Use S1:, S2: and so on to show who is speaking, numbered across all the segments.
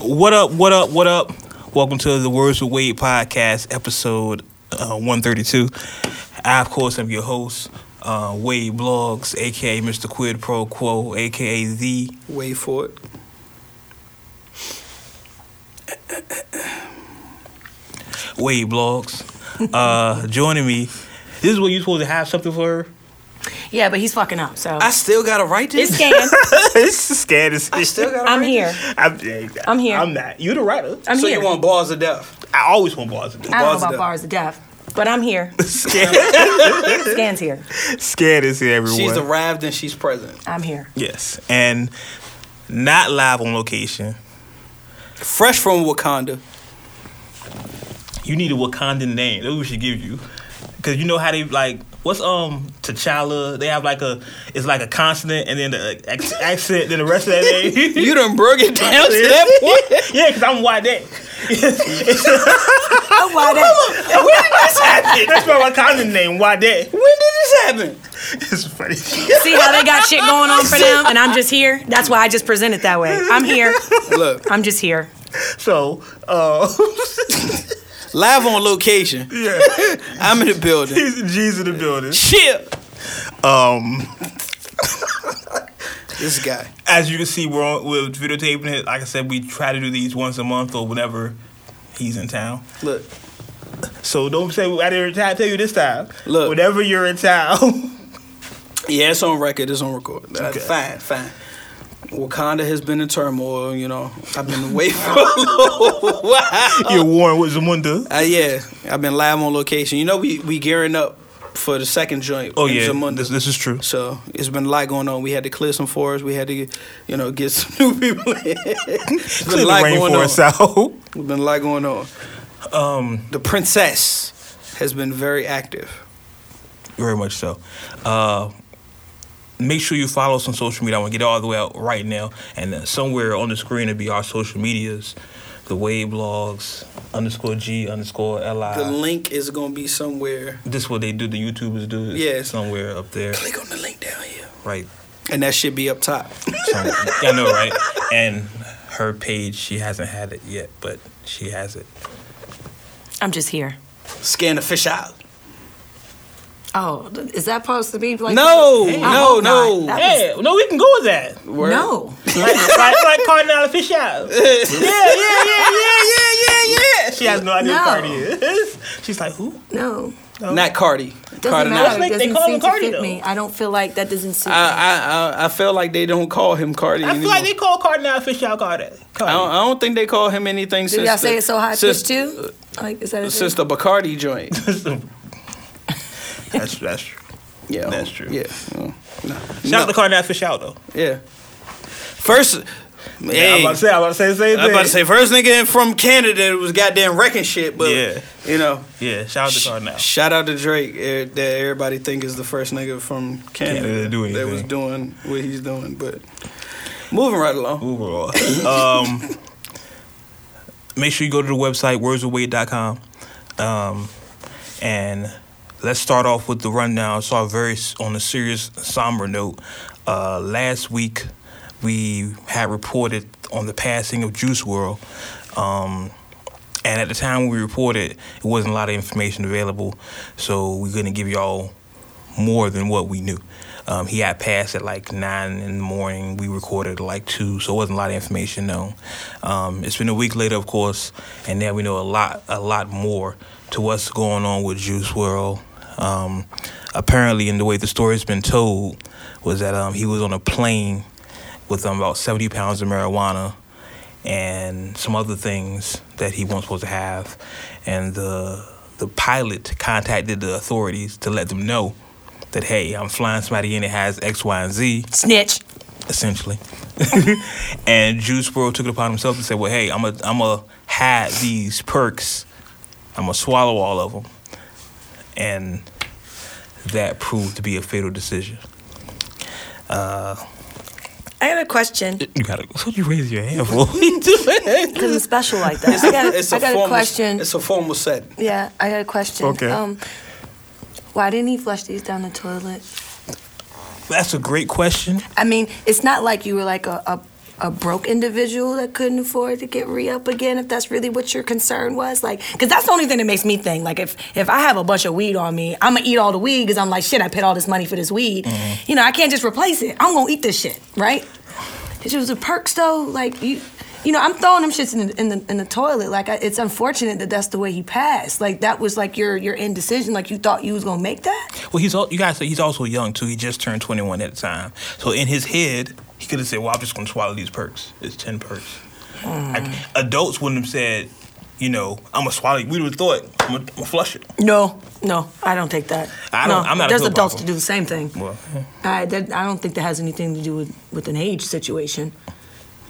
S1: What up? What up? What up? Welcome to the Words with Wade podcast, episode uh, 132. I, of course, am your host, uh, Wade Blogs, aka Mr. Quid Pro Quo, aka the.
S2: Wait for it.
S1: Wade Blogs. Uh, joining me. This is what you're supposed to have something for her.
S3: Yeah, but he's fucking up. So
S2: I still gotta write this.
S3: it's scan.
S1: this is scared as
S2: I still gotta.
S3: I'm
S2: write
S3: here.
S2: This?
S1: I'm, yeah,
S3: I'm here.
S1: I'm not. You're the writer.
S3: I'm
S2: so
S3: here.
S2: you want bars of death?
S1: I always want bars to do.
S3: I don't know
S2: bars of
S3: about
S2: death.
S3: bars of death, but I'm here.
S1: Scared,
S3: Scan's here.
S1: scared is here, everyone.
S2: She's arrived and she's present.
S3: I'm here.
S1: Yes, and not live on location.
S2: Fresh from Wakanda.
S1: You need a Wakandan name. That's what we should give you, because you know how they like. What's um T'Challa? They have like a it's like a consonant and then the ac- accent, then the rest of that name.
S2: You done broke it down to that point.
S1: yeah, because I'm white. That
S3: Oh, why that?
S1: that's my Wakandan name. Why that?
S2: When did this happen?
S1: It's funny.
S3: See how they got shit going on for them, and I'm just here. That's why I just present it that way. I'm here.
S2: Look,
S3: I'm just here.
S1: So uh,
S2: live on location.
S1: yeah,
S2: I'm in the building.
S1: he's the G's in the building.
S2: Shit.
S1: Um.
S2: This guy.
S1: as you can see, we're on, we're videotaping it. Like I said, we try to do these once a month or whenever he's in town.
S2: Look,
S1: So don't say I didn't try to tell you this time.
S2: Look.
S1: whenever you're in town,
S2: yeah, it's on record. It's on record. That-
S1: Okay.
S2: Fine, fine. Wakanda has been in turmoil. You know, I've been away for a little while.
S1: you're Warren with Zamunda.
S2: Uh, yeah, I've been live on location. You know, we we gearing up for the second joint.
S1: Oh
S2: in
S1: yeah,
S2: Zamunda.
S1: this, this is true.
S2: So it's been a lot going on. We had to clear some forests. We had to, you know, get some new people in. It's been
S1: Clear
S2: a
S1: the
S2: lot going on.
S1: rainforest out.
S2: We've been a lot going on.
S1: Um,
S2: The princess has been very active.
S1: very much so. Uh, make sure you follow us on social media. I want to get it all the way out right now, and uh, somewhere on the screen will be our social medias. The Wave Blogs underscore G underscore Li.
S2: The link is gonna be somewhere.
S1: this what they do. The YouTubers do. It's
S2: Yeah.
S1: somewhere up there,
S2: Click on the link down here,
S1: right?
S2: and that should be up top.
S1: So, I know, right? And her page, she hasn't had it yet, but she has it.
S3: I'm just here.
S2: Scan the fish out.
S3: Oh, th- is that supposed to be like?
S2: No,
S3: Hey, I
S2: no,
S3: hope
S2: no.
S3: not. That
S1: Yeah, no, we can go with that.
S2: Word.
S3: No.
S1: Like, like, like Cardi out fish out. Yeah, yeah, yeah, yeah, yeah, yeah, yeah. She has no idea
S3: No.
S1: who Cardi is. She's like, who?
S3: No.
S2: Not Cardi.
S3: Doesn't
S2: Cardi
S3: matter.
S1: They- they
S3: It doesn't
S1: call him
S3: seem to
S1: Cardi,
S3: fit
S1: though.
S3: me. I don't feel like that doesn't suit me.
S2: I, I I I feel like they don't call him Cardi
S1: I feel
S2: anymore.
S1: like they call Cardi out fish out Cardi.
S2: I, don't,
S1: Cardi.
S2: I don't think they call him anything
S3: Do
S2: since
S3: y'all say
S2: the-
S3: it so high
S2: since-
S3: pitched too? Like, is that a
S2: since
S3: thing?
S2: the Bacardi joint.
S1: That's that's true.
S2: Yeah,
S1: That's true.
S2: Yeah, Mm.
S1: Shout out
S2: No.
S1: to Cardi out fish out though.
S2: yeah. First,
S1: Yeah,
S2: hey,
S1: I'm about to say, I'm about to say the same thing.
S2: say first nigga in- from Canada was goddamn wrecking shit, but
S1: Yeah.
S2: you know.
S1: Yeah, shout out to
S2: sh-
S1: Cardi now.
S2: Shout out to Drake eh, that everybody think is the first nigga from Canada,
S1: Canada to do
S2: that was
S1: anything.
S2: doing what he's doing. But moving right along,
S1: overall. um, make sure you go to the website wordsofweight.com, um, and let's start off with the rundown. So, our very s- on a serious, somber note, uh, last week we had reported on the passing of Juice World. Um, and at the time we reported, it wasn't a lot of information available, so we couldn't give y'all more than what we knew. Um, he had passed at like nine in the morning. We recorded at like two, so it wasn't a lot of information known. Um, it's been a week later, of course, and now we know a lot, a lot more to what's going on with Juice World. Um, apparently, in the way the story's been told, was that um, he was on a plane with um, about seventy pounds of marijuana and some other things that he wasn't supposed to have. And the the pilot contacted the authorities to let them know that hey, I'm flying somebody in that has X, Y, and Z,
S3: Snitch.
S1: essentially. and Juice World took it upon himself to say, well, hey, I'm a I'm a had these perks. I'm gonna swallow all of them, and that proved to be a fatal decision. Uh,
S3: I got a question.
S1: You gotta. What you raise your hand for?
S3: Because it's special like that. I got,
S2: it's
S3: I
S2: a
S3: got
S2: formal,
S3: a question.
S2: It's a formal set.
S3: Yeah, I got a question.
S1: Okay.
S3: Um, why didn't he flush these down the toilet?
S1: That's a great question.
S3: I mean, it's not like you were like a, a
S4: a broke individual that couldn't afford to get re up again if that's really what your concern was? Like, because that's the only thing that makes me think. Like, if if I have a bunch of weed on me, I'm gonna eat all the weed because I'm like, shit, I paid all this money for this weed.
S2: Mm-hmm.
S4: You know, I can't just replace it. I'm gonna eat this shit, right? It was the perks though, like you. You know, I'm throwing them shits in the, in the in the toilet. Like, I, it's unfortunate that that's the way he passed. Like, that was like your your indecision. Like, you thought you was gonna make that.
S1: Well, he's al- you guys say he's also young too. He just turned 21 at the time. So in his head, he could have said, "Well, I'm just going to swallow these perks. It's 10 perks."
S4: Hmm.
S1: Like, adults wouldn't have said, "You know, I'm gonna swallow." it." We would have thought, "I'm gonna, I'm gonna flush it."
S4: No, no, I don't take that.
S1: I don't-
S4: No,
S1: I'm not a
S4: There's
S1: pill
S4: adults
S1: popper.
S4: that do the same thing.
S1: Well,
S4: I, that, I don't think that has anything to do with, with an age situation.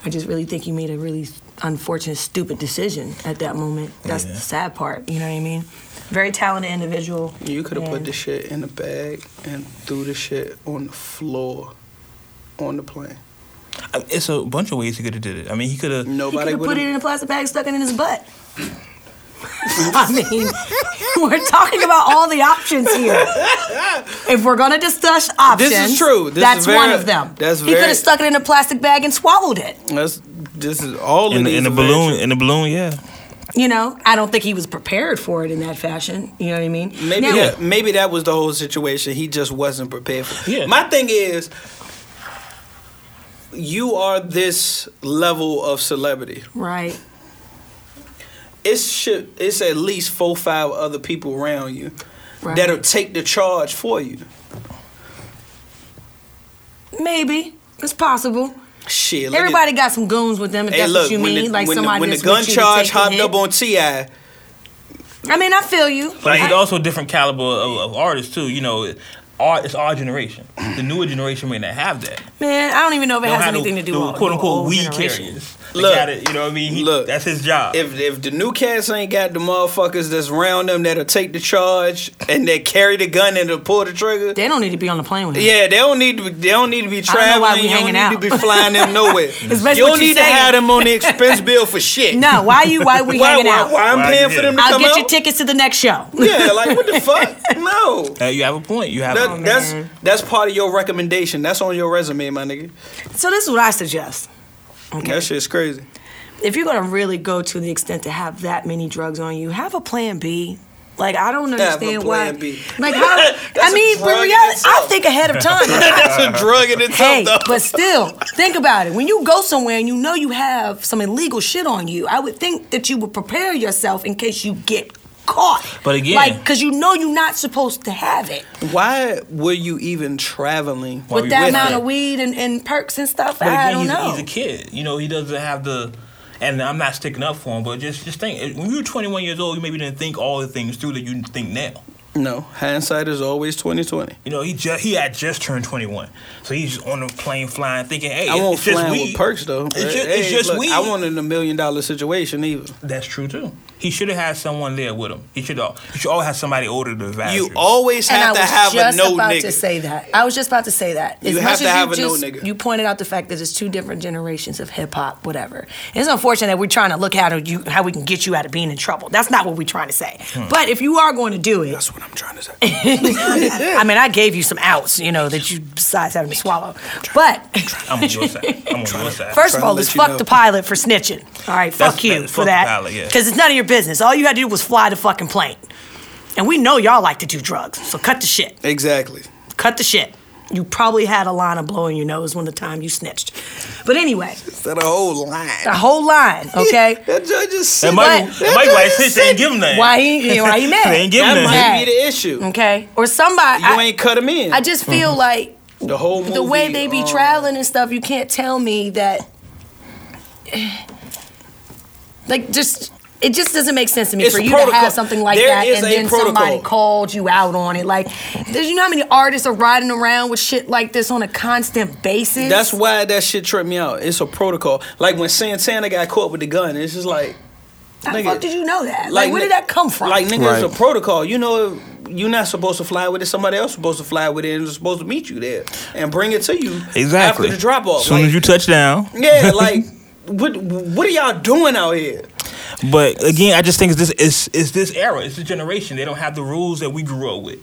S4: I just really think you made a really unfortunate, stupid decision at that moment. That's
S1: Yeah.
S4: the sad part. You know what I mean? Very talented individual.
S2: You could have put
S4: and-
S2: this shit in a bag and threw the shit on the floor on the plane.
S1: I- it's a bunch of ways he could have did it. I mean, he could have.
S4: He could
S2: Nobody
S4: have
S2: would
S4: put it in a plastic bag, stuck it in his butt. I mean, we're talking about all the options here. If we're gonna discuss options,
S2: is true. This
S4: that's
S2: is very-
S4: one of them.
S2: that's
S4: He could
S2: very-
S4: have stuck it in a plastic bag and swallowed it.
S2: That's, this is all
S1: In,
S2: of
S1: the-
S2: these
S1: in a
S2: are very
S1: balloon,
S2: true.
S1: in a balloon, yeah.
S4: You know, I don't think he was prepared for it in that fashion. You know what I mean?
S2: Maybe
S4: Now-
S2: that, maybe that was the whole situation. He just wasn't prepared for.
S1: Yeah.
S2: My thing is, you are this level of celebrity.
S4: Right.
S2: It's should it's at least four five other people around you
S4: Right.
S2: that'll take the charge for you.
S4: Maybe. It's possible.
S2: Shit, look at-
S4: Everybody got some goons with them, if that's what you
S2: when
S4: mean.
S2: the,
S4: like
S2: when
S4: somebody
S2: the, when the
S4: that's
S2: gun
S4: with you to
S2: charge
S4: take the
S2: hopped
S4: hit.
S2: up on Ti,
S4: I mean, I feel you.
S1: Like
S4: I-
S1: it's also a different caliber of, of artists too. You know, art it's our generation. The newer generation may not have that.
S4: man, I don't even know if it
S1: Don't
S4: has
S1: have the-
S4: anything to do
S1: the
S4: with
S1: quote unquote
S4: old
S1: weed
S4: generation.
S1: carriers.
S2: Look,
S1: Look, you know what I mean? He,
S2: look,
S1: that's his job.
S2: if if the new cats ain't got the motherfuckers that's round them that'll take the charge and that carry the gun and to pull the trigger,
S4: They don't need to be on the plane with him.
S2: Yeah, they don't need to. Be, they don't need to be
S4: I don't know
S2: traveling.
S4: why we
S2: you don't
S4: hanging
S2: need to
S4: out.
S2: be flying them nowhere.
S4: basically
S2: you don't
S4: what you
S2: need to
S4: saying.
S2: have them on the expense bill for shit.
S4: No, why you? Why we
S2: why,
S4: hanging
S2: why,
S4: out?
S2: why I'm
S1: Why
S2: paying
S1: you
S2: for them to
S4: I'll
S2: come
S4: get
S2: out?
S4: your tickets to the next show.
S2: Yeah, like what the fuck? No,
S1: Uh, you have a point. You have.
S2: that,
S4: Oh,
S1: a,
S2: that's that's part of your recommendation. That's on your resume, my nigga.
S4: So this is what I suggest.
S2: That shit's crazy.
S4: If you're gonna really go to the extent to have that many drugs on you, have a plan B. Like I don't
S2: a
S4: understand why.
S2: plan B.
S4: Like how?
S2: That's
S4: I
S2: a
S4: mean,
S2: drug in
S4: for reality, I
S2: itself.
S4: think ahead of time.
S2: that's a drug in itself,
S4: Hey,
S2: though.
S4: but still, think about it. When you go somewhere and you know you have some illegal shit on you, I would think that you would prepare yourself in case you get caught.
S1: But again-
S4: like, because you know you're not supposed to have it.
S2: Why were you even traveling?
S1: Why
S4: with
S1: we
S4: that
S1: with
S4: amount
S1: it.
S4: of weed and, and perks and stuff,
S1: But
S4: I
S1: again,
S4: don't
S1: he's,
S4: know.
S1: he's a kid. You know, he doesn't have the. And I'm not sticking up for him, but just just think. When you were 21 years old, you maybe didn't think all the things through that you think now.
S2: No, hindsight is always twenty twenty.
S1: You know, he just he had just turned 21, so he's on a plane flying, thinking, "Hey,
S2: I
S1: it-
S2: won't
S1: it's just
S2: flying
S1: weed."
S2: with perks though.
S1: It's just,
S2: Hey,
S1: it's just
S2: look,
S1: weed.
S2: I wanted a million dollar situation either.
S1: That's true too. He should have had someone there with him. He should all. He should all have somebody older to advise
S2: You always
S4: and I
S2: have to
S4: was
S2: have
S4: just
S2: a no
S4: about
S2: nigga.
S4: to say that. I was just about to say that. As
S2: You
S4: much
S2: have
S4: as
S2: to have a no
S4: just-
S2: nigga.
S4: You pointed out the fact that it's two different generations of hip hop, whatever. It's unfortunate that we're trying to look how to you how we can get you out of being in trouble. That's not what we're trying to say.
S2: Hmm.
S4: But if you are going to do it,
S2: That's what I'm trying to say.
S4: I mean, I gave you some outs, you know, that you besides having to swallow. But
S1: I'm on your side. I'm on your side.
S4: First
S2: Trying
S4: of
S2: to
S4: all,
S2: let
S4: let's
S2: you
S4: fuck
S2: know.
S4: the pilot for snitching. All right,
S1: That's-
S4: fuck you
S1: that- fuck
S4: for
S1: the
S4: that.
S1: pilot, yeah.
S4: Because it's none of your business. All you had to do was fly the fucking plane. And we know y'all like to do drugs, so cut the shit.
S2: exactly.
S4: Cut the shit. You probably had a line of blowing your nose when the time you snitched. But anyway,
S2: That a whole line.
S4: the whole line, okay?
S2: that judge is sick.
S1: and Mike,
S4: But-
S1: Mike White said they ain't give him that.
S4: Why he, why he mad?
S1: They ain't giving
S2: that
S1: him
S2: might
S1: that.
S4: Mad.
S2: be the issue.
S4: Okay? Or somebody.
S2: You
S4: I,
S2: ain't cut him in.
S4: I just feel like
S2: the whole movie,
S4: the way they be
S2: um,
S4: traveling and stuff, you can't tell me that. Like just. It just doesn't make sense to me
S2: It's
S4: for you to
S2: protocol.
S4: have something like
S2: There
S4: that
S2: is
S4: and
S2: a
S4: then somebody
S2: protocol.
S4: called you out on it. Like, there's you know how many artists are riding around with shit like this on a constant basis.
S2: That's why that shit tripped me out. It's a protocol. Like when Santana got caught with the gun, it's just like,
S4: how the
S2: nigga,
S4: fuck did you know that? Like, where
S2: ni-
S4: did that come from?
S2: Like nigga,
S1: Right.
S2: it's a protocol. You know, you're not supposed to fly with it. Somebody else supposed to fly with it and is supposed to meet you there and bring it to you
S1: Exactly.
S2: after the drop off.
S1: Soon as you touch down.
S2: yeah, like what what are y'all doing out here?
S1: But again, I just think it's this it's, it's this era, it's this generation. They don't have the rules that we grew up with.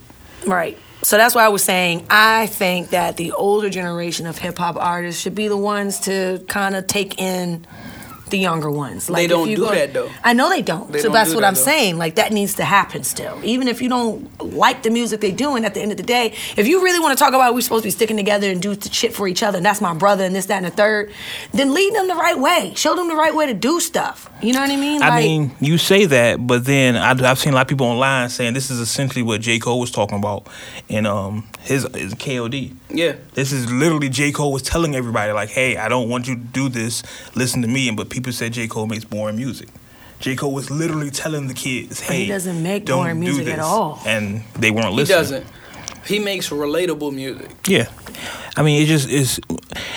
S4: right. So that's why I was saying I think that the older generation of hip hop artists should be the ones to kind of take in the younger ones. Like if
S2: don't
S4: you
S2: do that, though.
S4: I know they don't.
S2: They
S4: so
S2: don't
S4: that's
S2: do
S4: what
S2: that,
S4: I'm
S2: though.
S4: saying. Like that needs to happen still. Even if you don't like the music they're doing at the end of the day, if you really want to talk about we're supposed to be sticking together and do th- shit for each other and that's my brother and this, that, and the third, then lead them the right way. Show them the right way to do stuff. You know what I mean?
S1: I mean, you say that, but then I, I've seen a lot of people online saying this is essentially what J. Cole was talking about in um his, his KOD.
S2: Yeah.
S1: This is literally J. Cole was telling everybody, like, hey, I don't want you to do this. Listen to me. And but people said J. Cole makes boring music. J. Cole was literally telling the kids, hey,
S4: he doesn't make
S1: don't
S4: boring
S1: do
S4: music at
S1: this.
S4: all.
S1: And they weren't
S2: He
S1: listening.
S2: doesn't. He makes relatable music.
S1: Yeah. I mean, it just is.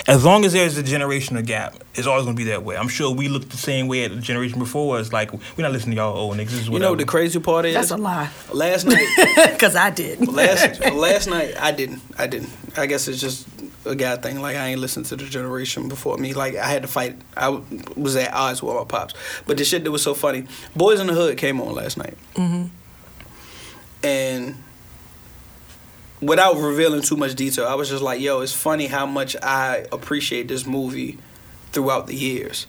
S1: As long as there's a generational gap, it's always gonna be that way. I'm sure we look the same way at the generation before. It's like we're not listening to y'all old niggas. This is
S2: You know
S1: whatever.
S2: the crazy part is
S4: That's a lie.
S2: Last night,
S4: Because I did.
S2: last last night I didn't. I didn't. I guess it's just a guy thing. Like I ain't listened to the generation before me. Like I had to fight. I w- was at odds with my pops. But the shit that was so funny. Boys in the Hood came on last night. Mm-hmm. And without revealing too much detail, I was just like, "Yo, it's funny how much I appreciate this movie throughout the years."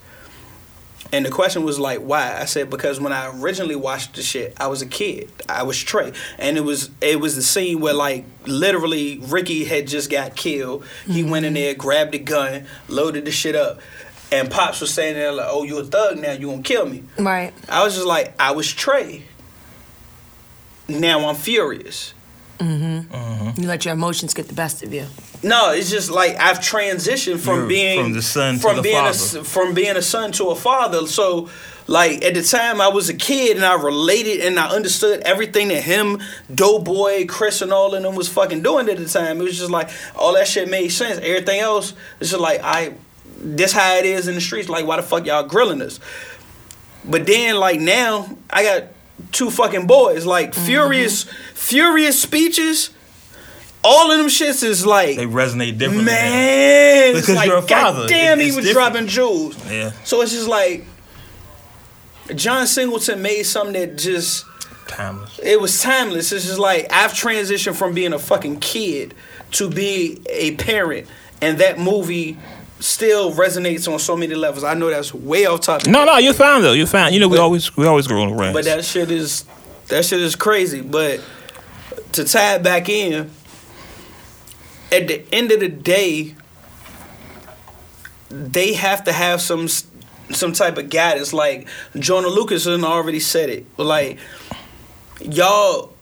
S2: And the question was like, why? I said because when I originally watched the shit, I was a kid. I was Trey, and it was it was the scene where like literally Ricky had just got killed. He went in there, grabbed the gun, loaded the shit up, and pops was standing there like, "Oh, you a thug now? You gonna kill me?"
S4: Right.
S2: I was just like, I was Trey. Now I'm furious.
S4: You let your emotions get the best of you.
S2: No, it's just like I've transitioned from
S1: You're-
S2: being
S1: from the son to the
S2: being a s-
S1: father.
S2: from being a son to a father. So, like at the time, I was a kid and I related and I understood everything that him, Doughboy, Chris, and all of them was fucking doing at the time. It was just like all that shit made sense. Everything else, it's just like I, this how it is in the streets. Like why the fuck y'all grilling us? But then like now, I got two fucking boys. Like
S1: Mm-hmm.
S2: furious, furious speeches. All of them shits is like
S1: they resonate differently. now.
S2: Man,
S1: Because
S2: like,
S1: you're a father.
S2: Damn,
S1: It-
S2: he
S1: it's
S2: was
S1: different.
S2: dropping jewels.
S1: Yeah.
S2: So it's just like John Singleton made something that just
S1: Timeless.
S2: it was timeless. It's just like I've transitioned from being a fucking kid to be a parent, and that movie still resonates on so many levels. I know that's way off topic,
S1: No, no, you're fine though. You're fine. You know, we always we always grow on the ranch.
S2: but that shit is that shit is crazy. But to tie it back in, at the end of the day, they have to have some s- some type of guidance. Like Jonah Lucas done already said it. Like y'all,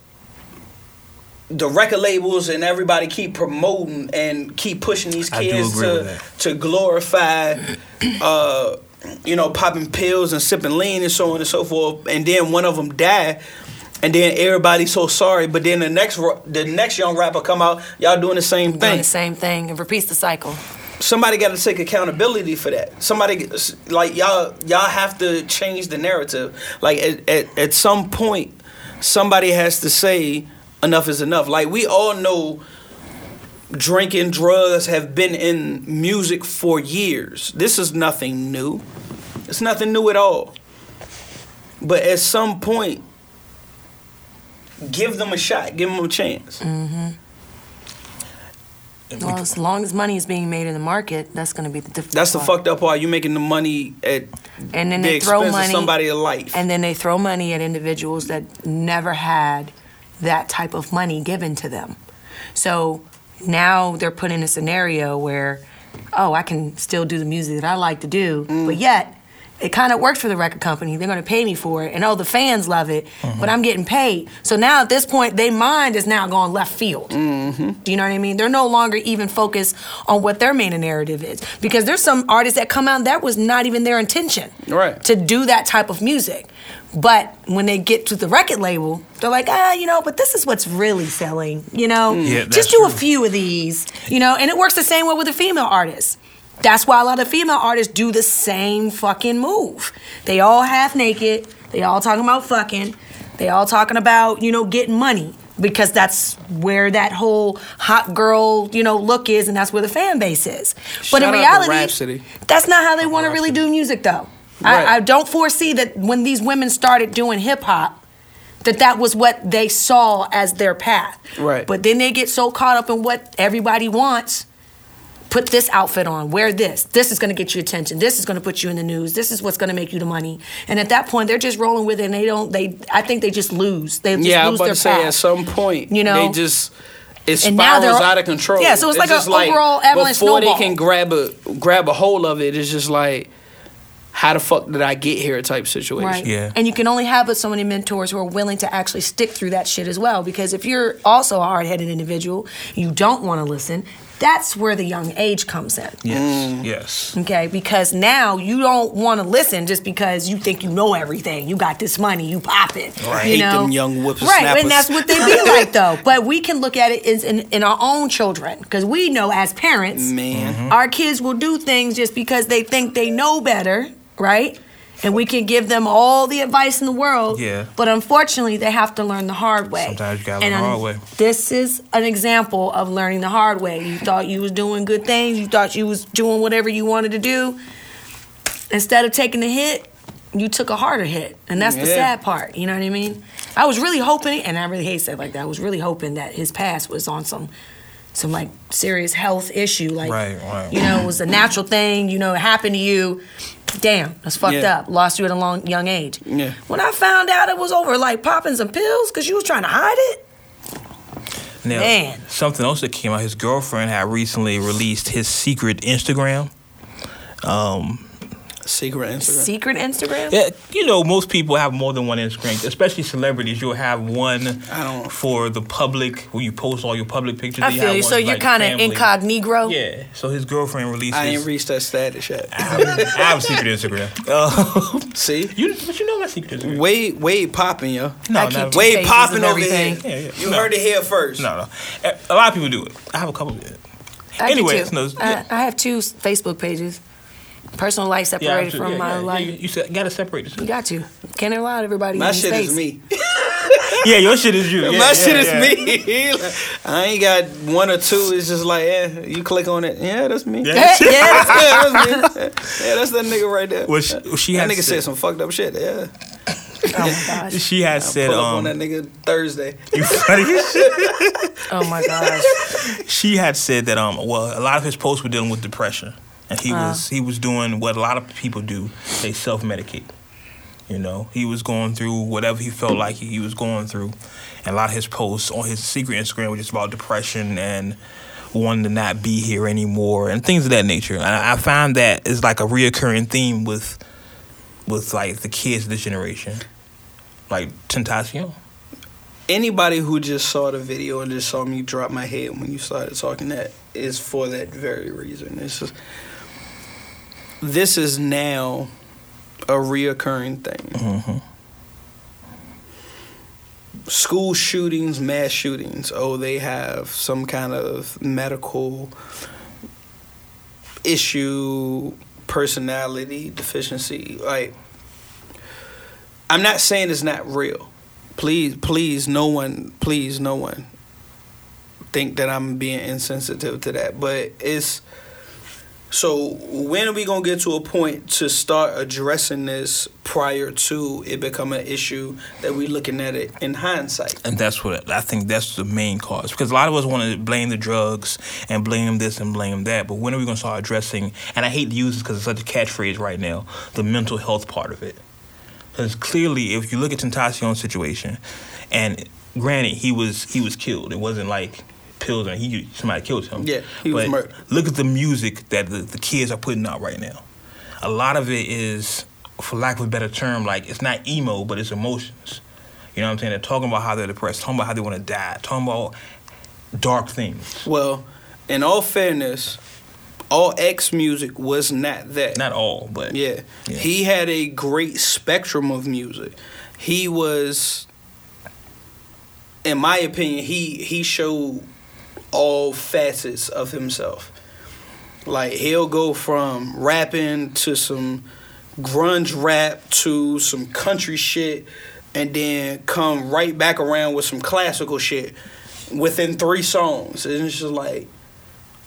S2: the record labels and everybody keep promoting and keep pushing these
S1: I do
S2: kids
S1: agree with
S2: to
S1: that.
S2: to glorify. uh, you know, popping pills and sipping lean and so on and so forth, and then one of them die, and then everybody's so sorry. But then the next ro- the next young rapper come out, y'all doing the same thing
S4: Doing the same thing and repeats the cycle.
S2: somebody got to take accountability for that. Somebody like y'all y'all have to change the narrative. Like at, at at some point somebody has to say enough is enough. Like we all know drinking drugs have been in music for years. This is nothing new. It's nothing new at all. But at some point give them a shot, give them a chance.
S4: Well, as long as money is being made in the market, that's going to be the difference.
S2: That's the fucked up part. You making the money at
S4: And then
S2: the
S4: they throw
S2: expense
S4: money.
S2: of somebody's life.
S4: And then they throw money at individuals that never had that type of money given to them. So now they're put in a scenario where, oh, I can still do the music that I like to do,
S2: Mm.
S4: but yet it kind of works for the record company. They're going to pay me for it, and oh, the fans love it,
S2: Mm-hmm.
S4: but I'm getting paid. So now at this point, their mind is now going left field. Do you know what I mean? They're no longer even focused on what their main narrative is because there's some artists that come out that was not even their intention
S2: Right.
S4: to do that type of music. But when they get to the record label, they're like, ah, you know, but this is what's really selling, you know?
S1: Yeah, that's
S4: Just do a
S1: true.
S4: few of these, you know? And it works the same way with the female artists. That's why a lot of female artists do the same fucking move. They all half naked, they all talking about fucking, they all talking about, you know, getting money because that's where that whole hot girl, you know, look is and that's where the fan base is.
S2: Shout
S4: but in
S2: out to
S4: reality,
S2: Rhapsody.
S4: that's not how they want to really do music, though.
S2: Right.
S4: I, I don't foresee that when these women started doing hip hop, that that was what they saw as their path.
S2: Right.
S4: But then they get so caught up in what everybody wants. Put this outfit on, wear this. This is gonna get you attention. This is gonna put you in the news. This is what's gonna make you the money. And at that point, they're just rolling with it and they don't, they, I think they just lose. They just
S2: yeah, I was
S4: lose
S2: about
S4: their
S2: to say
S4: path.
S2: at some point,
S4: You know?
S2: they just it
S4: And now
S2: spirals
S4: they're-
S2: out of control.
S4: Yeah, so it's like a
S2: just
S4: overall avalanche
S2: Before
S4: snowball.
S2: they can grab a grab a hold of it, it's just like, how the fuck did I get here? Type situation.
S4: Right.
S1: Yeah.
S4: And you can only have but so many mentors who are willing to actually stick through that shit as well. Because if you're also a hard headed individual, you don't want to listen, that's where the young age comes in.
S1: Yes.
S2: Mm.
S1: Yes.
S4: Okay, because now you don't want to listen just because you think you know everything. You got this money, you pop it.
S2: I
S4: you
S2: hate
S4: know?
S2: them young
S4: Right,
S2: whippersnappers.
S4: and that's what they be like though. But we can look at it as in, in our own children because we know as parents,
S2: Man.
S4: our kids will do things just because they think they know better, right? And we can give them all the advice in the world.
S1: Yeah.
S4: But unfortunately, they have to learn the hard way.
S1: Sometimes you gotta
S4: And
S1: learn the
S4: un-
S1: hard way.
S4: This is an example of learning the hard way. You thought you was doing good things. You thought you was doing whatever you wanted to do. Instead of taking a hit, you took a harder hit, and that's the
S2: Yeah.
S4: sad part. You know what I mean? I was really hoping, and I really hate to say it like that. I was really hoping that his past was on some, some like serious health issue, like
S1: Right, right.
S4: you know, it was a natural thing. You know, it happened to you. Damn, that's fucked
S2: Yeah.
S4: up. Lost you at a long young age.
S2: Yeah.
S4: When I found out it was over, like popping some pills, cause you was trying to hide it.
S1: Now,
S4: Man.
S1: something else that came out. His girlfriend had recently released his secret Instagram. Um,
S2: Secret Instagram.
S4: Secret Instagram.
S1: Yeah, you know, most people have more than one Instagram, especially celebrities. You'll have one
S2: I don't-
S1: for the public where you post all your public pictures.
S4: I
S1: then you
S4: feel
S1: have
S4: you.
S1: one
S4: So
S1: for,
S4: you're
S1: like,
S4: kind of
S1: family.
S4: incognito.
S1: Yeah. So his girlfriend releases.
S2: I ain't reached that status yet.
S1: I have a secret Instagram. Uh,
S2: See,
S1: you, but you know my secret Instagram.
S2: Wade Wade popping yo.
S1: No,
S4: I keep
S1: never.
S4: two
S2: Wade
S4: pages
S2: popping
S4: and
S2: over
S4: everything.
S1: Yeah,
S2: here.
S1: yeah.
S2: You
S1: No.
S2: heard it here first.
S1: No, no. A- A lot of people do it. I have a couple.
S4: I do
S1: Anyways,
S4: too.
S1: no, it's- yeah.
S4: I, I have two s- Facebook pages. Personal life
S1: Yeah,
S4: separated
S1: I'm sure.
S4: from
S1: yeah,
S4: my
S1: yeah,
S4: life.
S1: Yeah, you, you said, gotta separate this.
S4: You got to. Can't allow everybody.
S2: My
S4: in
S2: shit
S4: space.
S2: is me.
S1: Yeah, your shit is you. Yeah,
S2: My
S1: yeah,
S2: shit
S1: yeah.
S2: is me. Like, I ain't got one or two. It's just like, yeah, you click on it. Yeah, that's me.
S1: Yeah.
S4: Yeah, yeah.
S2: yeah, that's me. Yeah, that's that nigga right there.
S1: Well, she, she
S2: that
S1: had
S2: nigga said
S1: said,
S2: some fucked up shit. Yeah,
S4: Oh my gosh.
S1: she had said
S2: pull up on
S1: um,
S2: that nigga Thursday.
S1: you funny as shit.
S4: Oh my gosh.
S1: she had said that um well a lot of his posts were dealing with depression and he was he was doing what a lot of people do they self medicate you know he was going through whatever he felt like he was going through and a lot of his posts on his secret Instagram were just about depression and wanting to not be here anymore and things of that nature and I, I find that is like a reoccurring theme with with like the kids of this generation like Tentacion
S2: Anybody who just saw the video and just saw me drop my head when you started talking that is for that very reason. It's just, this is now a reoccurring thing. School shootings, mass shootings. Oh, they have some kind of medical issue, personality deficiency. Like, I'm not saying it's not real. Please, please, no one, please, no one think that I'm being insensitive to that. But it's so when are we gonna get to a point to start addressing this prior to it becoming an issue that we looking at it in hindsight?
S1: And that's what I think that's the main cause because a lot of us want to blame the drugs and blame this and blame that. But when are we going to start addressing? And I hate to use this because it's such a catchphrase right now the mental health part of it. Because clearly, if you look at Tentacion's situation, and granted, he was he was killed. It wasn't like pills and he somebody killed him.
S2: Yeah, he was
S1: But
S2: murdered.
S1: Look at the music that the, the kids are putting out right now. A lot of it is, for lack of a better term, like it's not emo, but it's emotions. You know what I'm saying? They're talking about how they're depressed, talking about how they want to die, talking about dark things.
S2: Well, in all fairness, all X music was not that.
S1: Not all, but
S2: Yeah.
S1: Yeah.
S2: He had a great spectrum of music. He was in my opinion, he he showed all facets of himself. Like he'll go from rapping to some grunge rap to some country shit and then come right back around with some classical shit within three songs. And it's just like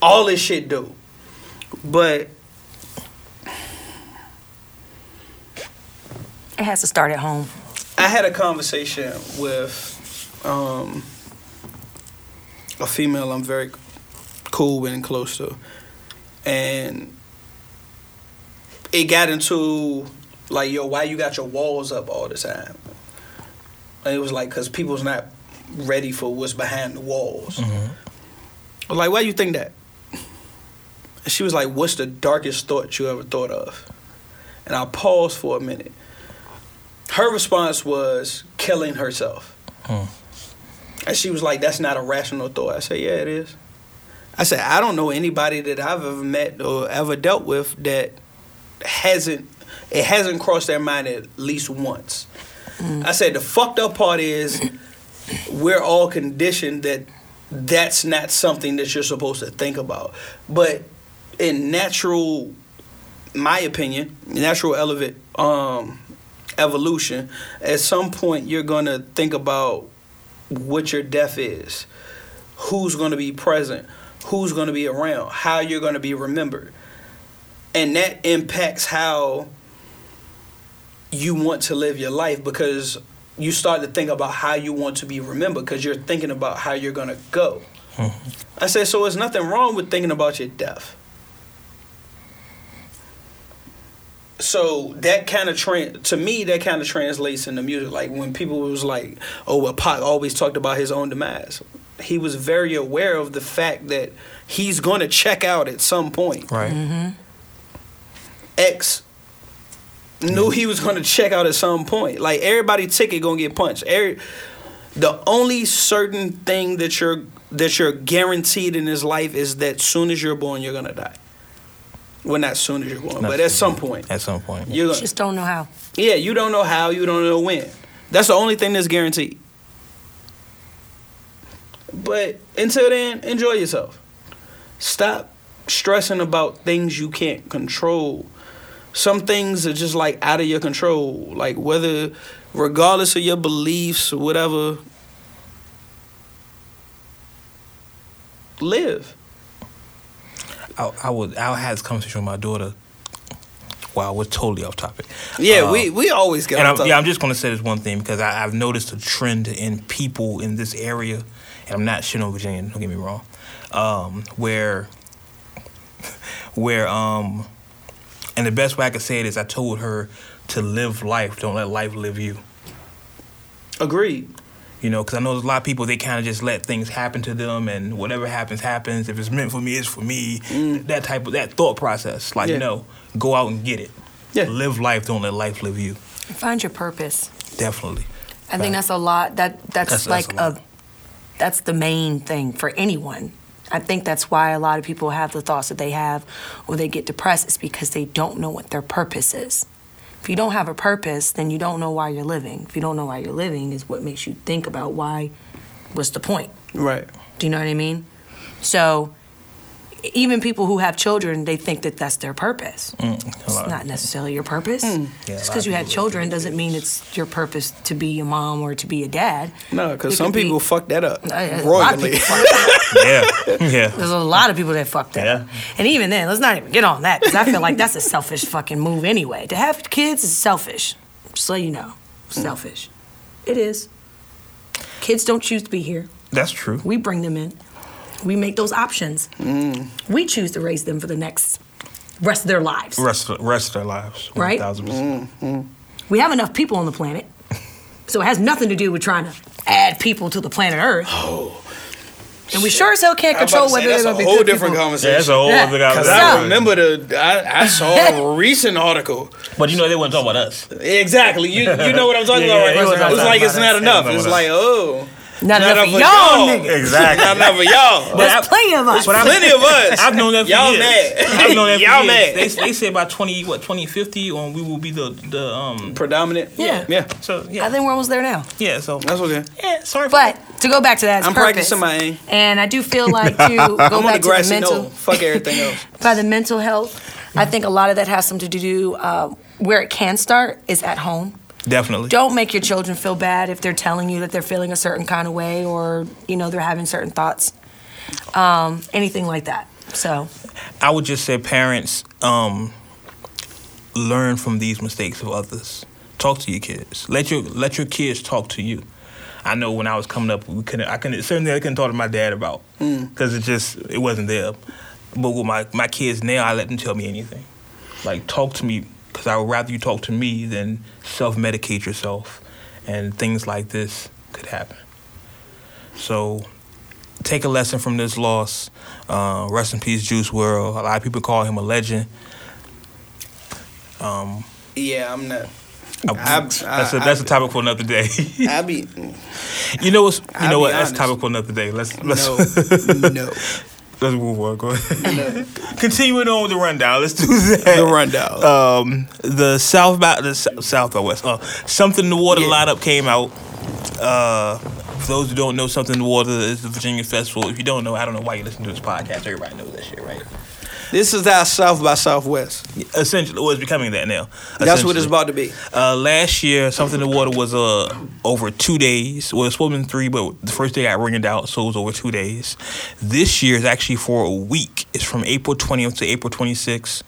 S2: all this shit do. But
S4: It has to start at home.
S2: I had a conversation with um, a female I'm very cool with and close to, and it got into like, yo, why you got your walls up all the time? And it was like, cause people's not ready for what's behind the walls. I was Like, why you think that? And she was like, what's the darkest thought you ever thought of? And I paused for a minute. Her response was killing herself. And she was like, that's not a rational thought. I said, yeah, it is. I said, I don't know anybody that I've ever met or ever dealt with that hasn't it hasn't crossed their mind at least once. I said the fucked up part is we're all conditioned that that's not something that you're supposed to think about. But in natural my opinion, natural elevate um evolution, at some point you're gonna think about what your death is, who's gonna be present, who's gonna be around, how you're gonna be remembered. And that impacts how you want to live your life because you start to think about how you want to be remembered because you're thinking about how you're gonna go. I said, so there's nothing wrong with thinking about your death. so that kind of tran to me that kind of translates into music like when people was like oh well Pac always talked about his own demise he was very aware of the fact that he's going to check out at some point
S1: Right.
S2: X knew he was going to check out at some point like everybody ticket going to get punched Every, the only certain thing that you're that you're guaranteed in this life is that soon as you're born you're going to die well not soon as you're born but at some point
S1: At some point.
S2: you're gonna,
S4: Just don't know how.
S2: Yeah, you don't know how, you don't know when. That's the only thing that's guaranteed. But until then, enjoy yourself. Stop stressing about things you can't control. Some things are just like out of your control. Like whether, regardless of your beliefs, whatever, live.
S1: I, I would. I had this conversation with my daughter. Wow, we're totally off topic.
S2: Yeah,
S1: Uh,
S2: we we always get.
S1: And
S2: off
S1: I'm,
S2: topic.
S1: yeah, I'm just gonna say this one thing because I, I've noticed a trend in people in this area, and I'm not shitting on Virginia. Don't get me wrong, um, where, where, um, and the best way I could say it is I told her to live life. Don't let life live you.
S2: Agreed.
S1: You know, because I know there's a lot of people they kind of just let things happen to them, and whatever happens, happens. If it's meant for me, it's for me. That type of that thought process. Like,
S2: Mm. Yeah.
S1: no, go out and get it.
S2: Yeah.
S1: Live life. Don't let life live you.
S4: Find your purpose.
S1: Definitely.
S4: I think
S1: Fact.
S4: that's a lot. That that's,
S1: That's- that's
S4: like
S1: a
S4: a,
S1: lot.
S4: that's the main thing for anyone. I think that's why a lot of people have the thoughts that they have, or they get depressed. It's because they don't know what their purpose is. If you don't have a purpose, then you don't know why you're living. If you don't know why you're living, is what makes you think about why. What's the point?
S2: Right.
S4: Do you know what I mean? So, even people who have children, they think that that's their purpose.
S1: A lot.
S4: It's not necessarily your purpose.
S2: Hmm.
S1: Yeah, a
S4: Just
S1: lot of
S4: because you had
S1: people
S4: children
S1: think it
S4: doesn't
S1: is.
S4: mean it's your purpose to be a mom or to be a dad.
S2: No, because
S4: It
S2: some
S4: could be-
S2: people fuck that up
S4: I- I- a lot of
S2: royally.
S4: people fuck that up.
S1: yeah, yeah.
S4: There's a lot of people that fuck that. up.
S1: Yeah.
S4: And even then, let's not even get on that because I feel like that's a selfish fucking move anyway. To have kids is selfish. Just so you know,
S1: Hmm.
S4: selfish. It is. Kids don't choose to be here.
S1: That's true.
S4: We bring them in. We make those options.
S2: Mm.
S4: We choose to raise them for the next rest of their lives.
S1: Rest, rest their lives.
S4: Right?
S2: Mm.
S1: 1000%.
S4: We have enough people on the planet. So it has nothing to do with trying to add people to the planet Earth. Oh. And we sure as hell can't
S2: I'm about
S4: control
S2: to say,
S4: whether
S2: that's
S4: there's
S2: a
S4: gonna be
S2: whole
S4: good
S2: different
S4: people.
S1: Yeah, that's
S2: conversation.
S1: a whole
S4: Yeah.
S1: other guy.
S2: Because I
S4: So-
S2: remember the I, I saw a recent article.
S1: But you know, they weren't talking about us.
S2: Exactly. You you know what I'm talking
S1: Yeah,
S2: about,
S1: yeah,
S2: right?
S1: it was
S2: now. it's
S1: outside
S2: like
S1: by
S2: it's
S1: that.
S2: not
S1: It was
S2: enough.
S1: outside
S2: It's
S1: by
S2: like,
S1: that.
S2: oh,
S4: Not enough
S2: enough
S4: for
S2: of
S4: y'all
S2: y'all.
S4: niggas.
S1: Exactly.
S2: not enough of y'all.
S4: There's
S1: But I-
S4: plenty of us.
S1: But I-
S2: Plenty of us.
S1: I've known that for
S2: Y'all
S1: years.
S2: mad.
S1: I've known that for
S2: Y'all
S1: years.
S2: mad.
S1: They, they say by twenty what twenty fifty on we will be the the um.
S2: Predominant.
S4: Yeah.
S2: Yeah.
S1: So yeah,
S4: I think we're almost there now.
S1: yeah. So
S2: That's okay.
S1: yeah. Sorry, for
S4: But to go back to that, it's
S2: I'm
S4: purpose.
S2: practicing my aim.
S4: And I do feel like to go
S2: I'm on the
S4: back to the
S2: grassy
S4: mental.
S2: knoll. Fuck everything else.
S4: by the mental health. I think a lot of that has something to do uh, where it can start is at home.
S1: that. definitely.
S4: Don't make your children feel bad if they're telling you that they're feeling a certain kind of way or you know they're having certain thoughts, um, anything like that. So
S1: I would just say parents um, learn from these mistakes of others. Talk to your kids. Let your let your kids talk to you. I know when I was coming up, we couldn't. I couldn't certainly I couldn't talk to my dad about because it just it wasn't there. But with my my kids now, I let them tell me anything. Like talk to me because I would rather you talk to me than self medicate yourself, and things like this could happen. So take a lesson from this loss. Uh, rest in peace, Juice World. A lot of people call him a legend. Um,
S2: Yeah, I'm not.
S1: I-
S2: I-
S1: that's a,
S2: I-
S1: that's a topic for another day.
S2: I be
S1: you know what's, you
S2: I'll
S1: know
S2: be
S1: what? That's a
S2: honest.
S1: topic for another day. Let's let's
S2: no, no.
S1: let's move on. Go ahead. Continuing on with the rundown. Let's do that.
S2: The rundown.
S1: Um, the south by the sou- south by west. Uh, something in the water
S2: Yeah.
S1: lineup came out. Uh, for those who don't know, something in the water is the Virginia Festival. If you don't know, I don't know why you listen to this podcast. Everybody knows that shit, right?
S2: This is our South by Southwest.
S1: Essentially, well, it's becoming that now.
S2: That's what
S1: Essentially.
S2: it's about to be.
S1: Uh, last year, something in the water was uh over two days. Well, it's supposed to be three, but the first day got ringed out, so it was over two days. This year is actually for a week. It's from April 20th to April 26th.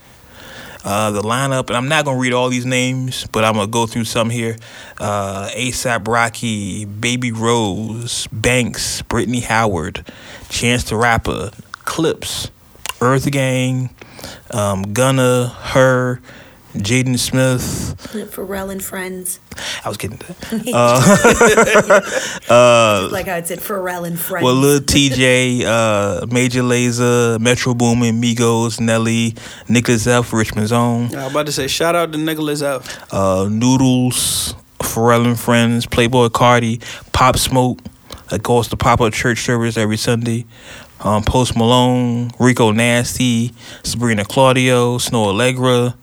S1: Uh, the lineup, and I'm not gonna read all these names, but I'm gonna go through some here. Uh, ASAP Rocky, Baby Rose, Banks, Brittany Howard, Chance the Rapper, Clips, Earth Gang, um, Gunna, Her, Jaden Smith,
S4: Pharrell and friends.
S1: I was kidding.
S2: Uh,
S4: like I said, Pharrell and friends.
S1: Well, Lil TJ, uh, Major Lazer, Metro Boomin, Migos, Nelly, Nicholas F, Richmond Zone,
S2: I was about to say, shout out to Nicholas out.
S1: uh, Noodles, Pharrell and Friends, Playboy Cardi, Pop Smoke, that goes to pop up church service every Sunday. Um, Post Malone, Rico Nasty, Sabrina Claudio, Snow Allegra,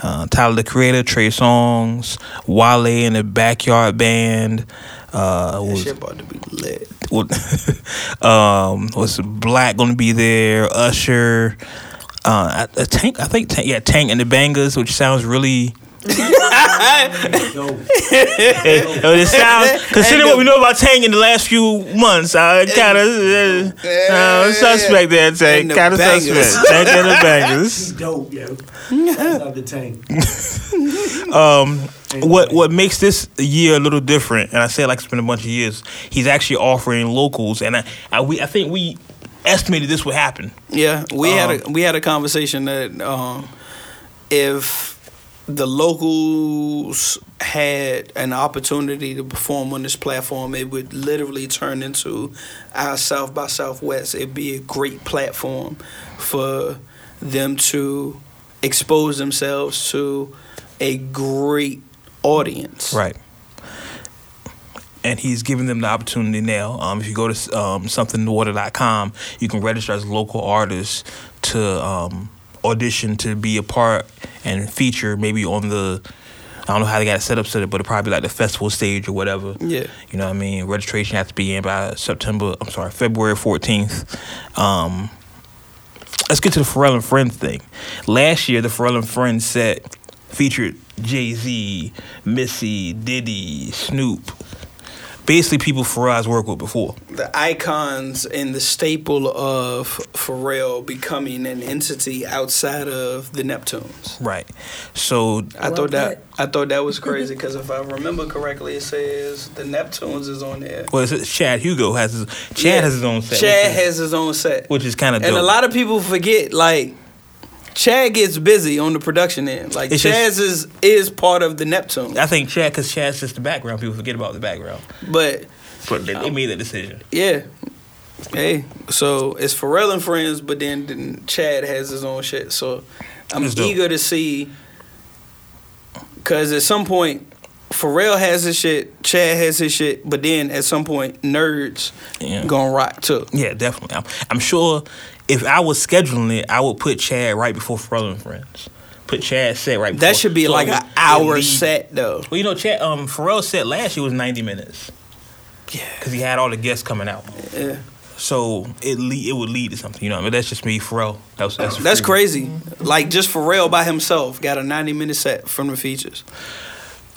S1: uh, Tyler the Creator, Trey Songs, Wale and the Backyard Band. Uh,
S2: That
S1: was-
S2: shit about to be lit.
S1: what um was Black gonna be there? Usher, uh, I, I Tank. I think Tank, yeah, Tank and the Bangers, which sounds really. Oh, it sounds considering what we know about Tank in the last few months. I kind of uh, uh, suspect that Tank.
S2: And the
S1: Kind of
S2: Bangers.
S1: suspect Tank and the Bangers.
S5: He's dope, yo. That's not the tank.
S1: What what makes this year a little different, and I say it like it's been a bunch of years, he's actually offering locals, and I, I we I think we estimated this would happen.
S2: Yeah, we had a
S1: Um,
S2: we had a conversation that um, if the locals had an opportunity to perform on this platform, it would literally turn into our South by Southwest. It'd be a great platform for them to expose themselves to a great audience.
S1: Right. And he's giving them the opportunity now. Um, if you go to um, somethingwater.com, you can register as a local artist to um, audition to be a part and feature maybe on the, I don't know how they got it set up, set it, but it probably like the festival stage or whatever.
S2: Yeah.
S1: You know what I mean? Registration has to be in by September, I'm sorry, February 14th. Um, let's get to the Pharrell and Friends thing. Last year, the Pharrell and Friends set featured Jay Z, Missy, Diddy, Snoop. Basically, people Pharrell's worked with before.
S2: the icons and the staple of Pharrell becoming an entity outside of the Neptunes.
S1: Right. So,
S2: I
S4: Well
S2: thought that I thought that was crazy because if I remember correctly, it says the Neptunes is on there.
S1: well, it's- Chad Hugo has his, Chad
S2: Yeah.
S1: has his own set.
S2: Chad
S1: which is-
S2: has his own set,
S1: which is kind of
S2: and a lot of people forget like. Chad gets busy on the production end. Like
S1: It's
S2: Chaz
S1: just-
S2: is is part of the Neptune,
S1: I think Chad, because Chad's just the background. People forget about the background.
S2: but
S1: But they, they made that decision.
S2: yeah, hey. So it's Pharrell and friends, but then, then Chad has his own shit. So I'm
S1: That's dope.
S2: eager to see because at some point Pharrell has his shit, Chad has his shit, but then at some point nerds
S1: Yeah.
S2: gonna rock too.
S1: Yeah, definitely. I'm, I'm sure if I was scheduling it, I would put Chad right before Pharrell and Friends. Put Chad set right. before.
S2: That should be
S1: so
S2: like
S1: it would-
S2: an
S1: it would
S2: hour
S1: lead-
S2: set though.
S1: Well, you know, Chad, um, Pharrell set last year was 90 minutes. Yeah. Because he had all the guests coming out.
S2: Yeah.
S1: So it lead, it would lead to something, you know. I mean, that's just me, Pharrell. That was, that's
S2: That's
S1: free.
S2: crazy. Like just Pharrell by himself got a 90 minute set from the features.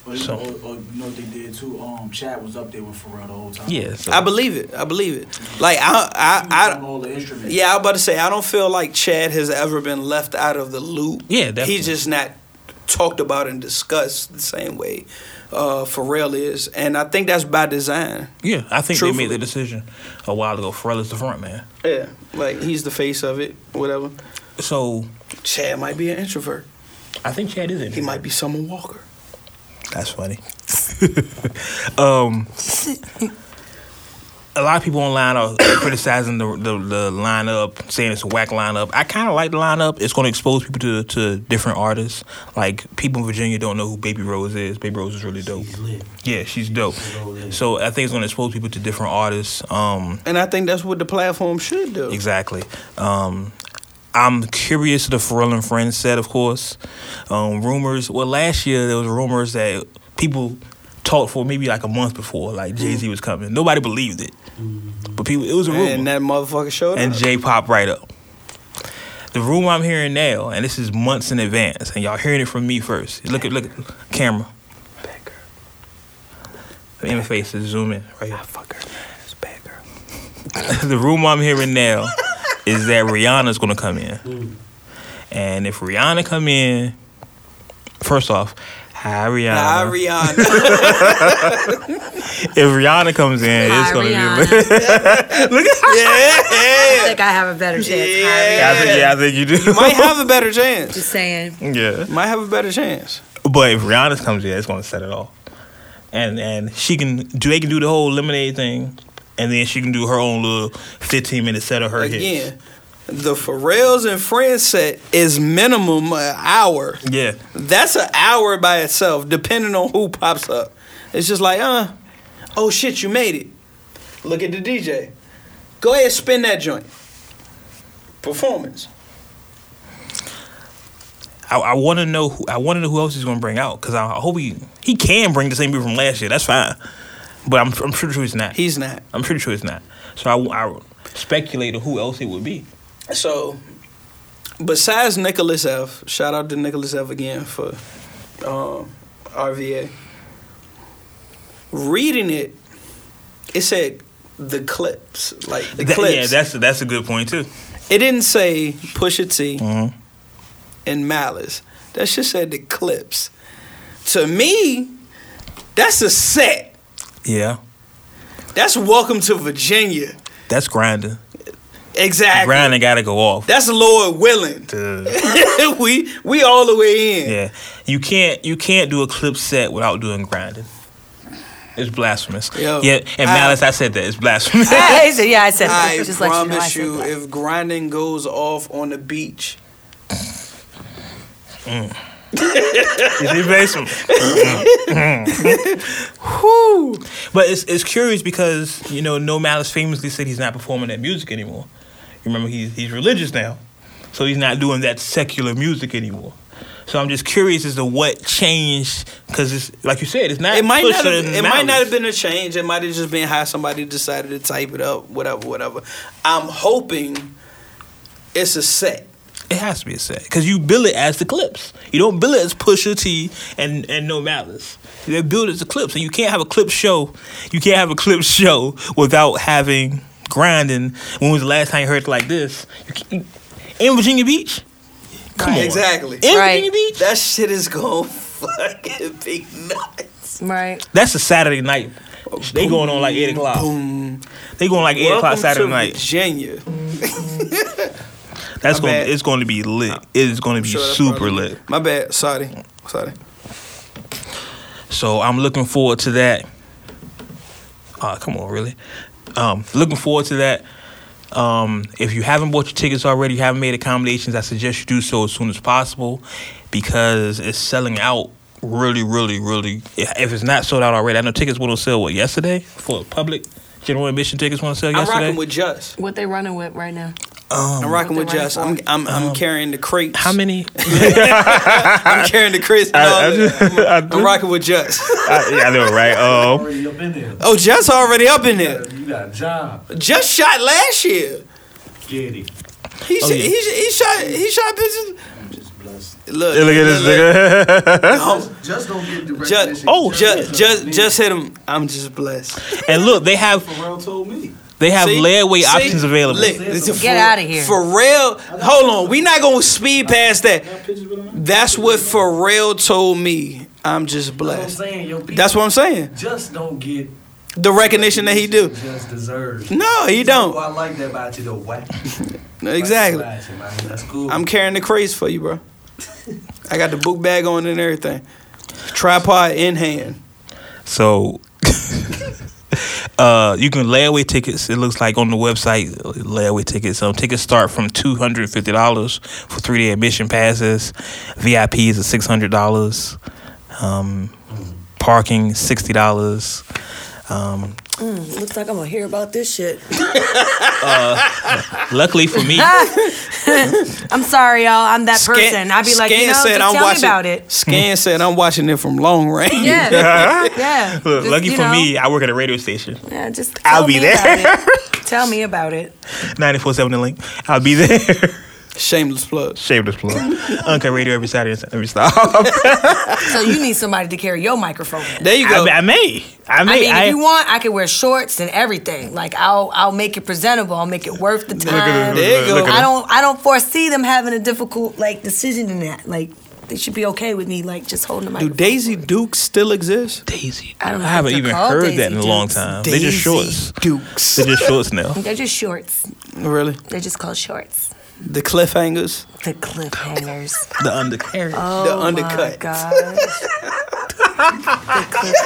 S5: Or,
S1: So-
S5: or, or you know what they did too? Um, Chad was up there with Pharrell the whole time.
S1: Yeah. So.
S2: I believe it. I believe it. Like I
S5: He was
S2: I,
S5: on
S2: I
S5: all the instruments.
S2: yeah, I was about to say I don't feel like Chad has ever been left out of the loop.
S1: Yeah, definitely.
S2: He's just not talked about and discussed the same way uh, Pharrell is, and I think that's by design.
S1: Yeah, I think they
S2: Truthfully.
S1: made the decision a while ago. Pharrell is the front man.
S2: Yeah, like he's the face of it, whatever.
S1: So
S2: Chad might be an introvert.
S1: I think Chad is in.
S2: He might be Summer Walker.
S1: That's funny. um, a lot of people online are criticizing the, the the lineup, saying it's a whack lineup. I kind of like the lineup. It's going to expose people to to different artists. Like people in Virginia don't know who Baby Rose is. Baby Rose is really dope.
S5: She's lit.
S1: Yeah, she's dope.
S5: lit.
S1: So I think it's going to expose people to different artists. Um,
S2: And I think that's what the platform should do.
S1: Exactly. Um, I'm curious the Pharrell and Friends said, of course. Um, rumors. Well, last year there was rumors that people talked for maybe like a month before, like Jay Z was coming. Nobody believed it, but people. It was a rumor.
S2: And that motherfucker showed
S1: and
S2: up.
S1: J Pop right up. The rumor I'm hearing now, and this is months in advance, and y'all hearing it from me first. Look at look at camera. In the face, just zoom in right here. the rumor I'm hearing now is that Rihanna's gonna come in. And if Rihanna come in, first off, hi Rihanna.
S2: Nah, Rihanna.
S1: if Rihanna comes in, it's
S3: Hi,
S1: gonna be.
S3: Rihanna.
S2: yeah,
S3: I think I have a better chance. Hi,
S1: I think,
S3: Rihanna.
S1: yeah, I think you do.
S2: might have a better chance.
S3: Just saying.
S1: yeah.
S2: Might have a better chance.
S1: But if Rihanna comes in, it's gonna set it off. And and she can do they can do the whole lemonade thing and then she can do her own little fifteen minute set of her hits.
S2: Again, the Pharrells and Friends set is minimum an hour.
S1: Yeah.
S2: That's an hour by itself, depending on who pops up. It's just like, uh, oh shit, you made it. Look at the DJ. Go ahead, spin that joint. Performance.
S1: I, I wanna know who I wanna know who else he's gonna bring out because I, I hope he he can bring the same people from last year. That's fine. But I'm I'm pretty sure he's not.
S2: He's not.
S1: I'm pretty sure it's not. So I, I speculated who else it would be.
S2: So, besides Nicholas F, shout out to Nicholas F again for um, RVA. Reading it, it said the clips, like the
S1: That-
S2: clips.
S1: yeah, that's that's a good point too.
S2: it didn't say Pusha T
S1: Mhm.
S2: and Malice. That shit said the clips. To me, that's a set.
S1: Yeah,
S2: That's Welcome to Virginia.
S1: that's grinding.
S2: Exactly.
S1: Grinding gotta go off.
S2: That's Lord willing. we we all the way in.
S1: yeah, you can't you can't do a clip set without doing grinding. It's blasphemous.
S2: Yo,
S1: yeah, and
S2: I-
S1: malice. I, said that it's blasphemous.
S3: I said- yeah, I said that.
S2: I
S3: Just let you know I
S2: promise
S3: said
S2: you,
S3: that.
S2: if grinding goes off on the beach,
S1: It's in the basement.
S2: whoo,
S1: But it's it's curious because you know No Malice famously said he's not performing that music anymore. Remember he's he's religious now, so he's not doing that secular music anymore. So I'm just curious as to what changed because it's like you said it's not.
S2: it might not.
S1: Pusha
S2: Have,
S1: and
S2: it might
S1: Malice.
S2: not have been a change. It might have just been how somebody decided to type it up. Whatever, whatever. I'm hoping it's a set.
S1: It has to be a set because you bill it as the clips. You don't bill it as Pusha T and and No Malice. They build it as the clips, and you can't have a clip show. You can't have a clip show without having grinding. When was the last time you heard it like this? You can't, in Virginia Beach. Come on,
S2: Exactly.
S1: In
S3: Right.
S1: Virginia Beach.
S2: That shit is going fucking be nuts.
S3: Right.
S1: That's a Saturday night. They going on like eight o'clock. They going like eight o'clock
S2: Welcome
S1: Saturday
S2: to
S1: night.
S2: Virginia.
S1: That's going.
S2: bad.
S1: to It's going to be lit. It is going to be
S2: Sure, that's
S1: super
S2: probably-
S1: lit.
S2: My bad. Sorry. Sorry.
S1: So I'm looking forward to that. Uh, come on, really. Um, looking forward to that. Um, if you haven't bought your tickets already, you haven't made accommodations, I suggest you do so as soon as possible because it's selling out really, really, really. If it's not sold out already, I know tickets went on sale what yesterday for public general admission tickets went on sale
S2: I'm
S1: yesterday. Um,
S2: rocking with Just.
S3: What they running with right now?
S2: I'm rocking with
S3: What they
S2: Just. I'm
S3: running
S2: I'm, I'm carrying the crates.
S1: How many?
S2: I'm carrying the crisp. and all
S1: I- I
S2: that.
S1: just- I
S2: I'm, I'm rocking with Jess.
S1: I, yeah, I know, right? Um,
S5: Already up in there.
S2: Oh, Jess already up in there.
S5: You got a job.
S2: Jess shot last year.
S5: Get it.
S2: He sh-
S1: Oh, yeah.
S2: he, sh- he shot he shot bitches.
S5: I'm just blessed.
S1: look
S2: Look,
S1: at this nigga.
S2: nigga.
S5: Just don't get the
S2: Oh. Just,
S5: recognition.
S1: oh,
S2: just,
S5: don't
S2: just,
S5: need
S2: just hit him. I'm just blessed.
S1: And look, they have
S5: it. Pharrell told me.
S1: They have
S2: See?
S1: layaway
S2: See?
S1: options available.
S2: Look, it's a-
S3: Get outta here.
S2: Pharrell, hold on. we not going to speed past that.
S5: Got pictures with him?
S2: That's what Pharrell told me. I'm just
S6: That's
S2: blessed.
S6: what I'm saying. Yo, people
S2: That's what I'm saying.
S6: just don't get
S2: The recognition that he do.
S6: Just deserves.
S2: No, he
S6: Oh,
S2: don't.
S6: I like that about you though. Whack.
S2: Exactly.
S6: Whack slash, man. That's cool.
S2: I'm carrying the craze for you, bro. I got the book bag on and everything. Tripod in hand.
S1: So uh, you can layaway tickets. It looks like on the website layaway tickets. Um, tickets start from two hundred fifty dollars for three day admission passes. VIPs are six hundred dollars. Um, parking sixty dollars. Um,
S4: Mm, Looks like I'm gonna hear about this shit.
S1: Uh, luckily for me,
S3: I'm sorry, y'all. I'm that
S2: Scan-
S3: person. I'd be like, you know, just tell me about it.
S2: Scan said I'm watching it from long range.
S3: Yeah, yeah. Just,
S1: lucky
S3: you
S1: for
S3: know,
S1: me, I work at a radio station.
S4: Yeah, just tell
S1: I'll be
S4: me
S1: there.
S4: about it. Tell me about it.
S1: 94.7 The Link. I'll be there.
S2: Shameless plug.
S1: Shameless plug. Uncut Radio every Saturday and every stop.
S4: So you need somebody to carry your microphone.
S2: There you go.
S1: I, I may. I may.
S4: I mean,
S1: I-
S4: if you want, I can wear shorts and everything. Like I'll, I'll make it presentable. I'll make it worth the
S1: Look at
S4: time.
S1: this,
S2: There you
S1: look
S2: go.
S1: at
S4: I don't, I don't foresee them having a difficult like decision in that. Like they should be okay with me like just holding the
S2: Do
S4: microphone.
S2: Daisy Dukes still exist?
S1: Daisy.
S4: I
S1: I,
S4: don't
S1: haven't
S4: think they're
S1: even
S4: called
S1: heard that
S4: Daisy
S1: in a long
S4: Dukes.
S1: time. They're just shorts.
S2: Dukes.
S1: They're just shorts now.
S4: They're just shorts.
S2: really?
S4: They're just called shorts.
S2: The cliffhangers.
S4: The cliffhangers.
S1: The undercarriage.
S4: Oh
S2: The
S4: my
S2: undercut.
S4: gosh. the cliffhangers.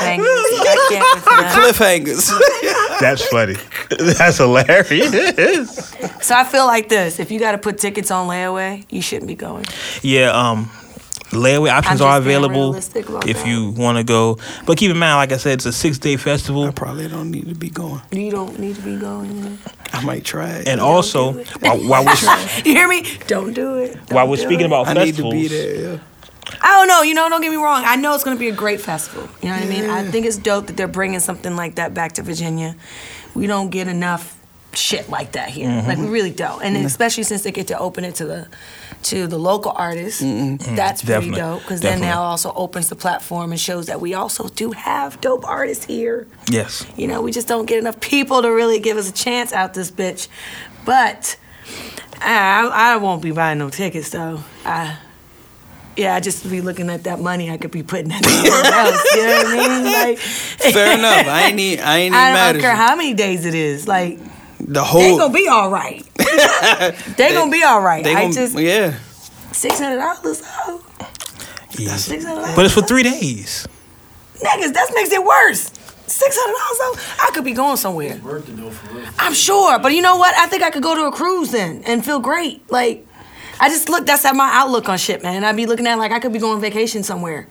S4: I can't with
S2: Cliffhangers.
S4: that.
S1: That's funny. That's hilarious.
S4: So I feel like this: if you got to put tickets on layaway, you shouldn't be going.
S1: yeah, um, layaway options
S4: just
S1: are
S4: being
S1: available
S4: realistic about
S1: if
S4: that.
S1: you want to go. But keep in mind, like I said, it's a six day
S2: I
S1: festival.
S2: probably don't need to be going.
S4: You don't need to be going.
S2: I might try it.
S1: And also, while, while we're,
S4: You hear me? Don't do it. Don't
S1: while we're
S4: do
S1: speaking
S4: it.
S1: about
S2: I need to
S1: festivals,
S2: be there. Yeah.
S4: I don't know. Oh, You know, don't get me wrong. I know it's going to be a great festival. You know what I mean? I think it's dope that they're bringing something like that back to Virginia. We don't get enough shit like that here.
S1: Mm-hmm.
S4: Like we really don't. And especially since they get to open it to the to the local artists, that's pretty
S1: Definitely.
S4: dope because then
S1: Definitely.
S4: now also opens the platform and shows that we also do have dope artists here.
S1: yes,
S4: You know, we just don't get enough people to really give us a chance out this bitch. But I, I I won't be buying no tickets though. I, yeah, I just be looking at that money I could be putting at somewhere else. You know what I mean? Like,
S2: Fair enough. I ain't need. I ain't even
S4: I
S2: mad
S4: don't care
S2: at
S4: how many days it is. Like,
S2: you. The
S4: they
S2: whole.
S4: gonna be all right. they gonna be all right.
S2: Oh. they
S4: I
S2: gonna-
S4: just
S2: yeah.
S4: six hundred dollars. Oh,
S1: yes.
S4: six hundred dollars.
S1: But it's for three days.
S4: niggas. That makes it worse. Six hundred dollars. I could be going somewhere.
S5: Worth it though, for real.
S4: I'm sure, but you know what? I think I could go to a cruise then and feel great. Like, I just look. That's at my outlook on shit, man. I'd be looking at it like I could be going vacation somewhere.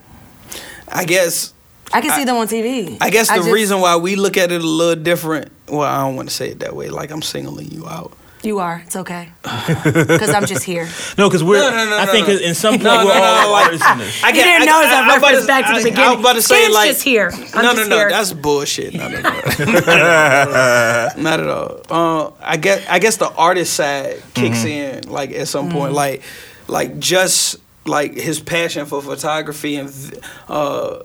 S2: I guess.
S4: I can see them on TV.
S2: I guess the
S4: just-
S2: reason why we look at it a little different. Well, I don't want to say it that way. Like I'm singling you out.
S4: you are. It's okay. Because I'm just here.
S1: No, because we're.
S2: No, no, no,
S1: I
S2: no,
S1: think
S2: no.
S1: in some point
S2: No,
S1: we're
S2: no, no,
S1: all
S2: like-
S1: artists in this.
S2: I
S4: You didn't notice I
S2: about
S4: reference back to the
S2: I
S4: beginning.
S2: was about to say
S4: Ken's
S2: like
S4: just here. I'm
S2: no,
S4: just
S2: no, no,
S4: here.
S2: that's bullshit. No, no, no. Not at all. Uh, I guess I guess the artist side kicks in like at some point,
S4: Mm-hmm.
S2: like like just like his passion for photography and vi- uh,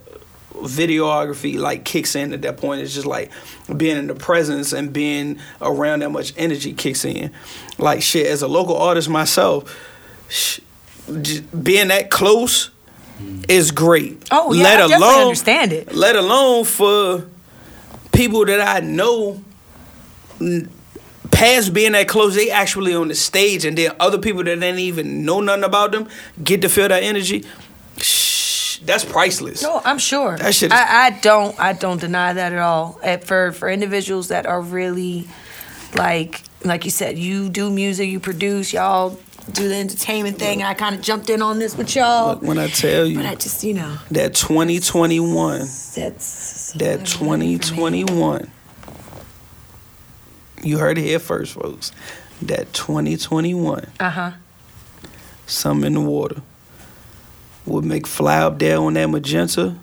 S2: videography like kicks in at that point. It's just like being in the presence and being around that much energy kicks in. Like shit, as a local artist myself, sh- j- being that close is great.
S4: Mm-hmm. Oh, yeah, I
S2: let
S4: definitely
S2: alone
S4: understand it.
S2: Let alone for people that I know. n- Past being that close, they actually on the stage, and then other people that didn't even know nothing about them get to feel that energy. Shh, that's priceless.
S4: No, I'm sure.
S2: That shit is-
S4: I, I don't. I don't deny that at all. And for for individuals that are really, like like you said, you do music, you produce, y'all do the entertainment thing. I kind of jumped in on this with y'all,
S2: Look, when I tell you
S4: but I just you know
S2: that 2021,
S4: that's
S2: that 2021, you heard it here first, folks. That 2021,
S4: Uh huh.
S2: something in the water would make fly up there on that magenta.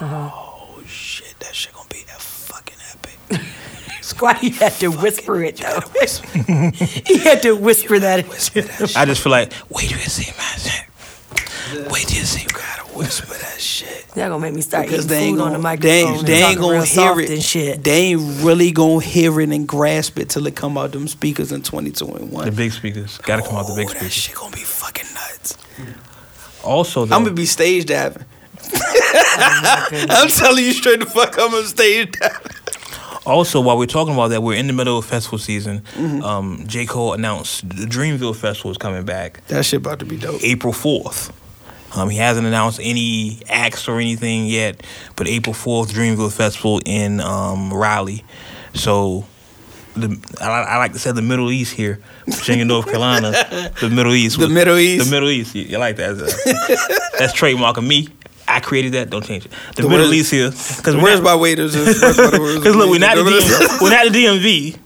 S4: Uh-huh.
S2: Oh shit, that shit gonna be that fucking epic.
S4: Squad, you had to whisper it though. he had to whisper that.
S1: I just feel like wait till you see my.
S2: Wait till you see, you gotta whisper that shit.
S4: Y'all gonna make me start
S2: Because
S4: eating
S2: they ain't
S4: food on the
S2: gonna,
S4: microphone.
S2: they ain't,
S4: and
S2: they ain't
S4: talking real
S2: gonna hear
S4: soft
S2: it.
S4: and shit.
S2: They ain't really gonna hear it and grasp it till it come out them speakers in 2021.
S1: The big speakers gotta come out the big
S2: Oh, that
S1: speakers.
S2: shit gonna be fucking nuts.
S1: Also, though,
S2: I'm gonna be stage diving.
S4: Oh, my goodness.
S2: I'm telling you straight the fuck, I'm gonna stage diving.
S1: Also, while we're talking about that, we're in the middle of festival season.
S2: Mm-hmm.
S1: Um, J. Cole announced the Dreamville Festival is coming back
S2: That shit about to be dope.
S1: April 4th. Um, he hasn't announced any acts or anything yet, but April 4th, Dreamville Festival in um, Raleigh. So, the, I, I like to say the Middle East here, Virginia, North Carolina, the Middle East.
S2: The Middle East.
S1: The Middle East. You, you like that? That's- That's trademark of me. I created that. Don't change it. The,
S2: The
S1: Middle East
S2: words-
S1: here. Because
S2: Where's my waiters? Because
S1: because look, we're not the DM, we're not the DMV.
S2: Mm.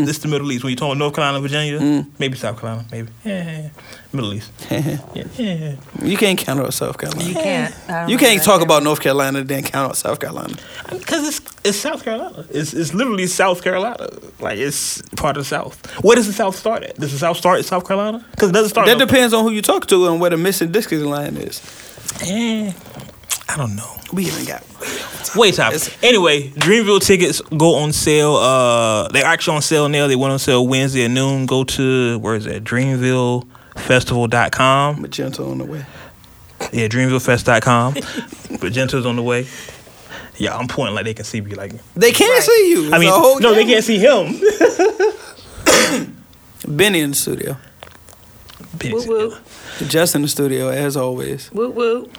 S1: It's This the Middle East. When you talking North Carolina, Virginia, maybe South Carolina, maybe yeah, yeah. Middle East. yeah, yeah.
S2: You can't count out South
S4: You
S2: Carolina.
S4: can't. I don't
S2: You
S4: know
S2: can't
S4: that
S2: talk
S4: there.
S2: about North Carolina then count out South Carolina.
S1: Because it's it's South Carolina. It's it's literally South Carolina. Like it's part of the South. Where does the South start at? Does the South start at South Carolina? Because it doesn't start.
S2: That
S1: in North-
S2: depends on who you talk to and where the missing discus line is.
S1: Eh, I don't know.
S2: We even got
S1: Way top.
S2: It's-
S1: Anyway, Dreamville tickets go on sale. Uh, they're actually on sale now. They went on sale Wednesday at noon. Go to where is that? DreamvilleFestival.com.
S2: magenta on the way.
S1: Yeah, dreamswithfest.com. Magenta's on the way. Yeah, I'm pointing like they can see me. Like
S2: They can't see you.
S1: I mean, no, they can't see him.
S2: Benny in the studio.
S1: Bitch.
S4: Woo woo.
S2: Jess in the studio as always.
S4: Woo woo.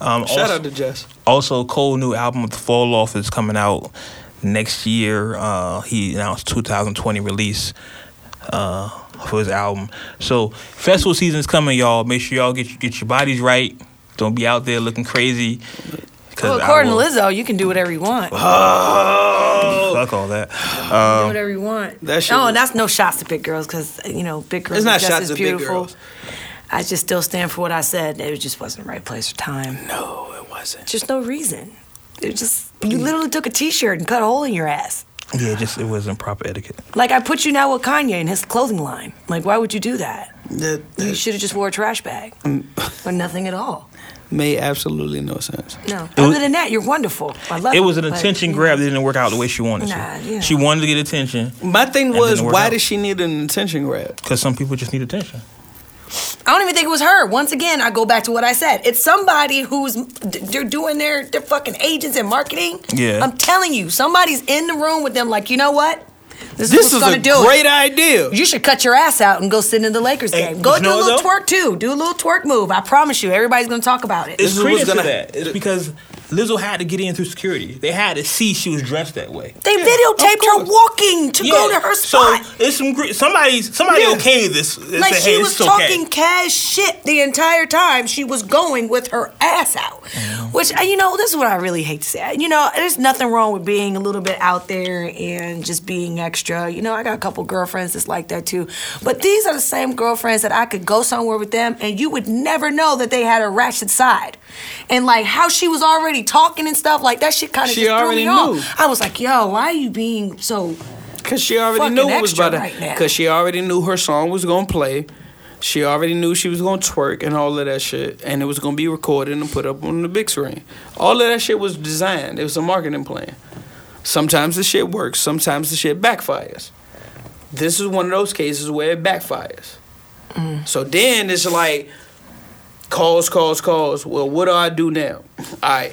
S1: um,
S2: Shout
S1: also,
S2: out to Jess.
S1: also, Cole's new album, The Fall Off, is coming out next year. Uh, he announced 2020 release uh, for his album. So festival season is coming, y'all. Make sure y'all get get your bodies right. Don't be out there looking crazy. 'cause
S4: Well,
S1: I
S4: according to
S1: will-
S4: Lizzo, you can do whatever you want.
S1: fuck all that.
S4: do whatever you want.
S2: that shit
S4: no,
S2: was-
S4: that's no shots to big girls because you know big girls.
S2: It's not
S4: are just
S2: shots
S4: as
S2: to big
S4: beautiful.
S2: girls.
S4: I just still stand for what I said. It just wasn't the right place or time.
S2: No, it wasn't.
S4: Just no reason. It just you literally took a T-shirt and cut a hole in your ass.
S1: Yeah, just it wasn't proper etiquette.
S4: Like I put you now with Kanye in his clothing line. Like why would you do that?
S2: That,
S4: You
S2: that
S4: should have just wore a trash bag or nothing at all.
S2: made absolutely no sense.
S4: No.
S1: was-
S4: Other than that, you're wonderful. I love
S1: It was an
S4: but-
S1: attention grab that didn't work out the way she wanted
S4: Nah,
S1: to.
S4: yeah.
S1: She wanted to get attention
S2: My thing
S1: That
S2: was,
S1: didn't work
S2: why
S1: out.
S2: did she need an attention grab?
S1: because some people just need attention.
S4: I don't even think it was her. Once again, I go back to what I said. It's somebody who's they're doing their their fucking agents and marketing.
S1: Yeah.
S4: I'm telling you, somebody's in the room with them. Like, you know what? This,
S2: This
S4: what's
S2: is
S4: gonna
S2: a
S4: do it.
S2: great idea.
S4: You should cut your ass out and go sit in the Lakers
S1: Hey,
S4: game. Go
S1: you
S4: do
S1: know
S4: a little
S1: what, though?
S4: twerk too. Do a little twerk move. I promise you, everybody's gonna talk about it.
S1: It's
S2: is what's
S1: credence to
S2: gonna-
S1: that. It's because Lizzo had to get in through security. They had to see she was dressed that way.
S4: they videotaped her
S2: course.
S4: walking to go to her spot.
S1: So it's some gre- somebody somebody
S2: Yeah.
S1: okay this. They
S4: like
S1: said,
S4: she
S1: "Hey,
S4: was
S1: this is okay."
S4: talking cash shit the entire time she was going with her ass out
S2: Mm-hmm.
S4: which uh, you know this is what i really hate to say you know there's nothing wrong with being a little bit out there and just being extra you know i got a couple girlfriends that's like that too but these are the same girlfriends that i could go somewhere with them and you would never know that they had a ratchet side and like how she was already talking and stuff like that shit kind of
S2: She
S4: just threw
S2: already
S4: me
S2: knew.
S4: off i was like yo why are you being so
S2: Cause she already
S4: Fucking
S2: knew it was
S4: extra
S2: about to.
S4: right now.
S2: Cause she already knew her song was gonna play. She already knew she was gonna twerk and all of that shit, and it was gonna be recorded and put up on the big screen. All of that shit was designed. It was a marketing plan. Sometimes the shit works. Sometimes the shit backfires. This is one of those cases where it backfires.
S4: Mm.
S2: So then it's like calls, calls, calls. Well, what do I do now? I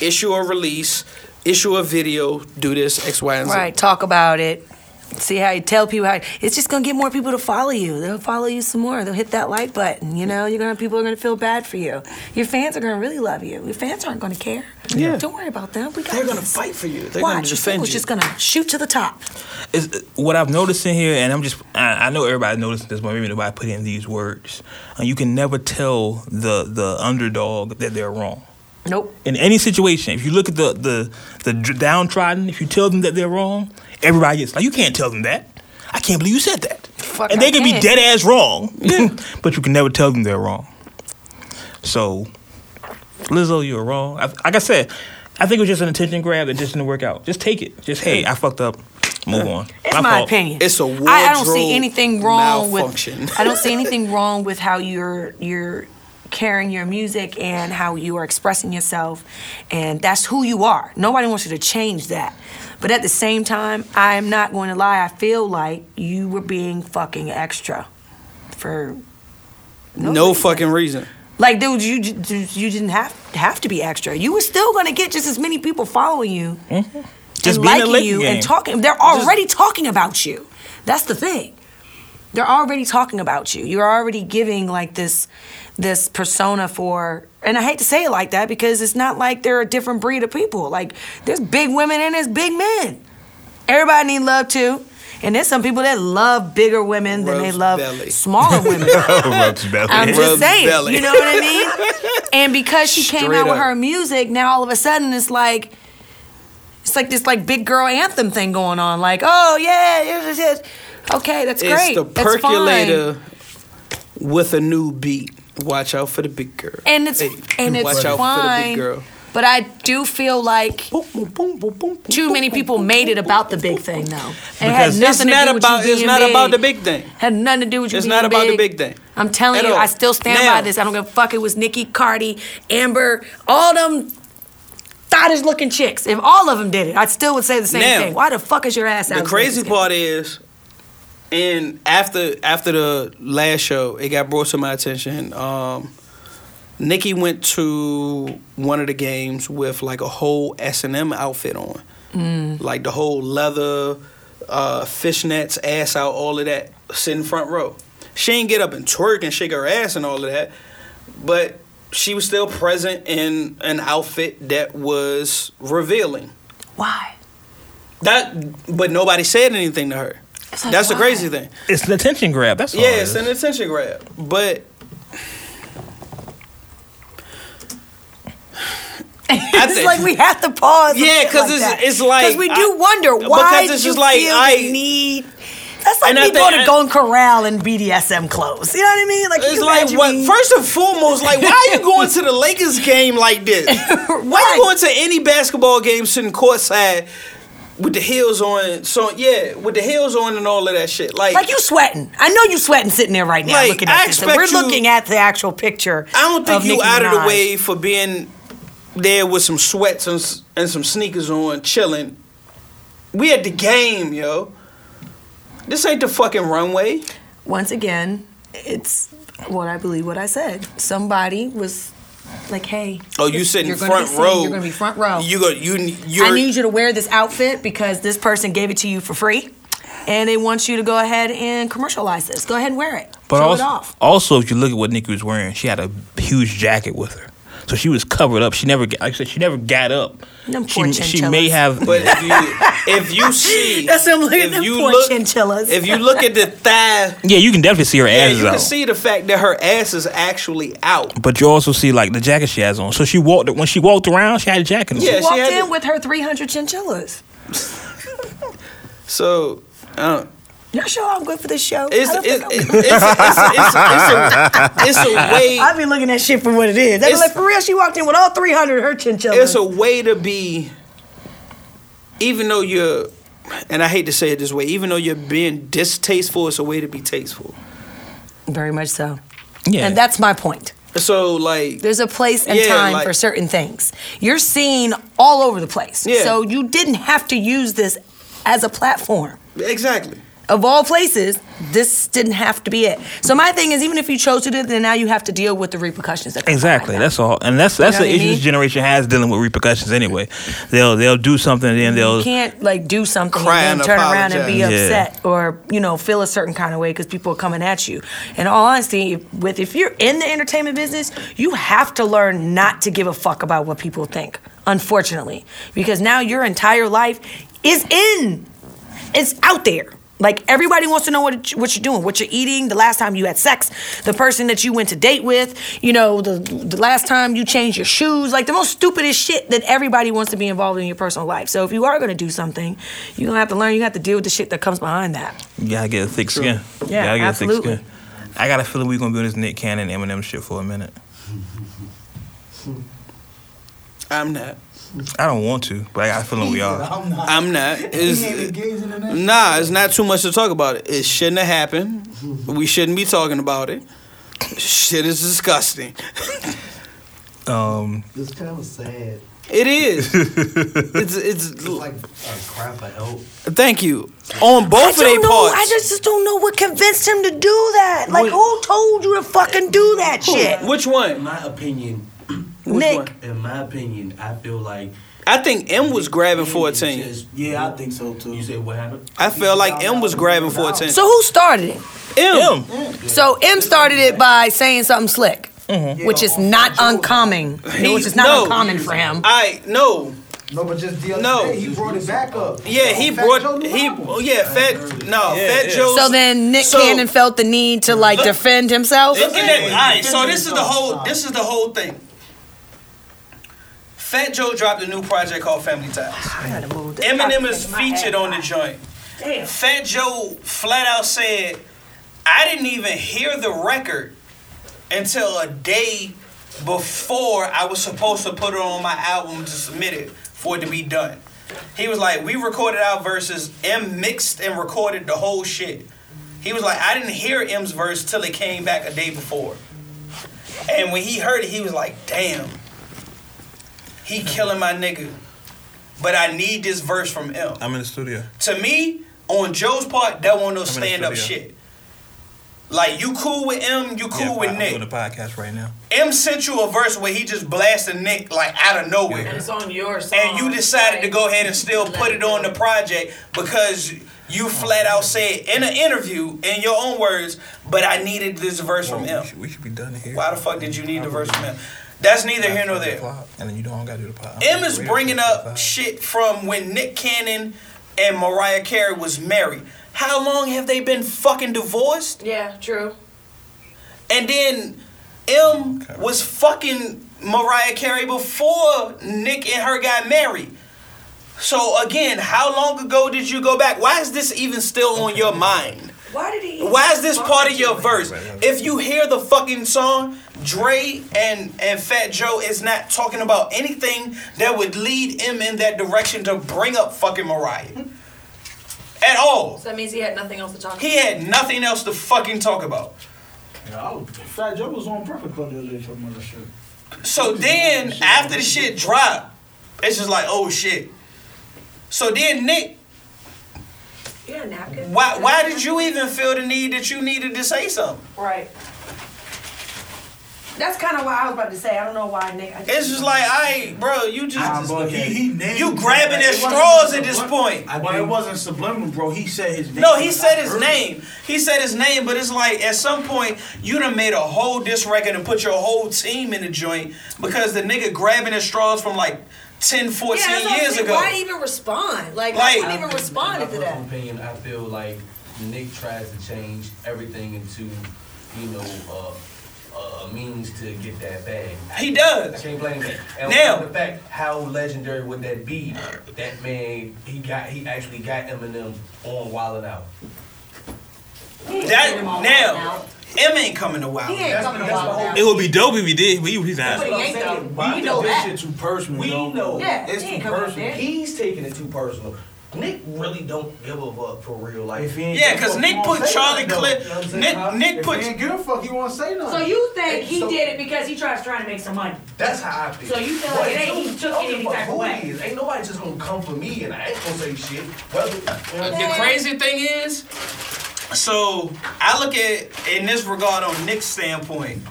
S2: issue a release, issue a video, do this X, Y, and Z.
S4: Right. Talk about it. See how you tell people how it's just gonna get more people to follow you. They'll follow you some more. They'll hit that like button. You know, you're gonna people are gonna feel bad for you. Your fans are gonna really love you. Your fans aren't gonna care.
S2: Yeah.
S4: Don't worry about them. We got
S2: They're gonna
S4: this.
S2: fight for you. They're
S4: Watch,
S2: gonna
S4: your
S2: defend
S4: people's
S2: you.
S4: just gonna shoot to the top.
S1: is what I've noticed in here, and I'm just I, I know everybody noticed this, but maybe nobody put in these words. Uh, you can never tell the the underdog that they're wrong.
S4: Nope.
S1: In any situation, if you look at the the the dr- downtrodden, if you tell them that they're wrong, everybody gets like, you can't tell them that. I can't believe you said that.
S4: Fuck,
S1: and they
S4: I
S1: can be
S4: can't.
S1: dead ass wrong, but you can never tell them they're wrong. So, Lizzo, you were wrong. I, like I said, I think it was just an attention grab that just didn't work out. Just take it. Just hey, I fucked up. Move on.
S4: Uh, It's my,
S1: fault.
S4: opinion.
S2: It's a
S4: I, I don't
S2: wardrobe
S4: see anything wrong with.
S2: malfunction.
S4: I don't see anything wrong with how you're you're carrying your music and how you are expressing yourself, and that's who you are. Nobody wants you to change that. But at the same time, I'm not going to lie. I feel like you were being fucking extra for
S2: No fucking reason.
S4: like, dude, you you you didn't have have to be extra. You were still gonna get just as many people following you,
S1: Just
S4: and
S1: be in the
S4: liking
S1: licking
S4: you
S1: game.
S4: and talking. They're already talking about you. That's the thing. They're already talking about you. You're already giving like this this persona for. And I hate to say it like that because it's not like they're a different breed of people. Like there's big women and there's big men. Everybody need love too. And there's some people that love bigger women than they
S2: Rubs
S4: love
S2: belly.
S4: smaller women. I'm
S2: Rubs
S4: Um, just saying,
S2: belly.
S4: you know what I mean? and because she came
S2: Straight
S4: out with
S2: up.
S4: her music, now all of a sudden it's like it's like this like big girl anthem thing going on. Like, oh yeah, yes, yes, yes. okay, that's great.
S2: It's the
S4: that's fine.
S2: percolator with a new beat. Watch out for the big girl.
S4: And it's
S2: Hey,
S4: and it's
S2: watch out
S4: fine.
S2: for the big girl.
S4: But I do feel like
S2: Boom, boom, boom, boom, boom,
S4: too
S2: boom,
S4: many
S2: boom,
S4: people
S2: boom,
S4: made
S2: boom,
S4: it
S2: boom,
S4: about the
S2: boom,
S4: big
S2: boom,
S4: thing
S2: boom.
S4: though. It had
S2: Because
S4: nothing
S2: it's
S4: to do
S2: not
S4: with
S2: about
S4: you
S2: it's
S4: being
S2: not
S4: big.
S2: about the big thing.
S4: Had nothing to do with you.
S2: It's
S4: being
S2: not about the big thing.
S4: I'm telling
S2: At
S4: you,
S2: all.
S4: I still stand
S2: Now-
S4: by this. I don't give a fuck. It was Nikki, Cardi, Amber, all them thottish looking chicks. If all of them did it, I still would say the same
S2: Now-
S4: thing. Why the fuck is your ass out?
S2: The
S4: of
S2: crazy
S4: Vegas?
S2: part is, and after after the last show, it got brought to my attention. Um, Nikki went to one of the games with like a whole S and M outfit on, like the whole leather, uh, fishnets, ass out, all of that, sitting front row. She ain't get up and twerk and shake her ass and all of that, but she was still present in an outfit that was revealing.
S4: Why?
S2: That, but nobody said anything to her.
S4: It's like,
S2: That's the
S4: why?
S2: crazy thing.
S1: It's an attention grab. That's all.
S2: yeah,
S1: it
S2: it's
S1: is.
S2: an attention grab. But
S4: it's
S2: think-
S4: like we have to pause.
S2: Yeah, 'cause it's- it's like-
S4: because we do
S2: I-
S4: wonder
S2: because
S4: why
S2: it's
S4: did
S2: just
S4: you
S2: like,
S4: feel
S2: I-
S4: the need. That's like
S2: And I
S4: me
S2: think-
S4: going to
S2: I-
S4: Golden Corral in BDSM clothes. You know what I mean? Like, can
S2: it's
S4: you
S2: like
S4: imagine
S2: what?
S4: me-
S2: First and foremost, like why are you going to the Lakers game like this? Why
S4: Right.
S2: you going to any basketball game sitting courtside with the heels on? So yeah, with the heels on and all of that shit. Like,
S4: Like you sweating. I know you sweating sitting there right now
S2: Like,
S4: looking
S2: I
S4: at this. And
S2: expect
S4: We're
S2: you-
S4: looking at the actual picture.
S2: I don't think
S4: of
S2: you
S4: Nicki
S2: out of the
S4: Minaj.
S2: way for being there with some sweats and, s- and some sneakers on, chilling. We at the game, yo. This ain't the fucking runway.
S4: Once again, it's what I believe what I said. Somebody was like, hey.
S2: Oh, you sitting
S4: you're gonna
S2: front
S4: be seen,
S2: row.
S4: You're going to be front row.
S2: You go. You. You're,
S4: I need you to wear this outfit because this person gave it to you for free. And they want you to go ahead and commercialize this. Go ahead and wear it.
S1: But
S4: Show
S1: also,
S4: it off.
S1: also, if you look at what Nikki was wearing, she had a huge jacket with her, so she was covered up. She never, got- like I said, she never got up.
S4: Them
S1: she,
S4: poor
S1: she may
S4: chinchillas.
S1: have,
S2: But if you, if you see,
S4: That's them looking at
S2: if
S4: them
S2: you
S4: poor
S2: look-
S4: chinchillas.
S2: If you look at the thigh,
S1: yeah, you can definitely see her
S2: yeah,
S1: ass
S2: you
S1: is
S2: can
S1: out.
S2: see the fact that her ass is actually out.
S1: but you also see like the jacket she has on. So she walked when she walked around, she had a jacket. on.
S2: Yeah, she
S4: Walked
S2: had
S4: in
S2: it.
S4: with her 300 chinchillas.
S2: So. I don't
S4: Y'all sure I'm good for this show?
S2: it's,
S4: I
S2: it's,
S4: don't
S2: it's,
S4: think
S2: it's,
S4: I'm
S2: it's, it's, it's, a, it's a way
S4: I be looking at shit for what it is. They be
S2: It's-
S4: like, for real, she walked in with all 300 of her chinchillas.
S2: it's a way to be even though you're and I hate to say it this way, even though you're being distasteful, it's a way to be tasteful.
S4: Very much so.
S1: yeah.
S4: And that's my point.
S2: So like
S4: There's a place and
S2: Yeah,
S4: time
S2: like-
S4: for certain things. You're seen all over the place.
S2: Yeah.
S4: So you didn't have to use this as a platform.
S2: exactly.
S4: Of all places, this didn't have to be it. So my thing is, even if you chose to do it, then now you have to deal with the repercussions. That come from
S1: Exactly.
S4: it.
S1: That's all, and that's that's
S4: know
S1: the
S4: what I
S1: issue this
S4: mean?
S1: generation has dealing with repercussions. Anyway, they'll they'll do something, and then
S4: You
S1: they'll
S4: can't like do something
S2: Cry and
S4: and then turn around and be
S1: apologize. Yeah.
S4: upset or you know feel a certain kind of way because people are coming at you. In all honesty, if- with if you're in the entertainment business, you have to learn not to give a fuck about what people think. Unfortunately, because now your entire life is in, it's out there. Like everybody wants to know what what you're doing, what you're eating, the last time you had sex, the person that you went to date with, you know, the the last time you changed your shoes, like the most stupidest shit that everybody wants to be involved in your personal life. So if you are gonna do something, you're gonna have to learn. You have to deal with the shit that comes behind that.
S1: you gotta get a thick skin.
S4: Yeah,
S1: gotta get
S4: absolutely.
S1: a thick skin. I got a feeling we're gonna be on this Nick Cannon Eminem shit for a minute.
S2: I'm not.
S1: I don't want to, but I got a feeling we are.
S5: I'm not.
S2: I'm not. It's,
S5: He ain't engaging in that. Mm-hmm.
S2: Nah, it's not too much to talk about it. It shouldn't have happened. We shouldn't be talking about it. Shit is disgusting.
S1: Um,
S6: It's kind of sad.
S2: It is. it's it's
S6: It's like a crap of help.
S2: thank you on
S4: I
S2: both of
S4: don't
S2: their
S4: know.
S2: parts.
S4: I just, just don't know what convinced him to do that.
S2: What-
S4: Like, who told you to fucking do that shit?
S2: Which
S6: In
S2: one?
S6: my opinion,
S2: Which
S4: Nick.
S2: one?
S6: in my opinion, I feel like
S2: I think M was grabbing for attention.
S6: Just-
S5: Yeah, I think so too.
S6: You said what happened?
S2: I felt like M was grabbing for attention.
S4: So who started it?
S2: M.
S4: So M started it by saying something slick, which is not uncommon. Which is not
S2: no.
S4: uncommon for him.
S2: I no.
S7: No, but just the other
S2: No.
S7: day, he brought it back up.
S2: Yeah, he
S7: Fat Joe
S2: brought
S7: knew
S2: he.
S7: about
S2: oh,
S7: it.
S2: Yeah, Fat. No, Fat Joe.
S4: So then Nick
S2: So-
S4: Cannon felt the need to like
S2: Look-
S4: defend himself.
S2: Look at that. All right, so this is the whole. This is the whole thing. Fat Joe dropped a new project called Family Ties.
S4: I gotta move this
S2: Eminem
S4: fucking
S2: is
S4: thing in my
S2: featured
S4: head.
S2: on the joint.
S4: Damn.
S2: Fat Joe flat out said, I didn't even hear the record until a day before I was supposed to put it on my album to submit it for it to be done. He was like, We recorded our verses, M mixed and recorded the whole shit. He was like, I didn't hear M's verse till it came back a day before. And when he heard it, he was like, Damn, he killing my nigga. But I need this verse from M
S1: I'm in the studio.
S2: to me, on Joe's part, that wasn't no
S1: in the
S2: stand up
S1: studio.
S2: shit. Like you cool with M, you cool
S1: Yeah,
S2: with
S1: I'm
S2: Nick.
S1: doing the podcast right now.
S2: M sent you a verse where he just blasted Nick like out of nowhere,
S3: on your song.
S2: and you decided to go ahead and still put it on the project because
S1: Oh,
S2: you flat out said in an interview, in your own words, but I needed this verse from
S1: Well,
S2: M.
S1: we, should, we should be done here.
S2: Why the fuck did you need the verse from M? That's neither here nor there.
S1: And then you don't gotta do the pod.
S2: M is bringing up shit from when Nick Cannon and Mariah Carey was married. How long have they been fucking divorced?
S3: Yeah, true.
S2: And then M was fucking Mariah Carey before Nick and her got married. So again, how long ago did you go back? Why is this even still on your mind?
S3: Why did he?
S2: Why is this part of your verse? If you hear the fucking song, Dre and and Fat Joe is not talking about anything that would lead him in that direction to bring up fucking Mariah. At all.
S3: So that means he had nothing else to talk
S2: He had nothing else to fucking talk about.
S5: Yeah, I was, Fat Joe was on Breakfast Club the other day talking about that shit.
S2: So then after the shit dropped, it's just like, oh shit. So then Nick,
S3: You had a napkin.
S2: why why did you even feel the need that you needed to say something?
S3: Right. That's kind of what I was about to say. I don't know why Nick. I
S2: It's just like, I, bro, you just,
S5: I just look at it.
S2: you grabbing at straws at this point.
S5: Well, it wasn't subliminal, bro. He said his name.
S2: No, he said
S5: I
S2: his
S5: heard it.
S2: name. He said his name, but it's like at some point you done made a whole diss record and put your whole team in the joint because the nigga grabbing his straws from like 10, 14
S3: yeah, that's what I'm
S2: years
S3: saying.
S2: ago.
S3: Why even respond? Like,
S2: Like-
S3: I wouldn't even responded to
S6: In my personal
S3: that.
S6: opinion, I feel like Nick tries to change everything into, you know, uh, a means to get that bag.
S2: He
S6: I
S2: does.
S6: can't blame him. And
S2: Now-
S6: the fact, how legendary would that be? That man, he got, he actually got Eminem on Wild 'N Out.
S2: That now, M ain't coming to
S3: He
S2: wow.
S3: ain't coming to wild now.
S1: It would be dope if he did, but he was
S3: But
S1: not.
S3: he ain't though.
S5: Why
S3: We
S5: did
S3: know
S5: this
S3: that.
S5: shit too personal?
S6: We
S5: though?
S6: know
S3: Yeah,
S6: it's
S3: he
S6: too
S3: ain't coming up
S6: personal.
S3: there.
S6: He's taking it too personal. Nick really don't give a fuck for real life.
S5: If he ain't
S2: Yeah,
S5: give a
S2: 'cause
S5: fuck,
S2: Nick
S5: he won't
S2: put
S5: say
S2: Charlie
S5: nothing, though.
S2: Clip-
S5: You know what I'm saying,
S2: Nick-
S5: huh?
S2: Nick
S5: If
S2: put-
S5: he ain't give a fuck, he won't say nothing.
S8: So you think he
S6: So-
S8: did it because he tries trying to make some money?
S6: That's how I feel.
S8: So you feel like it ain't- he took it any type of way.
S6: Is. Ain't nobody just gonna come for me and I ain't gonna say shit. Well,
S2: The crazy thing is, so I look at in this regard on Nick's standpoint.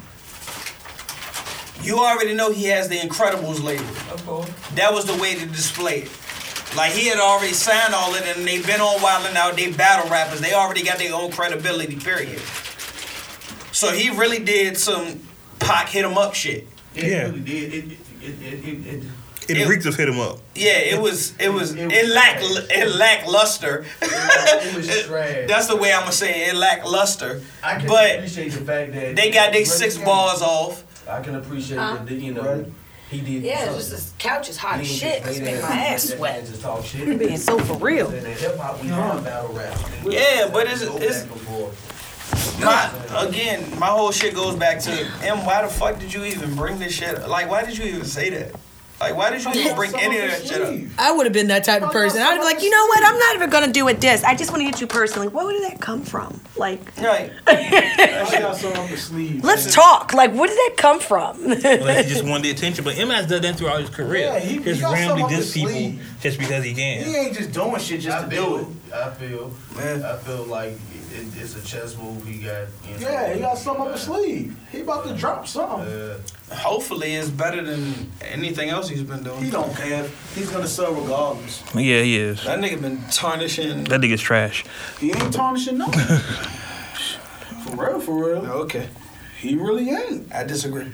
S2: You already know he has the Incredibles label.
S6: of course.
S2: That was the way to display it. Like he had already signed all of them. They've been on Wild 'N Out. They battle rappers. They already got their own credibility. Period. So he really did some Pac hit 'em up shit.
S6: It
S1: Yeah.
S6: really did. It, it, it, it, it,
S1: It
S2: It-
S1: reeked of hit him up.
S2: Yeah, it was. It was.
S6: It
S2: It,
S6: was
S2: lacked.
S6: trash.
S2: It lacked luster. Uh,
S6: it was trash.
S2: That's the way I'm gonna say it. It lacked luster.
S6: I can
S2: But
S6: appreciate the fact that
S2: they got their six bars off.
S6: I can appreciate
S8: Uh-huh.
S6: that you know
S5: Right.
S6: he did.
S3: Yeah,
S6: something.
S3: it's just this couch is hot
S6: He
S3: as
S6: didn't
S3: shit.
S6: just
S3: It's
S6: lay
S3: making
S6: there
S3: my
S6: and
S3: ass
S6: sit
S3: sweat.
S6: and Just talk shit.
S4: Being so for real.
S6: And in hip hop, we have battle rap.
S2: Yeah, but it's-
S6: Go
S2: it's-
S6: back and forth.
S2: My again, my whole shit goes back to M. Why the fuck did you even bring this shit? up? Like, why did you even say that? Like, why did you even bring any of that shit up?
S4: I would have been that type of person. I'd be like, you know what? I'm not even gonna do it this. I just want to hit you personally. Where did that come from? Like,
S2: Right.
S5: I got some up the sleeve.
S4: let's talk. Like, where did that come from?
S1: Unless he just wanted the attention. But M has done that throughout his career.
S7: Yeah, he- he
S1: just
S7: got something
S1: randomly
S7: up
S1: diss
S7: his
S1: people
S7: sleeve.
S1: just because he
S7: He
S1: can.
S7: ain't just doing shit just
S6: I
S7: to do it.
S6: feel, I feel,
S7: Man.
S6: I feel like it, it's a chess move he got. You know,
S7: Yeah, he got something up his sleeve. He about to drop something.
S6: Uh,
S2: Hopefully, it's better than anything else he's been
S7: He
S2: doing.
S7: don't care. He's gonna sell regardless.
S1: Yeah, he is.
S2: That nigga been tarnishing.
S1: That nigga's trash.
S7: He ain't tarnishing nothing. for real, for real.
S2: Okay,
S7: He really ain't.
S2: I disagree.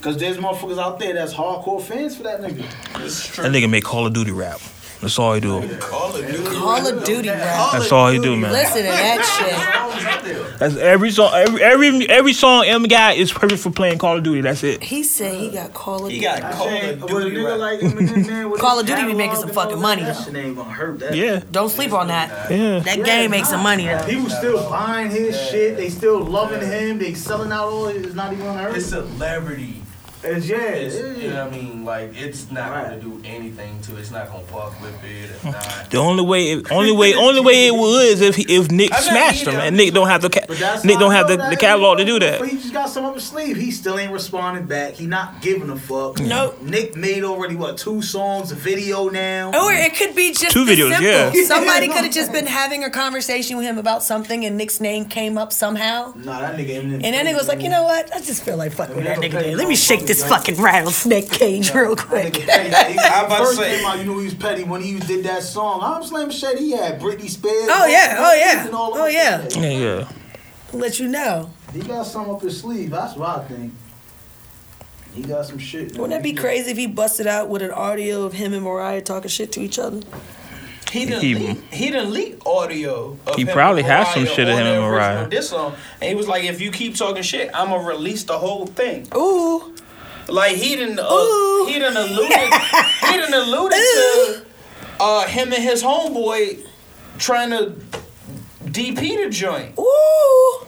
S7: Cause there's motherfuckers out there that's hardcore fans for that nigga.
S2: This is true.
S1: That nigga make Call of Duty rap. That's all he do.
S2: Call of Duty.
S4: Call of Duty, bro.
S1: That's all he do, man.
S4: Listen to that
S6: songs out there.
S1: That's every song. Every every every song M got is perfect for playing Call of Duty. That's it.
S4: shit. He said he got Call of
S2: He
S4: Duty.
S2: got Call
S5: Hey,
S2: of
S5: but a
S2: Duty.
S5: nigga
S2: rap.
S5: like Eminem, man, with
S4: Call
S5: his
S4: of Duty be
S5: catalog
S4: making some
S5: and all
S4: fucking
S5: that,
S4: money,
S5: That
S4: though.
S5: shit ain't gonna hurt that.
S1: Yeah,
S4: Don't sleep on that.
S1: yeah.
S4: That game makes some money though.
S7: People still buying his shit. They still loving him. They selling out all. It's not even on earth.
S6: It's celebrity.
S7: It's yeah.
S6: It's,
S7: yeah.
S6: you know what I mean? Like, it's not gonna do anything to it. It's not gonna fuck with it. It's not.
S1: The only way, only way, only way it would is if he, if Nick
S2: I'm not
S1: smashed him,
S2: either.
S1: and Nick don't have the
S7: But that's
S1: ca- Nick
S7: how
S1: don't
S7: I
S1: have
S7: know
S1: the, the
S7: that.
S1: catalog to do
S7: But
S1: that.
S7: he just got some up his sleeve. He still ain't responding back. He not giving a fuck.
S4: Nope.
S7: Nick made already what two songs, a video now.
S4: Or it could be just
S1: Two
S4: this
S1: videos,
S4: simple.
S1: yeah.
S4: Somebody could have just been having a conversation with him about something, and Nick's name came up somehow.
S7: Nah, that nigga Eminem.
S4: And then it was like, you know what? I just feel like fucking with that nigga. today. Let me shake this fucking rattlesnake cage real
S7: That
S4: quick.
S7: nigga petty. He-
S2: I'm about to
S7: first
S2: say-
S7: came out, you knew he was petty when he did that song. I'm Slam Shady. He had Britney Spears.
S4: Oh, yeah. Oh, yeah.
S7: and all of
S4: Oh,
S7: them.
S4: yeah.
S1: Yeah, yeah.
S4: Let you know.
S7: He got some up his sleeve. That's what I think. He got some shit.
S4: Wouldn't that be crazy if he busted out with an audio of him and Mariah talking shit to each other?
S2: He done
S1: He-
S2: leak, he done leak audio. Of
S1: He
S2: him
S1: probably
S2: and
S1: has some
S2: Mariah
S1: shit of
S2: on
S1: him
S2: the
S1: and
S2: original
S1: Mariah.
S2: diss song, and he was like, "If you keep talking shit, I'm gonna release the whole thing."
S4: Ooh.
S2: Like he didn't, uh,
S4: Ooh.
S2: he didn't alluded, he didn't alluded to uh, him and his homeboy trying to DP the joint.
S4: Ooh.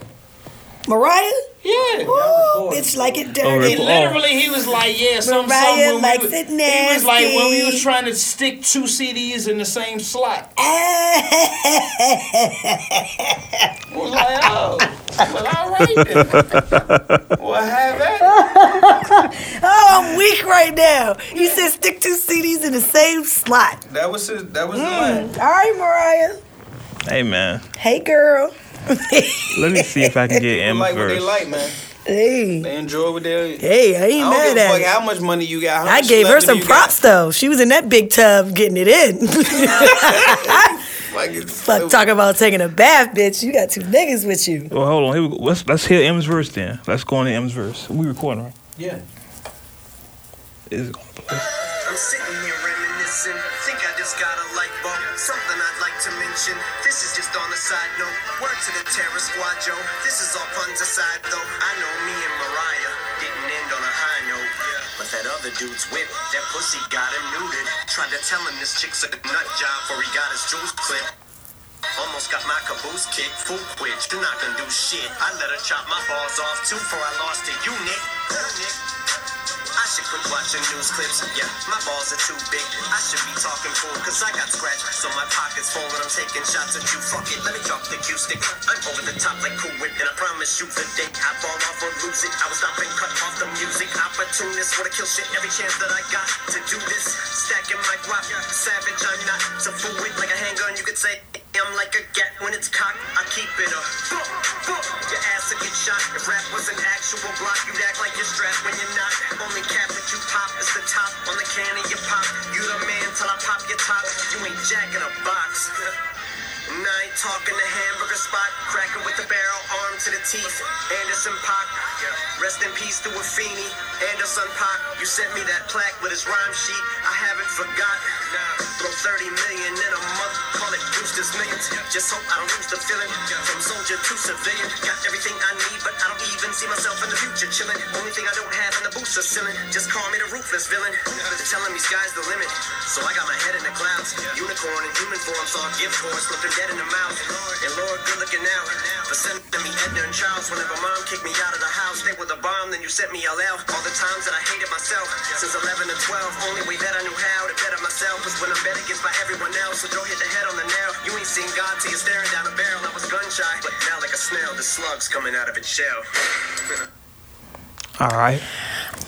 S4: Mariah?
S2: Yeah.
S4: Ooh. Bitch, like it
S1: Oh,
S4: dirty.
S2: He
S1: rip off.
S2: literally, he was like, yeah, some, some
S4: Mariah
S2: when we
S4: likes
S2: was-
S4: it
S2: He was like when we
S4: nasty.
S2: was trying to stick two CDs in the same slot. I was like, oh, well, all right then. well, have that.
S4: Oh, I'm weak right now. You said stick two CDs in the same slot.
S2: That was his, that was
S4: All right, Mariah.
S1: Hey man,
S4: Hey, girl.
S1: let me see if I can get M
S2: like what they
S1: first.
S2: like, man.
S4: Hey.
S2: They enjoy what they.
S4: Hey, I ain't
S2: I don't
S4: mad
S2: give a
S4: at
S2: fuck
S4: it.
S2: how much money you got. how
S4: I
S2: much
S4: gave her
S2: celebrity
S4: some
S2: you got.
S4: props though. She was in that big tub getting it in.
S2: Like, it's-
S4: Fuck, talking about taking a bath, bitch. You got two niggas with you.
S1: Well, hold on. Here we go. Let's let's hear M's verse then. Let's go on to M's verse. We recording, right?
S5: Yeah.
S1: Is it gonna play?
S9: I'm sitting here reminiscing. Think I just got a light bulb. Something I'd like to mention. This is just on the side note. Word to the terror squad, yo. This is all puns aside, though. I know me and Mariah didn't end on a high note. But that other dude's whip, that pussy got him neutered. Tried to tell him this chick's a nut job before he got his juice clipped. Almost got my caboose kicked. Fool quit. You're not gonna do shit. I let her chop my balls off too before I lost to you, Nick. I should quit watching news clips. Yeah, my balls are too big. I should be talking fool, cause I got scratched. So my pocket's full and I'm taking shots at you. Fuck it, let me drop the cue stick. I'm over the top like cool whip, and I promise you the day I fall off or lose it. I will stop and cut off the music. Opportunist, wanna kill shit every chance that I got to do this. Stacking my guap, savage, I'm not. So fool it like a handgun, you could say. I'm like a gat when it's cocked. I keep it up. Boom, boom. Your ass will get shot. If rap was an actual block, you'd act like you're strapped when you're not. Only cap that you pop is the top on the can of your pop. You the man till I pop your top. You ain't jacking a box. And I ain't talking the hamburger spot. Cracking with the barrel, arm to the teeth. Anderson Pac. Rest in peace to Afeni. Anderson Pac. You sent me that plaque with his rhyme sheet. I haven't forgot. Throw 30 million in a month. Call it Brewster's Millions. Just hope I don't lose the feeling. From soldier to civilian. Got everything I need, but I don't even see myself in the future chilling. Only thing I don't have in the boots are ceiling. Just call me the ruthless villain. They're telling me sky's the limit. So I got my head in the clouds. Unicorn in human form, so I'll give force. Looking dead in the mouth. And Lord, good looking now. For sending me Edna and Charles. Whenever mom kicked me out of the house, they were the bomb, then you sent me a All the times that I hated myself. Since 11 to 12, only way that I knew how to better myself was when I'm bet against by everyone else. So don't hit the head on the nail. You ain't seen God till you're staring down a barrel. I was gun shy, but now like a snail, the slug's coming out of its shell.
S1: All right.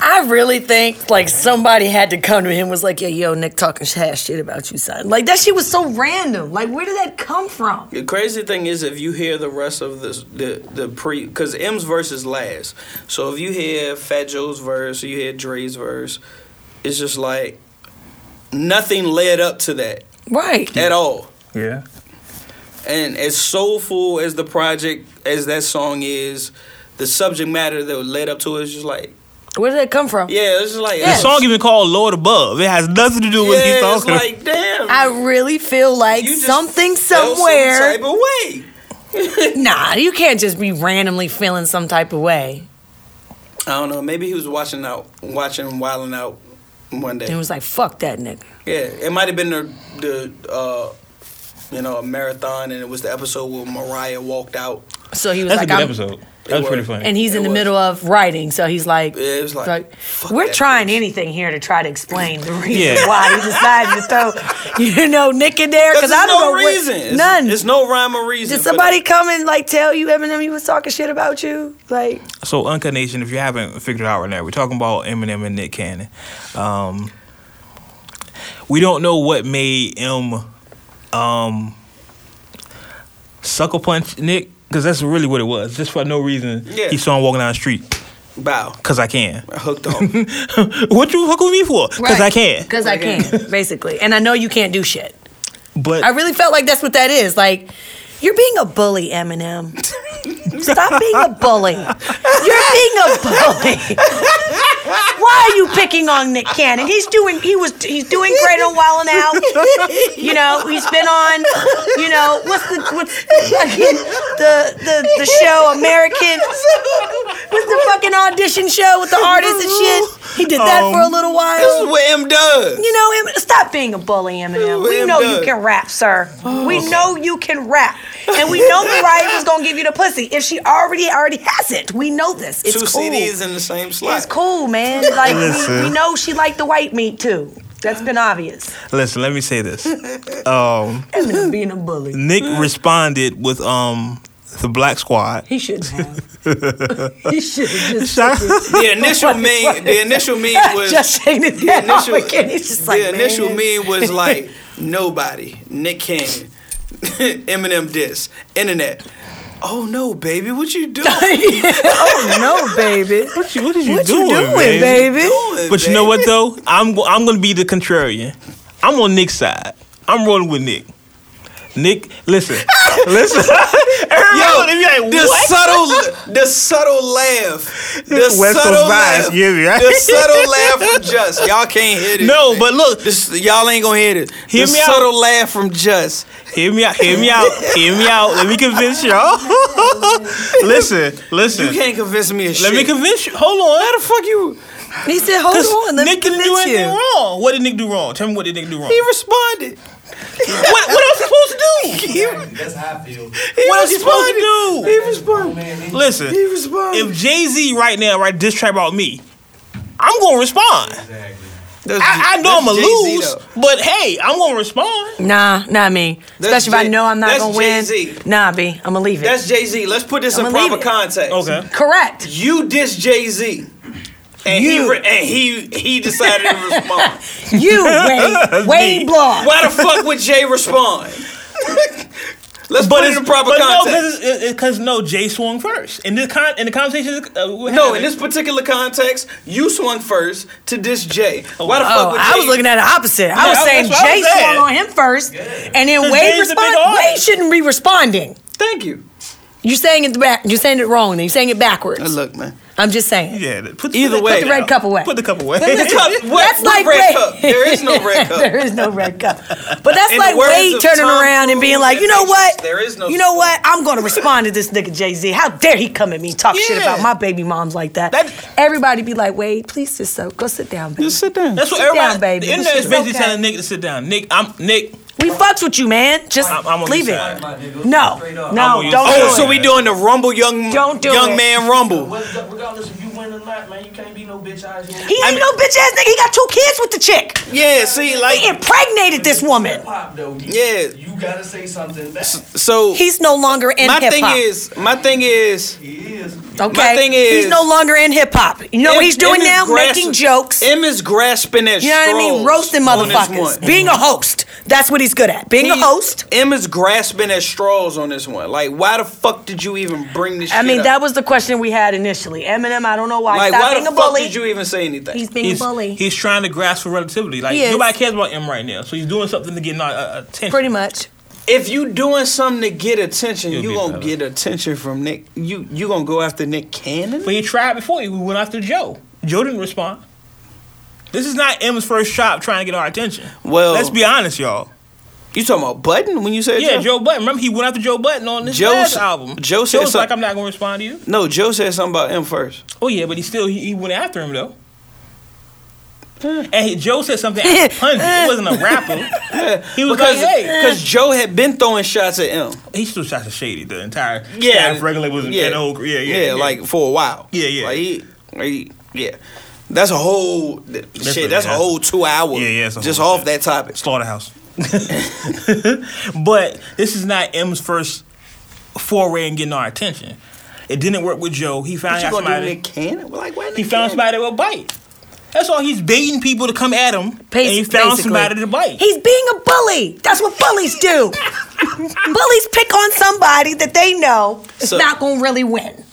S3: I really think like somebody had to come to him was like, yeah, yo, Nick talking sh- shit about you, son. Like that shit was so random. Like where did that come from?
S2: The crazy thing is, if you hear the rest of this, the the pre, because M's verse is last. So if you hear Fat Joe's verse, you hear Dre's verse, it's just like nothing led up to that
S3: Right.
S2: at all.
S1: Yeah.
S2: And as soulful as the project, as that song is, the subject matter that led up to it is just like,
S3: Where did that come from?
S2: yeah, it's just like
S1: The song even called Lord Above. It has nothing to do with
S2: yeah,
S1: these songs.
S2: it's like damn.
S3: I really feel like
S2: you just
S3: something
S2: felt some
S3: somewhere.
S2: type of way.
S3: nah, you can't just be randomly feeling some type of way.
S2: I don't know. Maybe he was watching out, watching Wildin' Out one day.
S3: And it was like, fuck that nigga.
S2: Yeah, it might have been the the uh, you know a marathon, and it was the episode where Mariah walked out.
S3: So he was
S1: That's
S3: like,
S1: a good
S3: I'm-
S1: episode. That was pretty funny.
S3: and he's in
S2: It
S3: the
S2: was.
S3: middle of writing, so he's like,
S2: Yeah, it was like, fuck
S3: we're
S2: that
S3: trying anything here to try to explain the reason
S1: Yeah.
S3: why he decided to throw, you know, Nick in there because
S2: there's
S3: I don't
S2: no
S3: know what-
S2: reason. It's-
S3: none.
S2: It's no rhyme or reason.
S3: Did
S2: for
S3: somebody
S2: that.
S3: come and like tell you Eminem he was talking shit about you? Like,
S1: So, Uncut Nation, if you haven't figured it out right now, we're talking about Eminem and Nick Cannon. Um, we don't know what made M um, sucker punch Nick, because that's really what it was. Just for no reason,
S2: Yeah.
S1: he saw him walking down the street,
S2: Bow.
S1: because I can.
S2: I hooked on.
S1: what you hook with me for? Because I can.
S3: Because I can, basically. And I know you can't do shit.
S1: But
S3: I really felt like that's what that is. Like, you're being a bully, Eminem. Stop being a bully. You're being a bully. Why are you picking on Nick Cannon? He's doing he was he's doing great on Wild and Out. You know, he's been on, you know, what's the what's the the, the show American what's the fucking audition show with the artists and shit? He did that for a little while.
S2: this is what M does.
S3: You know, Eminem, stop being a bully, Eminem. We
S2: Eminem
S3: know
S2: does.
S3: you can rap, sir. We know you can rap, and we know Mariah was gonna give you the pussy if she already already has it. We know this. It's
S2: Two
S3: cool.
S2: CDs in the same slot.
S3: It's cool, man. Like we, we know she liked the white meat too. That's been obvious.
S1: listen, let me say this. Um,
S3: Eminem being a bully,
S1: Nick responded with um, the Black Squad.
S3: he shouldn't have. he should have just.
S2: The initial meme. The initial meme was
S3: just saying it
S2: the
S3: that
S2: initial,
S3: off again. Oh, He's just like,
S2: the initial
S3: man.
S2: meme was like nobody, Nick Cannon, Eminem diss, internet. Oh no, baby, what you doing?
S3: oh no, baby.
S1: What you, what is you
S3: What
S1: doing,
S3: you doing,
S1: man?
S3: baby?
S1: But you know what though? I'm go- I'm gonna be the contrarian. I'm on Nick's side. I'm rolling with Nick. Nick, listen, listen. Everyone, if you like,
S2: The
S1: what?
S2: subtle, the subtle laugh, the
S1: West Coast
S2: subtle
S1: vibes,
S2: laugh,
S1: you hear me, right?
S2: the subtle laugh from Just. Y'all can't hear this.
S1: No, but look,
S2: This, y'all ain't gonna hear this.
S1: Hear
S2: the
S1: me out.
S2: subtle laugh from Just.
S1: hear me out, hear me out, hear me out. Let me convince y'all. listen,
S2: You
S1: listen.
S2: can't convince me of
S1: Let
S2: shit.
S1: me convince you. Hold on. How the fuck you?
S3: He said, "Hold on, let
S1: Nick
S3: me
S1: didn't do
S3: convince
S1: anything
S3: you."
S1: wrong. What did Nick do wrong? Tell me what did Nick do wrong.
S2: He responded.
S1: what, what else supposed to do?
S6: That's how I feel.
S2: He
S1: What else you supposed
S2: responded.
S1: to do?
S2: He responded.
S1: Listen,
S2: He responded.
S1: if Jay Z right now write diss track about me, I'm gonna respond.
S6: Exactly.
S2: That's-
S1: I, I know I'm
S2: that's
S1: gonna
S2: Jay-Z
S1: lose,
S2: though.
S1: but hey, I'm gonna respond.
S3: Nah, not me.
S2: That's
S3: Especially if
S2: Jay-
S3: I know I'm not
S2: that's
S3: gonna win.
S2: Jay-Z.
S3: Nah, B, I'm gonna leave it.
S2: That's Jay Z. Let's put this in
S3: I'ma leave
S2: proper
S3: it.
S2: context.
S1: Okay.
S3: correct.
S2: You diss Jay Z, and he
S3: You.
S2: re- and he he decided to respond.
S3: You Wade, Wade Block.
S2: Why the fuck would Jay respond? Let's
S1: But
S2: put
S1: it's
S2: it in proper
S1: but
S2: context.
S1: no, because no, Jay swung first. In this con, in the conversation, uh, we're
S2: No,
S1: having-
S2: in this particular context, you swung first to diss Jay. Why the fuck
S3: Oh,
S2: would Jay?
S3: I was looking at the opposite. I was
S1: Yeah,
S3: saying
S1: that's what I
S3: Jay
S1: was saying.
S3: swung on him first, and then
S1: 'Cause
S3: Wade
S1: Jay's a big
S3: responded.
S1: artist.
S3: Wade shouldn't be responding.
S2: Thank you.
S3: You're saying it back. You're saying it wrong. Then you're saying it
S2: Now
S3: backwards.
S2: look, man.
S3: I'm just saying.
S1: yeah, put, put
S2: Either
S1: the-
S2: way.
S1: put
S3: Put the red cup away.
S1: Put the cup away.
S2: The cup. What, what
S3: That's like
S2: red
S3: Ray.
S2: cup. There is no red cup.
S3: there is no red cup. But that's
S2: In the
S3: like
S2: words
S3: Wade
S2: of
S3: turning
S2: Tom
S3: around and being
S2: Cruise
S3: like,
S2: in
S3: you know
S2: Matrix,
S3: what?
S2: there is no
S3: You know what? I'm going to respond to this nigga Jay Z. How dare he come at me talk shit
S1: Yeah.
S3: about my baby moms like that?
S1: That-
S3: Everybody be like, Wade, please sit so go sit down, baby.
S2: Just sit down.
S1: That's what
S3: Sit
S1: everybody.
S3: down, baby.
S1: The internet
S3: This
S1: is
S3: is
S1: basically
S3: okay.
S1: telling Nick to sit down. Nick, I'm Nick.
S3: We fucks with you, man. Just
S1: I'm- I'm on
S3: leave
S1: your side.
S3: it.
S6: My nigga,
S3: No,
S6: straight up.
S1: I'm on
S3: no,
S1: your
S3: don't
S1: side.
S3: do
S2: Oh,
S3: it.
S2: so we doing the rumble young
S3: Don't do
S2: young
S3: it.
S2: man rumble.
S6: What's up, regardless if you win win or not, man, you can't be no bitch ass.
S3: He ain't no bitch ass nigga. He got two kids with the chick.
S2: Yeah, see, like,
S3: He impregnated this woman.
S6: Pop though. You,
S2: Yeah.
S6: You gotta say something back.
S2: so
S3: He's no longer in
S2: my
S3: hip
S2: thing
S3: hop.
S2: is, my thing is,
S6: He is.
S3: Okay.
S2: my thing is-
S3: he's no longer in hip hop. You know what he's doing
S2: Em is
S3: now?
S2: grasping-
S3: Making jokes.
S2: Em is grasping at
S3: you know what I mean?
S2: straws
S3: Roasting
S2: on this
S3: motherfuckers.
S2: one.
S3: Being a host. That's what he's good at. Being a
S2: He-
S3: host.
S2: Em is grasping at straws on this one. Like, why the fuck did you even bring this?
S3: I
S2: shit
S3: mean,
S2: up?
S3: that was the question we had initially. Eminem, I don't know why.
S2: like,
S3: Stop
S2: why
S3: being
S2: the
S3: a
S2: fuck
S3: bully.
S2: did you even say anything?
S4: He's being
S1: He's,
S4: a bully.
S1: he's trying to grasp for relativity. Like
S3: He is.
S1: nobody cares about M right now, so he's doing something to get uh, attention.
S3: Pretty much.
S2: if you doing something to get attention,
S1: You'll
S2: you
S1: be
S2: gonna
S1: better.
S2: get attention from Nick. You you gonna go after Nick Cannon?
S1: But he tried before. He went after Joe. Joe didn't respond. This is not M's first shot trying to get our attention.
S2: Well-
S1: let's be honest, y'all.
S2: You talking about Button when you said
S1: Yeah,
S2: Joe?
S1: Joe Button. Remember he went after Joe Button on this
S2: Joe
S1: last
S2: s-
S1: album.
S2: Joe said
S1: Joe's like,
S2: some-
S1: I'm not gonna respond to you.
S2: No, Joe said something about him first.
S1: Oh yeah, but he still he, he went after him though. And he, Joe said something after Punji. It wasn't a rapper. He was
S2: Because
S1: like, hey,
S2: because Joe had been throwing shots at him.
S1: he still shot the shady the entire
S2: Yeah.
S1: staff regular was
S2: Yeah.
S1: an old yeah yeah
S2: like for a while.
S1: Yeah, yeah.
S2: Like he, he- yeah. That's a whole shit.
S1: what-
S2: That's a
S1: that's-
S2: whole two hours.
S1: Yeah, yeah, it's a
S2: Just
S1: whole
S2: off
S1: shit.
S2: that topic.
S1: slaughterhouse. but this is not M's first foray in getting our attention. It didn't work with Joe. He
S2: What
S1: found
S2: you
S1: out
S2: gonna do,
S1: somebody.
S2: Nick Cannon? Like why?
S1: He found somebody that will bite. That's all. He's baiting people to come at him, and he found
S3: Basically.
S1: somebody to bite.
S3: He's being a bully. That's what bullies do. bullies pick on somebody that they know is
S2: So-
S3: not going to really win.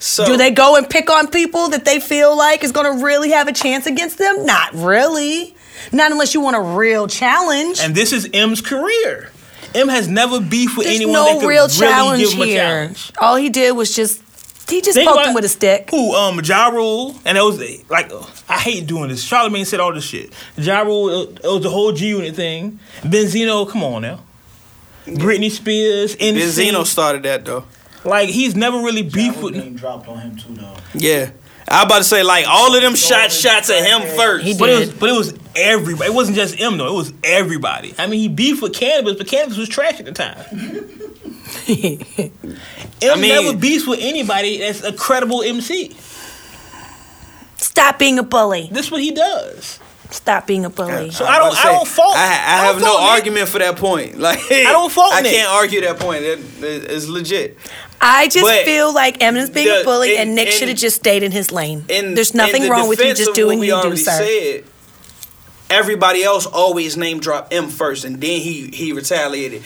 S2: So
S3: Do they go and pick on people that they feel like is going to really have a chance against them? Not really. Not unless you want a real challenge.
S1: and this is M's career. M has never beefed with
S3: There's
S1: anyone
S3: no
S1: that could
S3: real
S1: really
S3: challenge
S1: give him a
S3: here.
S1: challenge.
S3: All he did was just he just
S1: Think
S3: poked
S1: about
S3: him with a stick.
S1: Who? Um, Ja Rule, and it was like ugh, I hate doing this. Charlamagne said all this shit. Ja Rule, it it was the whole G Unit thing. Benzino, come on now. Britney Spears,
S2: Benzino
S1: NSYNC.
S2: started that though.
S1: Like he's never really beefed
S5: That
S1: with.
S5: name dropped on him too, though.
S2: Yeah. I about to say like all of them shot shots at him first.
S3: He
S1: But it was,
S3: did.
S1: but it was everybody. It wasn't just him though. It was everybody. I mean, he beefed with Cannabis, but Cannabis was trash at the time. M
S2: mean-
S1: never beefs with anybody that's a credible MC.
S3: Stop being a bully.
S1: That's what he does.
S3: Stop being a bully.
S1: So I don't-
S2: about to
S1: I don't fault-
S2: I, I
S1: I don't
S2: have no
S1: fault Nick.
S2: argument for that point. Like I
S1: don't fault
S2: I
S1: Nick.
S2: can't argue that point. That it, it's legit.
S3: I just
S2: But-
S3: feel like Eminem's being
S2: Yeah,
S3: a bully,
S2: in-
S3: and Nick
S2: in-
S3: should have just stayed in his lane.
S2: In,
S3: There's
S2: in
S3: nothing
S2: the
S3: wrong with you
S2: defense
S3: just
S2: of what
S3: doing
S2: we
S3: what you do,
S2: already
S3: sir.
S2: Said, everybody else always name drop M first, and then he he retaliated.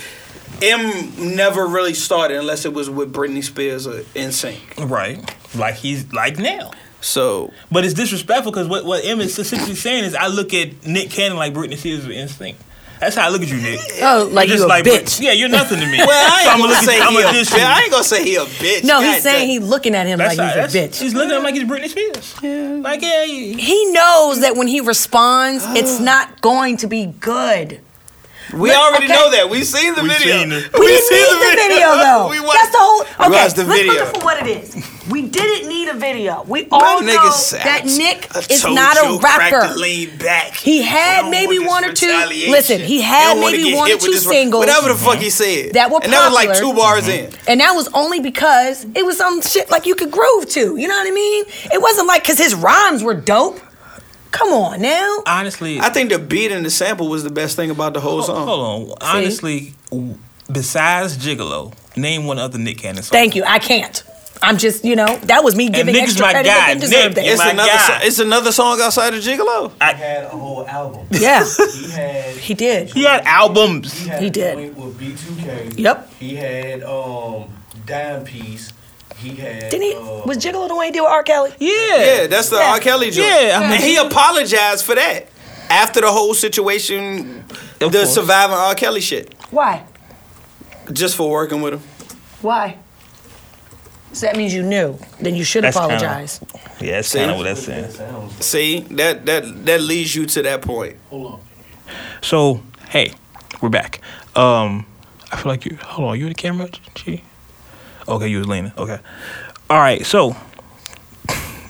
S2: M never really started unless it was with Britney Spears or NSYNC.
S1: Right. Like he's like now.
S2: So
S1: But it's disrespectful because what, what Em is essentially saying is I look at Nick Cannon like Britney Spears with instinct. That's how I look at you, Nick.
S3: Oh, like
S1: Just
S3: you a
S1: like
S3: bitch.
S1: Yeah, you're nothing to me.
S2: well, I ain't
S1: I'ma
S2: gonna
S1: look at
S2: say
S1: you- I'ma
S2: he a
S1: diss
S2: bitch.
S1: you.
S2: I ain't gonna say he a bitch.
S3: No,
S2: God
S3: he's saying
S2: damn.
S3: he's looking at him
S1: That's
S3: like
S1: how,
S3: he's a
S1: that's,
S3: bitch.
S1: he's looking at him like he's Britney Spears. Yeah. Like yeah, you-
S3: He knows that when he responds, it's not going to be good.
S2: We
S3: Look,
S2: already
S3: okay.
S2: know that. We've seen the
S1: We've
S2: video.
S1: seen it.
S3: We, didn't need the video, though.
S2: we watched,
S3: That's the whole. Okay,
S2: we watched the
S3: let's
S2: video.
S3: look at it for what it is. We didn't need a video. We all
S2: My nigga
S3: know
S2: said,
S3: that Nick
S2: I
S3: is
S2: told
S3: not
S2: Joe
S3: a
S2: Crack
S3: rapper.
S2: to lean back.
S3: He had
S2: I don't
S3: maybe
S2: want
S3: one
S2: this
S3: or two-
S2: retaliation.
S3: listen, he
S2: I
S3: had
S2: don't wanna
S3: maybe
S2: get
S3: one
S2: hit
S3: or
S2: with
S3: two
S2: this-
S3: singles
S2: Whatever the fuck he said.
S3: that were
S2: And that was like
S3: popular.
S2: two bars
S1: Mm-hmm.
S2: in.
S3: And that was only because it was some shit like you could groove to. You know what I mean? It wasn't like because his rhymes were dope. Come on now.
S1: honestly,
S2: I think the beat and the sample was the best thing about the whole
S1: hold,
S2: song.
S1: hold on. Honestly, w- besides Gigolo, name one other Nick Cannon song.
S3: Thank you. I can't. I'm just, you know, that was me giving
S1: Nick is
S3: extra
S1: my
S3: credit
S1: guy.
S3: that didn't deserve
S1: Nick
S3: that.
S2: It's
S1: My
S2: another.
S1: God.
S2: So, it's another song outside of Gigolo.
S6: He had a whole album.
S3: Yeah,
S6: He had.
S3: he did.
S1: He had albums.
S6: He, had
S3: He
S6: a
S3: did.
S6: joint With B2K.
S3: Yep.
S6: He had um dime piece. He had.
S3: Didn't he?
S6: Uh,
S3: Was Gigolo the one he did with R. Kelly?
S1: Yeah.
S2: Yeah, that's the
S3: Yeah.
S2: R. Kelly joint.
S1: Yeah, I mean-
S2: and he apologized for that after the whole situation, the
S1: Of course.
S2: surviving R. Kelly shit,
S3: Why?
S2: just for working with him.
S3: Why? So that means you knew. Then you should
S1: That's kinda-
S3: apologize.
S1: Yeah, that's
S2: See?
S1: kind of what that's
S6: what
S1: saying.
S6: that sounds
S2: See that that that leads you to that point.
S5: Hold on.
S1: So hey, we're back. Um, I feel like you. Hold on, you in the camera? Gee. Okay, you was leaning. Okay. All right. So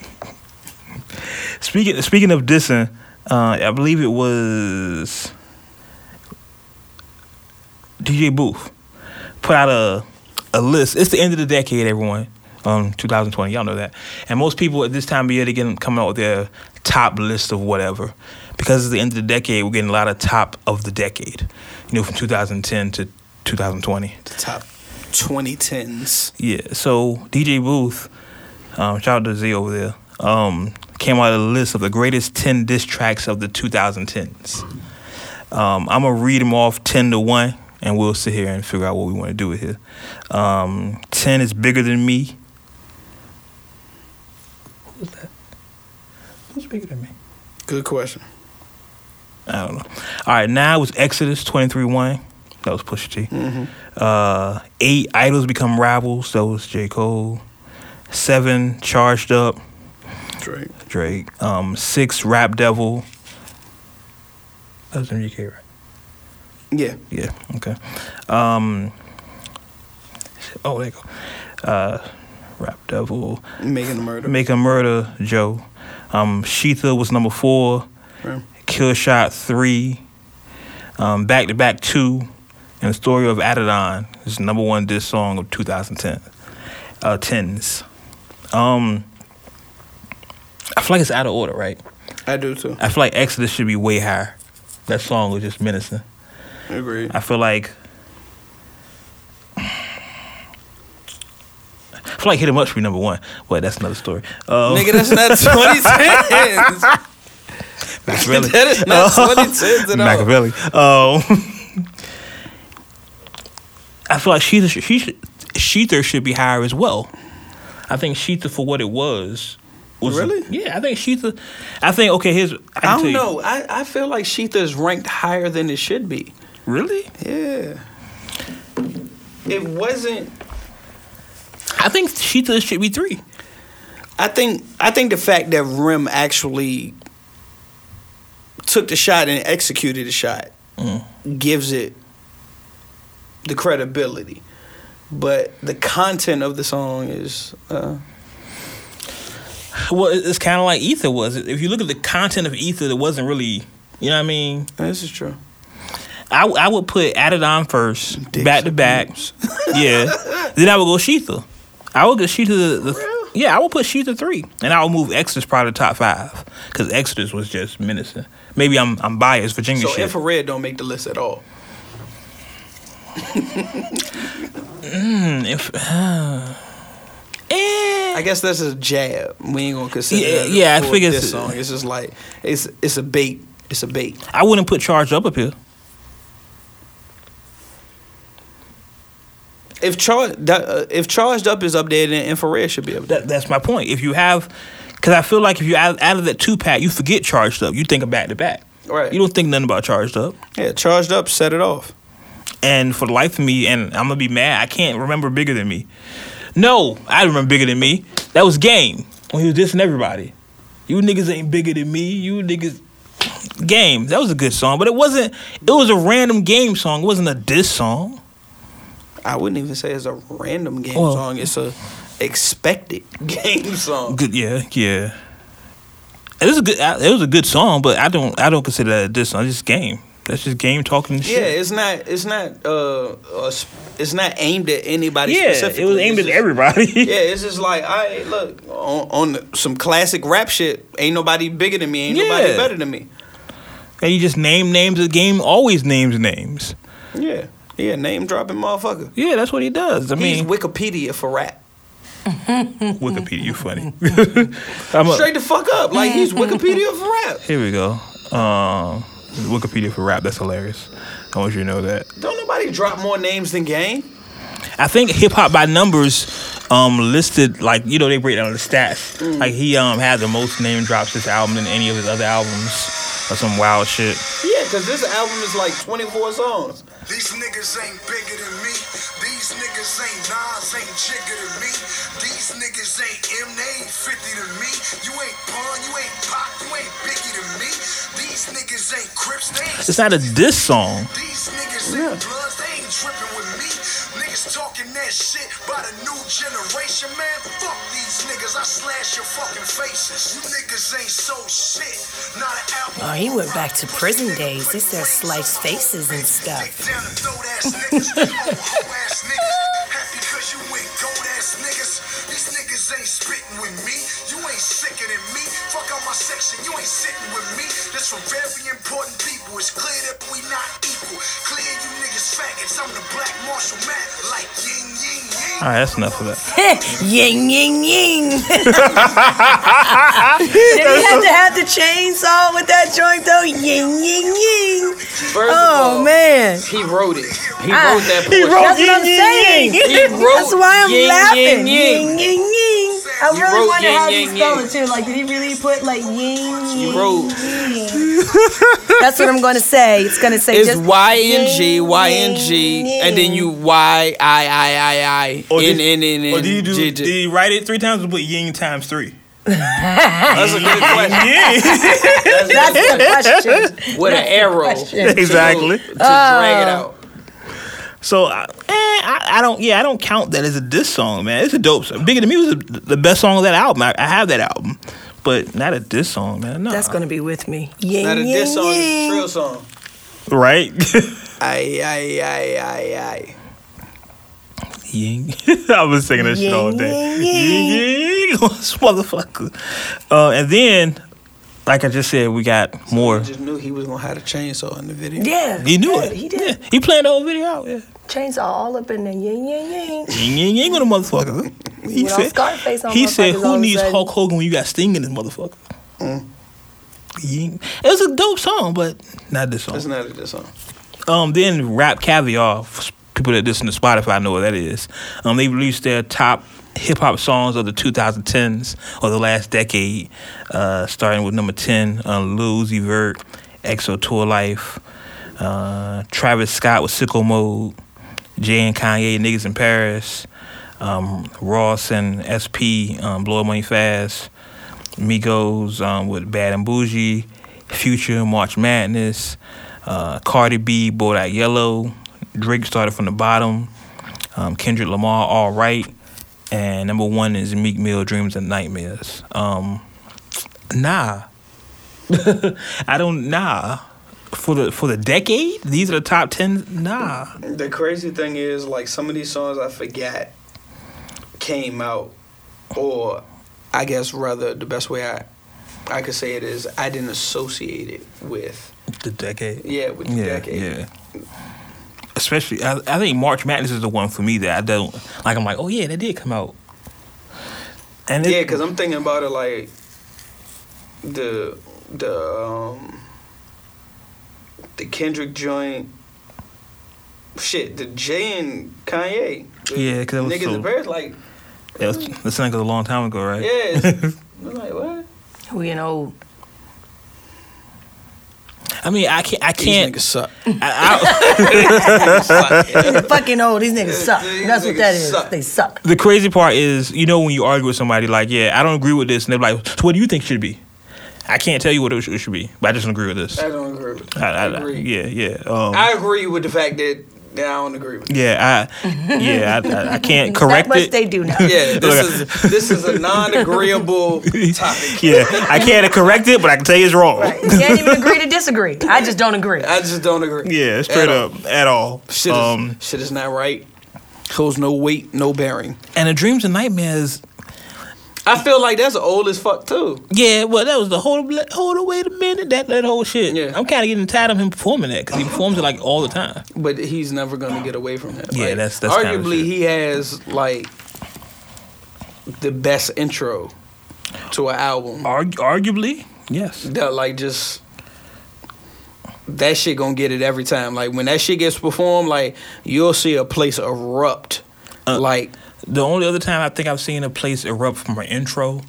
S1: speaking speaking of dissing, uh, I believe it was DJ Booth put out a a list. It's the end of the decade, everyone. um, 2020. Y'all know that. And most people at this time of year, they get coming out with their top list of whatever. Because it's the end of the decade, we're getting a lot of top of the decade, you know, from 2010 to 2020.
S2: Top 2010s.
S1: Yeah, so DJ Booth, um, shout out to Z over there, um, came out of the list of the greatest 10 diss tracks of the 2010s. Um, I'm going to read them off 10 to 1, and we'll sit here and figure out what we want to do with here. Um, 10 is Bigger Than Me. What was that? Who's bigger than me?
S2: Good question.
S1: I don't know. All right, now was Exodus 23 1. That was Pusha T. Uh, eight, Idols Become Rivals. That was J. Cole. Seven, Charged Up.
S2: Drake.
S1: Drake. Um, six, Rap Devil. That was MGK, right?
S2: Yeah.
S1: Yeah, okay. Um, oh, there you go. Uh, Rap Devil.
S2: Making a murder.
S1: Make a Murder, Joe. Um, Sheetha was number four.
S2: Right.
S1: Kill Shot three, um, Back to Back two, and the story of Adidon is the number one diss song of 2010 uh, tens. Um, I feel like it's out of order, right?
S2: I do too.
S1: I feel like Exodus should be way higher. That song was just menacing.
S2: Agreed.
S1: I feel like. I feel like Hit 'Em Up should be number one, but that's another story. Um,
S2: Nigga, that's not 2010s.
S1: Machiavelli. Uh,
S2: That is not 2010s at all.
S1: Oh. Machiavelli. Um, I feel like Sheether, should- she should, Sheether should be higher as well. I think Sheether, for what it was, was
S2: Really?
S1: yeah. I think Sheether. I think okay. Here's I, can
S2: I
S1: tell
S2: don't
S1: you.
S2: know. I, I feel like Sheetha is ranked higher than it should be.
S1: Really?
S2: Yeah. It wasn't.
S1: I think Sheether should be three.
S2: I think. I think the fact that Rim actually took the shot and executed the shot
S1: Mm.
S2: gives it the credibility. But the content of the song is. Uh,
S1: Well, it- it's kind of like Ether was. If you look at the content of Ether, it wasn't really. You know what I mean?
S2: this is true.
S1: I, I would put Adidon first,
S2: Dicks
S1: back to
S2: and
S1: back. Yeah. then I would go Sheetha. I would go Sheetha. The, the, yeah, I would put Sheetha three, and I would move Exodus probably to top five because Exodus was just menacing. Maybe I'm I'm biased Virginia
S2: So
S1: shit.
S2: infrared don't make the list at all.
S1: Mm, if- Eh.
S2: I guess that's a jab. We ain't gonna consider.
S1: Yeah,
S2: that
S1: yeah, I
S2: for
S1: figure
S2: this
S1: it's-
S2: song. It's just like it's it's a bait. It's a bait.
S1: I wouldn't put Charged Up up here.
S2: If charged that, uh, if charged up is up there, then infrared should be up there.
S1: That, that's my point. If you have, because I feel like if you out, out of that two pack, you forget Charged Up. You think of back to back.
S2: Right.
S1: You don't think nothing about Charged Up.
S2: Yeah, charged up, set it off.
S1: And for the life of me, and I'm gonna be mad, I can't remember bigger than me. No, I remember bigger than me. That was game when he was dissing everybody. You niggas ain't bigger than me. You niggas. Game. That was a good song, but it wasn't. It was a random game song. It wasn't a diss song.
S2: I wouldn't even say it's a random game
S1: Well-
S2: song. It's a expected game song.
S1: Good. Yeah. Yeah. It was a good. It was a good song, but I don't. I don't consider that a diss song. It's just game. That's just game talking
S2: Yeah,
S1: shit.
S2: it's not. It's not. Uh, uh, sp- it's not aimed at anybody.
S1: it was
S2: specifically.
S1: aimed
S2: It's
S1: at
S2: just-
S1: everybody.
S2: Yeah, it's just like I look on, on the- some classic rap shit. Ain't nobody bigger than me. Ain't
S1: Yeah.
S2: nobody better than me.
S1: And you just name names. The game always names names.
S2: Yeah, yeah, name dropping motherfucker.
S1: Yeah, that's what he does. I
S2: He's
S1: mean,
S2: Wikipedia for rap.
S1: Wikipedia, you funny. I'm a-
S2: Straight the fuck up, like he's Wikipedia for rap.
S1: here we go. Um, Wikipedia for rap. That's hilarious. I want you to know that.
S2: Don't nobody drop more names than Game.
S1: I think hip hop by numbers um, listed like you know they break down the stats.
S2: Mm.
S1: Like he um had the most name drops this album than any of his other albums or some wild shit.
S2: Yeah, because this album is like 24 songs.
S9: These niggas ain't bigger than me. These niggas ain't Nas, ain't jigger than me. These niggas ain't M, they ain't 50 to me. You ain't Pun, you ain't Pop, you ain't Biggie to me. These niggas ain't Crips, they ain't.
S1: It's not a diss song.
S9: These niggas ain't Bloods, they ain't tripping with me. Niggas talking that shit by the new generation, man. Fuck these niggas, I slash your fucking faces. You niggas ain't so shit. Not an album.
S4: Oh, he went back to prison days. He said slice faces and stuff.
S9: Dick down and throat ass niggas. Oh, hoe ass niggas. Happy 'cause you went gold ass niggas. These niggas boy sitting with me. This for very important people. It's clear that we not equal. Clear you niggas faggots. I'm the black Marshall Matt. Like ying, ying, ying.
S1: All right, that's enough of that.
S3: ying ying ying. Did he have to have the chainsaw with that joint though? Ying ying ying.
S2: First of
S3: Oh
S2: all,
S3: man.
S2: He wrote it. He
S3: Ah,
S2: wrote that
S1: he
S2: portion.
S1: wrote-
S3: That's what I'm
S1: Ying, ying,
S3: saying.
S2: ying. He wrote
S3: That's why I'm
S2: ying,
S3: laughing.
S2: ying, ying.
S3: Ying ying ying. I
S2: He
S3: really
S2: wrote
S3: wonder
S2: ying,
S3: how
S2: ying,
S3: he spelled
S2: ying.
S3: it too. Like, did he really put like ying
S2: He
S3: ying?
S2: wrote.
S3: That's what I'm gonna say. It's gonna say
S2: It's
S3: just
S2: Y N G
S3: ying,
S2: Y N
S3: ying,
S2: G,
S3: ying.
S2: and then you Y I I I I
S1: Or Oh,
S2: N
S1: did-
S2: N N
S1: Or
S2: N.
S1: did you do?
S2: G,
S1: Did
S2: G.
S1: you write it three times or put yin times three?
S2: That's a good question.
S3: That's the question.
S2: With an arrow
S3: question.
S1: Exactly.
S2: to drag it out.
S1: So, I- eh, I, I don't. Yeah, I don't count that as a diss song, man. It's a dope song. Bigger than me was the the best song of that album. I, I have that album, but not a diss song, man. No.
S3: That's gonna be with me. Ying
S2: Not a
S3: ying
S2: diss song, it's a
S3: ying.
S2: trill song.
S1: right.
S2: Ay ay ay ay ay.
S1: Ying. I was singing this shit all day. Ying, ying. This motherfucker. Uh, and then, like I just said, we got more.
S2: I just knew he was gonna have a chainsaw in the video.
S3: Yeah.
S1: He knew
S3: yeah,
S1: it.
S3: He did.
S1: Yeah, he planned the whole video out. Yeah.
S3: Chainsaw all up in there. Ying ying ying.
S1: Ying, ying, ying on the motherfucker. He
S3: With all Scarface on
S1: he said,
S3: motherfuckers all
S1: who
S3: of a
S1: needs
S3: sudden."
S1: Hulk Hogan when you got Sting in this motherfucker? Ying. It was a dope song, but not this
S2: That's
S1: song.
S2: not a diss song.
S1: Um, then Rap Caviar, for people that listen to Spotify know what that is. Um, they released their top hip hop songs of the 2010s or the last decade, uh, starting with number 10, uh, Lil Uzi Vert, EXO Tour Life, uh, Travis Scott with Sicko Mode, Jay and Kanye, Niggas in Paris, um, Ross and SP, um, Blow Money Fast, Migos um, with Bad and Bougie, Future, March Madness, uh, Cardi B, Bodak Yellow, Drake started from the bottom, um, Kendrick Lamar, All Right, and number one is Meek Mill, Dreams and Nightmares. Um, nah, I don't nah. For the for the decade, these are the top ten. Nah,
S2: The crazy thing is, like some of these songs I forgot came out, or I guess rather the best way I I could say it is I didn't associate it with
S1: the decade.
S2: yeah with the
S1: yeah,
S2: decade.
S1: Yeah. Especially, I, I think March Madness is the one for me that I don't like. I'm like, oh yeah, that did come out. And it,
S2: Yeah, because I'm thinking about it like the the um, the Kendrick joint. Shit, the Jay and Kanye. the
S1: Yeah, 'cause that was
S2: niggas
S1: so-
S2: in Paris, like,
S1: it was, that sounded like a long time ago, right?
S2: yeah, it's, I'm like what?
S3: We an old.
S1: I mean, I can't. I can't.
S2: suck.
S1: I,
S3: They're fucking old. These niggas suck.
S2: These
S3: That's what
S2: niggas
S3: that is.
S2: suck.
S3: They suck.
S1: I, the crazy part is, you know, when you argue with somebody, like, yeah, I don't agree with this, and they're like, so what do you think should be? I can't tell you what it should it should be, but I just don't agree with this.
S2: I don't agree. With
S1: I, I,
S2: I agree.
S1: yeah, yeah. Um,
S2: I agree with the fact that, that I don't agree with.
S1: yeah, I, yeah, I, I, I can't correct
S3: that much
S1: it.
S3: they do now.
S2: Yeah,
S1: Look,
S2: this is this is a non-agreeable topic.
S1: yeah, I can't correct it, but I can tell you it's wrong.
S3: Right. You can't even agree to disagree. I just don't agree.
S2: I just don't agree.
S1: Yeah, straight
S2: At all.
S1: up, at all.
S2: Shit is,
S1: um,
S2: shit is not right. Holds no weight, no bearing.
S1: and the dreams and nightmares.
S2: I feel like that's old as fuck too.
S1: Yeah, well, that was the whole hold wait a minute that that whole shit.
S2: Yeah.
S1: I'm kind of getting tired of him performing that because he performs it like all the time.
S2: But he's never gonna get away from that.
S1: Yeah,
S2: Like,
S1: that's- that's kinda
S2: arguably
S1: shit.
S2: he has like the best intro to an album.
S1: Argu- arguably, yes.
S2: That like just that shit gonna get it every time. Like when that shit gets performed, like you'll see a place erupt. like
S1: The only other time I think I've seen a place erupt from an intro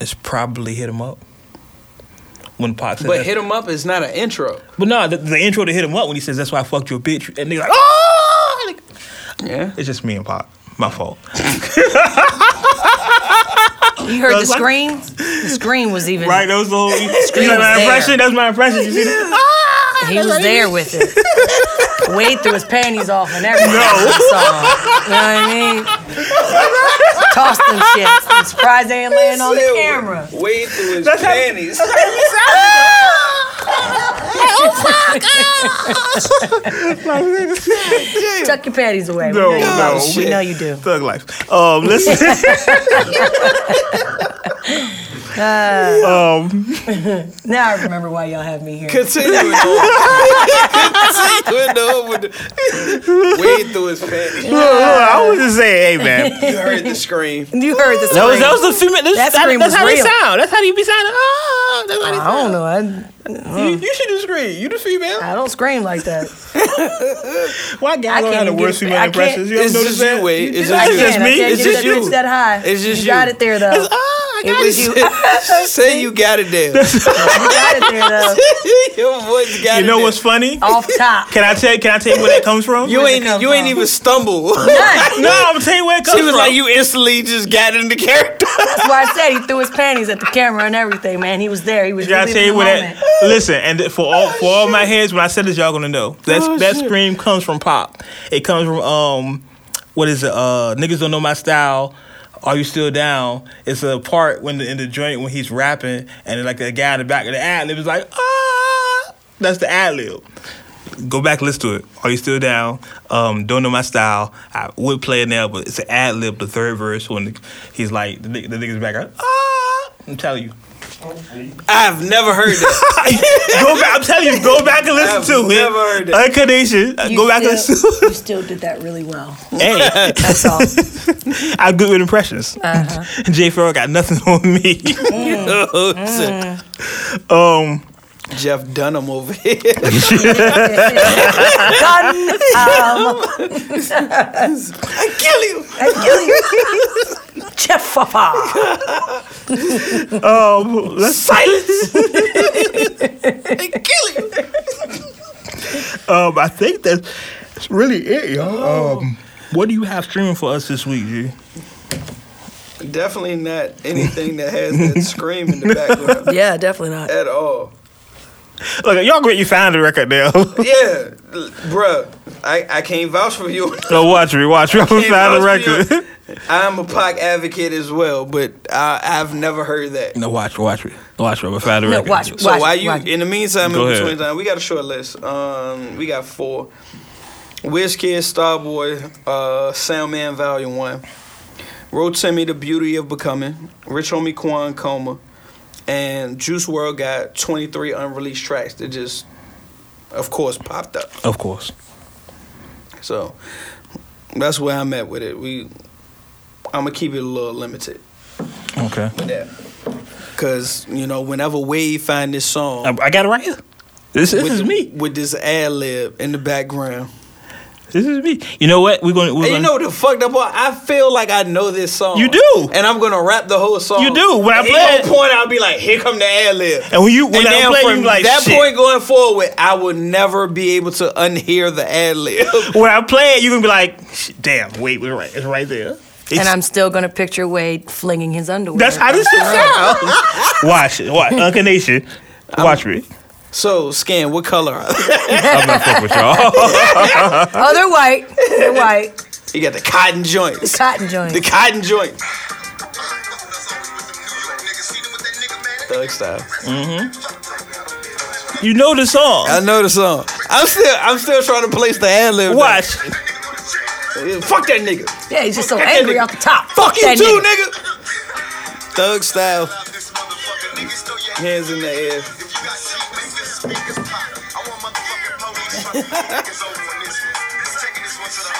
S1: is probably "Hit 'Em Up." When Pac said,
S2: but
S1: that-
S2: hit 'em up is not an intro.
S1: but no, the, the intro to "Hit 'Em Up" when he says, "That's why I fucked your bitch," and they're like, "Oh!" Like,
S2: Yeah.
S1: it's just me and Pac. My fault.
S3: You heard the
S1: That's like-
S3: scream? The scream was even.
S1: Right? That was the whole.
S3: Scream
S1: You know
S3: was
S1: my
S3: there.
S1: impression? That's my impression. You see Ah! that?
S3: He was there with it. Wade threw his panties off and everything. No. You know what I mean? Tossed them shit. I'm surprised they ain't laying on the camera.
S2: Way through his
S1: how-
S2: panties.
S3: Tuck your panties away.
S1: No,
S3: we know you,
S1: no.
S3: we know you do.
S1: Thug life. Um, listen. Um,
S3: Now I remember why y'all have me here.
S2: Continuing on. Continuing on with the Wade through his panties.
S1: I was just saying, hey man.
S2: You heard the scream.
S3: You heard the
S1: That
S3: story.
S1: was that was the female. That's,
S3: That
S1: that
S3: scream
S1: that's
S3: was
S1: how
S3: real. Uh-huh.
S1: they sound. That's how they be sounding. Oh, that's how they
S3: I don't know. I,
S2: You, you should do scream. You the female.
S3: I don't scream like that.
S1: Why guys
S3: can't
S1: don't have the
S3: even
S1: worst
S3: get it-
S1: female
S3: I
S1: impressions?
S3: can't-
S1: You ever
S2: It's
S1: notice
S2: just you,
S1: that?
S2: Wade. It's
S1: I can't.
S2: just you.
S1: It's me?
S3: I can't
S1: It's
S3: get
S1: just
S3: that, pitch
S1: you.
S3: that high.
S2: It's just
S3: you. Got
S2: you.
S3: it there though.
S1: Ah, I
S3: It
S1: got
S3: was
S1: it.
S3: you.
S2: Say you got it there.
S3: You got it there though.
S2: Your voice got
S1: You know
S2: it
S1: what's
S2: there.
S1: funny?
S3: Off top.
S1: Can I tell? Can I tell you where that comes from?
S2: You
S3: Where'd it
S2: ain't
S3: come
S2: you ain't
S3: from?
S2: even stumble.
S1: no, I'm gonna tell you where it comes
S2: She was
S1: from.
S2: like you instantly just got into character.
S3: That's why I said he threw his panties at the camera and everything. Man, he was there. He was
S1: Can I
S3: really
S1: tell
S3: in
S1: you
S3: the
S1: where
S3: moment. Oh,
S1: that? Listen, and th- for all for all my heads, when I said this, y'all gonna know. That that scream comes from pop. It comes from um, what is it? Uh, niggas don't know my style. Are you still down? It's a part when the, in the joint when he's rapping, and then like the guy in the back of the ad lib is like, ah, that's the ad lib. Go back, listen to it. Are you still down? Um, don't know my style. I would play it now, but it's an ad lib. The third verse when the, he's like the, nigg- the niggas back, ah, I'm telling you.
S2: I've never heard that.
S1: go back. I'm telling you, go back and listen
S2: I've
S1: to it.
S2: never heard it.
S1: Unconditioned.
S3: You
S1: Go back and
S3: still,
S1: listen.
S3: You still did that really well.
S1: hey,
S3: That's all.
S1: I'm good with impressions.
S3: Uh-huh.
S1: Jay Farrell got nothing on me.
S3: Mm.
S1: um,
S2: Jeff Dunham over here.
S3: Gun. Um,
S2: I kill you.
S3: I kill you. Jeff Fafa.
S1: um, let's silence.
S2: I kill you.
S1: Um, I think that's, that's really it, y'all. Um, what do you have streaming for us this week, G?
S2: Definitely not anything that has that scream in the background
S3: Yeah, definitely not.
S2: at all.
S1: Look, y'all great. You found the record now.
S2: Yeah, l- bruh, I, I can't vouch for you.
S1: so watch me, watch me. I
S2: Can't
S1: found the
S2: vouch for
S1: record.
S2: you. I'm a Pac advocate as well, but I, I've never heard that.
S1: No, watch, watch me, watch me. I found the
S3: No,
S1: record.
S3: watch.
S2: So
S3: watch,
S2: why you?
S3: watch.
S2: In the meantime,
S1: Go
S2: in
S1: ahead.
S2: between time, we got a short list. Um, we got four: Wizkid, Starboy, uh, Soundman, Volume One, Rotimi, The Beauty of Becoming, Rich Homie Quan, Coma, and Juice World got 23 unreleased tracks that just, of course, popped up.
S1: Of course.
S2: So that's where I'm at with it. We, I'm gonna keep it a little limited.
S1: Okay.
S2: Yeah. Cause you know, whenever Wade find this song,
S1: I, I got it right here. This, this
S2: with
S1: is
S2: the-
S1: me.
S2: with this ad lib in the background.
S1: This is me. You know what? We're gonna. We're
S2: And you
S1: gonna
S2: know what the fucked up part? I feel like I know this song.
S1: You do.
S2: and I'm gonna rap the whole song.
S1: You do. When I
S2: And
S1: play
S2: at
S1: it-
S2: no point, I'll be like, "Here come the ad lib."
S1: and when you when
S2: and
S1: I
S2: then
S1: play,
S2: from
S1: you be like
S2: that
S1: shit.
S2: point going forward, I will never be able to unhear the ad lib.
S1: when I play it, you gonna be like, shit, damn. Wait, we're right. It's right there. It's,
S3: And I'm still gonna picture Wade flinging his underwear.
S1: That's how this shit sounds. watch it. Watch Uncanation. Watch me.
S2: So, scan what color? Are they?
S1: I'm not fuck with y'all.
S3: Oh, they're white. They're white.
S2: you got the cotton
S3: The
S2: joints.
S3: cotton joint.
S2: The cotton joint. Thug
S9: Thug
S2: style.
S1: you know the song.
S2: I know the song. I'm still, I'm still trying to place the ad lib.
S1: watch.
S2: Yeah, Fuck that nigga.
S3: yeah, he's just so angry off the top.
S2: Fuck you
S3: that
S2: too,
S3: nigga.
S2: nigga. Thug style.
S9: Hands in the air.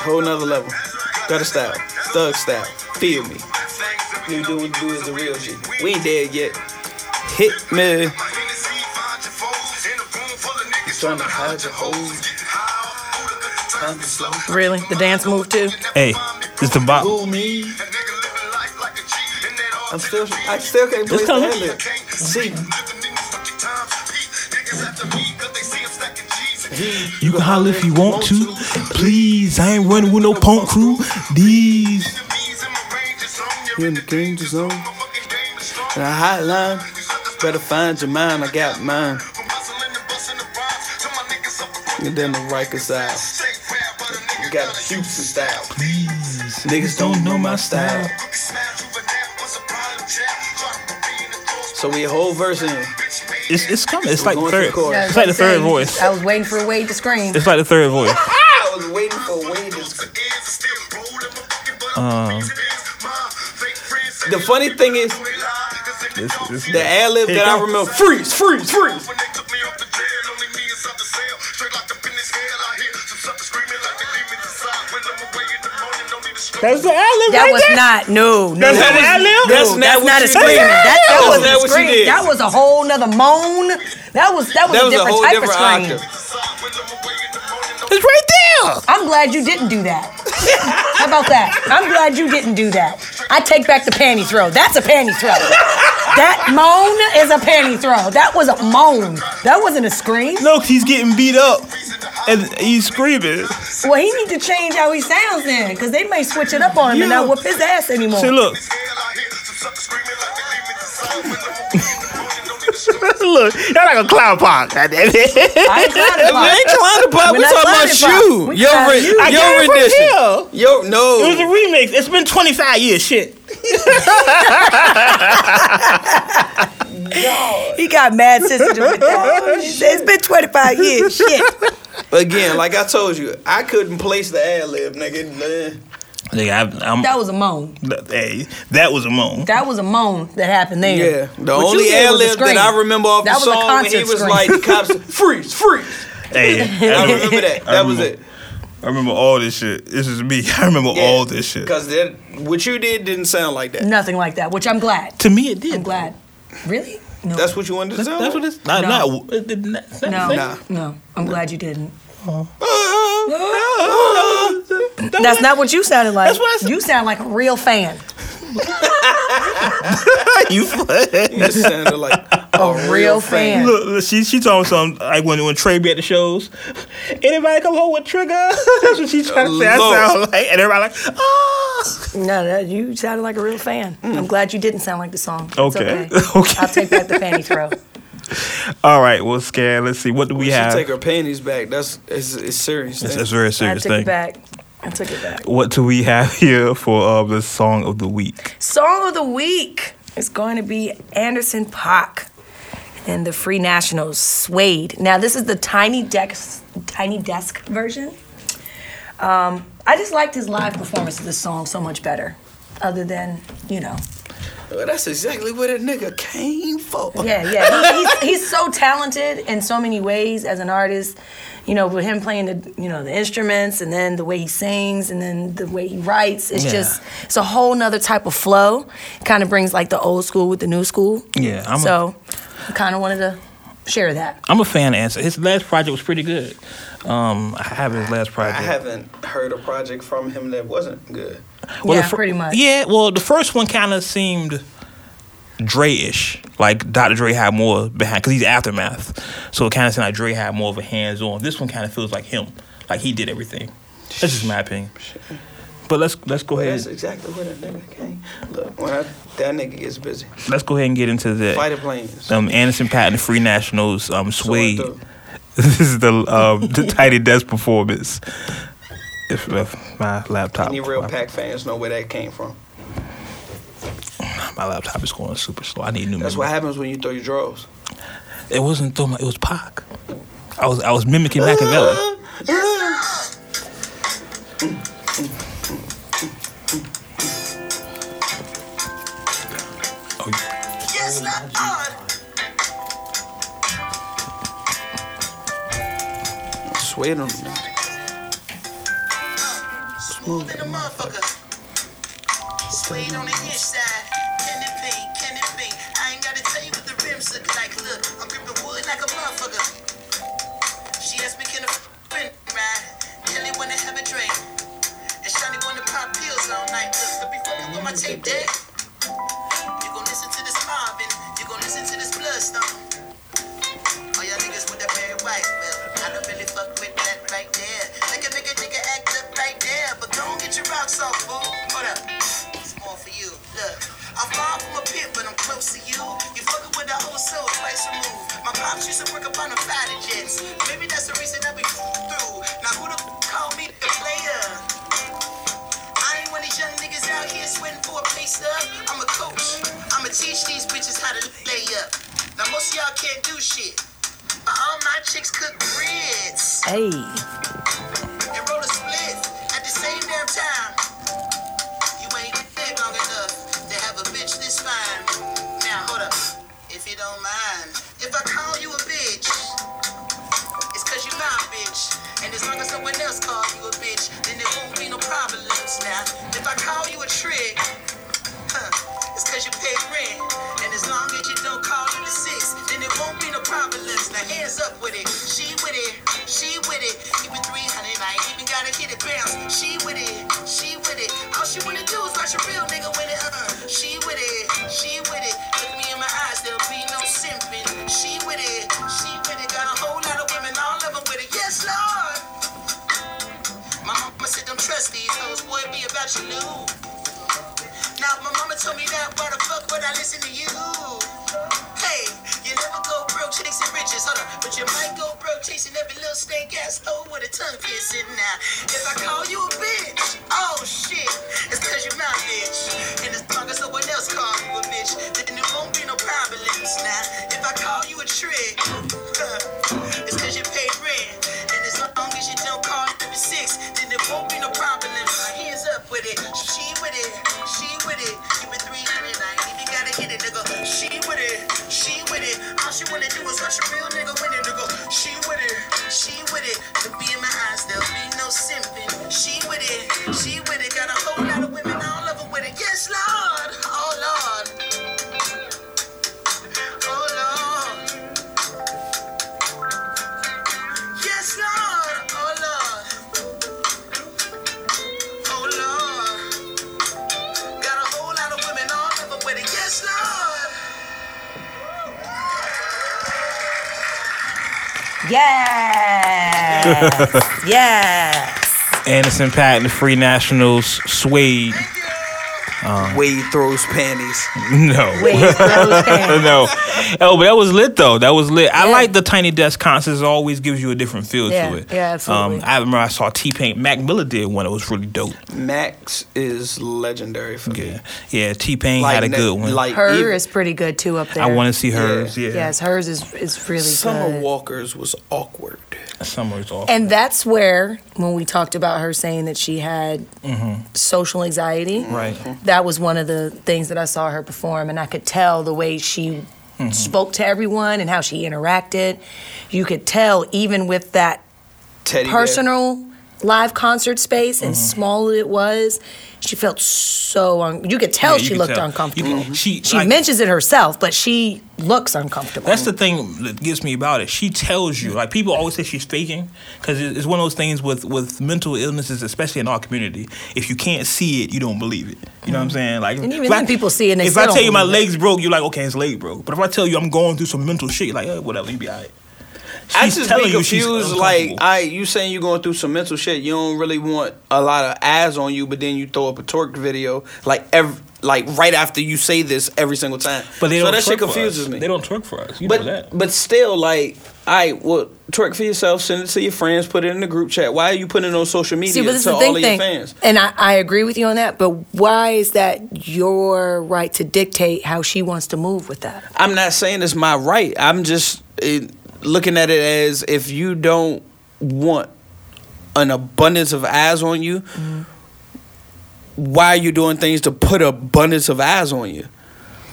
S2: Whole nother level. Gutter style. Thug style. Feel me.
S9: New do what do is the real G.
S2: We ain't dead yet. Hit me.
S9: Trying to hide your hoes.
S3: Really? The dance move too?
S1: Hey, it's the bop.
S2: Fool me. I'm still, I still can't place the
S1: coming.
S2: ad lib. See,
S1: You can holler if you want to. Please, I ain't running with no punk crew. These.
S2: you in the danger zone. And a hotline. Better find your mind. I got mine. And then the Rikers out. You got a Houston style. Niggas don't know my style.
S1: Um,
S2: So we a whole verse in.
S1: It's it's coming. It's like
S2: We're
S1: the third.
S2: going to the chorus.
S1: It's like the third voice.
S3: I was waiting for Wade to scream.
S1: It's like the third voice.
S2: I was waiting for Wade to sc-
S1: Um.
S2: The funny thing is,
S1: This- this-
S2: The ad lib
S1: Here it
S2: that I
S1: comes.
S2: remember. Freeze, freeze, freeze.
S1: That's the ad lib
S3: That
S1: right
S3: was
S1: there.
S3: not no no.
S1: That's not an ad lib.
S2: That's
S3: No,
S2: not
S3: that's
S2: what
S3: not
S2: you
S3: a
S2: did.
S3: scream. That, that
S2: That's not
S3: was a
S2: what you
S3: scream.
S2: did.
S3: That was a whole nother moan. That was that was
S2: That
S3: a
S2: was a
S3: different
S2: whole
S3: type
S2: different
S3: of scream.
S2: octave.
S1: It's right there.
S3: I'm glad you didn't do that. How about that? I'm glad you didn't do that. I take back the panty throw. That's a panty throw. That moan is a panty throw. That was a moan. That wasn't a scream.
S1: No, 'cause he's getting beat up and he's screaming.
S3: Well, he need to change how he sounds then, because they may switch it up on him and not whoop his ass anymore.
S1: Say, look. look, y'all like a clown pop. goddamn it.
S3: I ain't clowning
S2: We ain't
S3: about
S2: trying to pop.
S3: We're
S2: We
S3: not
S2: talking about
S3: clowning pop.
S2: you.
S3: We
S2: Your
S3: clowning
S2: re-
S3: you. I
S2: your
S1: got it from
S2: rendition.
S1: Hill.
S2: Yo,
S1: It was a
S2: no.
S1: remix. It's been 25 years. Shit.
S3: it. He got mad sensitive with that. It's been 25 years. Shit.
S2: Again, like I told you, I couldn't place the ad lib, nigga. Man.
S1: Nigga, I, I'm,
S3: That was a moan.
S1: hey, that was a moan.
S3: That was a moan that happened there.
S2: Yeah, the
S3: What you
S2: only
S3: did
S2: ad
S3: was a
S2: lib that
S3: scream.
S2: I remember off
S3: That
S2: the
S3: was a
S2: song when he
S3: concert
S2: was
S3: scream.
S2: like, the cops, freeze, freeze.
S1: Hey,
S2: I remember that.
S1: I
S2: That was
S1: remember-
S2: it.
S1: I remember all this shit. This is me. I remember all this shit.
S2: Because that, what you did didn't sound like that.
S3: Nothing like that, which I'm glad.
S1: To me, it did.
S3: I'm glad. Really? No.
S2: That's what you wanted to
S1: That's,
S2: sound
S1: that's
S2: like?
S1: what it's not.
S3: No.
S1: not- it did not- it's not
S3: no.
S1: the same.
S2: Nah.
S3: No. I'm glad you didn't.
S2: Oh.
S1: That
S3: That's
S1: was-
S3: not what you sounded like.
S1: That's what I said.
S3: You sound like a real fan.
S1: you. funny.
S2: It sounded like
S3: A real, fan.
S1: Look, look, she she told me something like when when Trey be at the shows. Anybody come home with Trigger? That's what she trying to say. I
S2: Lord.
S1: sound like, and everybody like, ah.
S3: No, no, you sounded like a real fan. I'm glad you didn't sound like the song. It's
S1: Hmm. Okay. Okay.
S3: I'll take back the panty throw.
S1: All right, well, scan. Let's see. What do we,
S2: She
S1: have?
S2: take her panties back. That's it's, it's serious.
S1: That's,
S2: thing.
S1: that's a very
S3: I
S1: serious
S3: took it
S1: thing.
S3: back. I took it back.
S1: What do we have here for uh, the song of the week?
S3: Song of the week is going to be Anderson Pac and the Free Nationals Suede. Now this is the tiny desk tiny desk version. Um, I just liked his live performance of this song so much better. Other than, you know.
S2: Well, that's exactly what a nigga came for.
S3: Yeah, yeah. He, he's, he's so talented in so many ways as an artist. You know, with him playing the you know the instruments, and then the way he sings, and then the way he writes. It's
S1: Yeah.
S3: just it's a whole nother type of flow. Kind of brings like the old school with the new school.
S1: Yeah, I'm a-
S3: so I kind of wanted to share that.
S1: I'm a fan of Answer. His last project was pretty good. Um, I have his last project.
S2: I haven't heard a project from him that wasn't good.
S1: the
S3: Yeah, pretty much.
S1: Yeah, well, the first one kind of seemed Dre-ish. Like Dr. Dre had more behind because he's aftermath, so it kind of seemed like Dre had more of a hands-on. This one kind of feels like him, like he did everything. That's just my opinion. But let's let's go
S2: Well,
S1: ahead.
S2: that's exactly what a nigga came. Look, when I, that nigga gets busy,
S1: Let's go ahead and get into
S2: fighter
S1: the
S2: planes.
S1: um, Anderson Patton Free Nationals um, Suede.
S2: So,
S1: this is the um, the Tiny Desk performance. If, if my laptop,
S2: Any real
S1: my-
S2: Pac fans know where that came from.
S1: my laptop is going super slow. I need new.
S2: That's
S1: memory.
S2: what happens when you throw your drawers.
S1: It wasn't Thoma. It was Pac. I was I was mimicking Machiavelli. Oh, yeah.
S2: I swear to them.
S1: Uh-huh.
S2: Smooth like a motherfucker.
S10: Suede on the inside. Can it be? Can it be? I ain't gotta tell you what the rims look like. Look, I'm gripping wood like a motherfucker. She asked me, can a friend ride? Kelly wanna have a drink. And Shiny wanna pop pills all night. Look, don't be fucking with my tape deck. You gon' listen to this Marvin. You gon' listen to this Bloodstone. All y'all niggas with that very white. Well, I don't really fuck with that right there. They can make a nigga act up right there, but don't get your rocks off, fool. Hold up. It's more for you. Look, I'm far from a pit, but I'm close to you. You fucking with the whole soul twice removed. My pops used to work up on the fighter jets. Maybe that's the reason that we through. Now who the f- call me the player? I ain't one of these young niggas out here sweating for a pay stub. I'm a coach. I'ma teach these bitches how to lay up. Now most of y'all can't do shit. But all my chicks cook grits
S3: Hey,
S10: and roll a split at the same damn time. You ain't been long enough to have a bitch this fine. Now hold up. hands up with it. She with it, she with it. Keep it 300, I ain't even gotta get it bounce. She with it, she with it. All she wanna do is watch a real nigga win it. Uh-uh. She with it, she with it. Look me in my eyes, there'll be no simping. She with it, she with it. Got a whole lot of women, all of them with it. Yes, Lord. My mama said them trust these hoes, boy, it be about you new. Now my mama told me that, why the fuck would I listen to you? Hey, you never go broke chasing riches, hold up, but you might go broke chasing every little snake ass hoe with a tongue piercing now. If I call you a bitch, oh shit, it's cause you're my bitch. And as long as someone else calls you a bitch, then it won't be no problems now. If I call you a trick, it's cause you paid rent. And as long as you don't call it number six, then it won't be no problem. My hands up with it, she with it, she with it. Give it 300, I ain't even gotta hit it, nigga. She with it, she with it. All she wanna do is watch a real nigga win it, nigga. She with it, she with it. Look me in my eyes, there'll be no simping. She with it, she with it. Got a whole lot of women, all of them with it. Yes, Lord, oh Lord. Oh Lord. Yes, Lord. Oh Lord. Oh Lord. Got a whole lot of women all over with it. Yes, Lord.
S4: Yes. yes.
S1: Anderson Patton, Free Nationals, Suede.
S2: Wade throws panties.
S1: No.
S4: Wait, okay.
S1: no. Oh, but that was lit though. That was lit. I
S4: Yeah.
S1: like the Tiny Desk concerts. It always gives you a different feel
S4: Yeah,
S1: to it.
S4: yeah, absolutely.
S1: Um, I remember I saw T Pain. Mac Miller did one. It was really dope.
S2: Max is legendary for me.
S1: Yeah, yeah. T Pain
S2: Like,
S1: had a
S2: ne-
S1: good one.
S2: Like
S4: Her
S2: even-
S4: is pretty good too up there.
S1: E-, I want to see hers. Yeah.
S4: Yes, hers is is really
S2: Summer
S4: good.
S2: Walker's was awkward.
S1: Summer's off.
S4: And that's where when we talked about her saying that she had social anxiety.
S1: Mm-hmm. right.
S4: that was one of the things that I saw her perform, and I could tell the way she
S1: Mm-hmm.
S4: spoke to everyone and how she interacted. You could tell even with that
S2: Teddy bear.
S4: personal live concert space and
S1: Mm-hmm.
S4: small it was, she felt so un- you could tell
S1: Yeah, you
S4: she
S1: can
S4: looked
S1: tell.
S4: uncomfortable.
S1: You can- She
S4: She
S1: like,
S4: mentions it herself, but she looks uncomfortable.
S1: That's the thing that gets me about it. She tells you, like people always say she's faking, because it's one of those things with with mental illnesses, especially in our community. If you can't see it, you don't believe it. You know what I'm saying? Like,
S4: Mm. And even
S1: if
S4: then people see it and they
S1: if
S4: still
S1: I
S4: don't
S1: tell you my
S4: believe it.
S1: legs broke, you're like, okay, it's leg broke. But if I tell you I'm going through some mental shit, you're like, eh, whatever, you be alright.
S2: I
S1: She's
S2: just
S1: telling
S2: be
S1: you she's
S2: confused. Like,
S1: uncomfortable.
S2: I you saying you're going through some mental shit. You don't really want a lot of eyes on you, but then you throw up a torque video like every, like right after you say this every single time.
S1: But they
S2: so
S1: don't
S2: that shit
S1: twerk for
S2: confuses
S1: us.
S2: me.
S1: They don't twerk for us. You know
S2: But
S1: that.
S2: but still, like, I well, twerk for yourself. Send it to your friends. Put it in the group chat. Why are you putting it on social media
S4: See, but this is
S2: to
S4: the
S2: all
S4: thing
S2: of
S4: thing,
S2: your fans?
S4: and I, I agree with you on that. But why is that your right to dictate how she wants to move with that?
S2: I'm not saying it's my right. I'm just it, looking at it as if you don't want an abundance of eyes on you,
S4: Mm-hmm.
S2: why are you doing things to put abundance of eyes on you?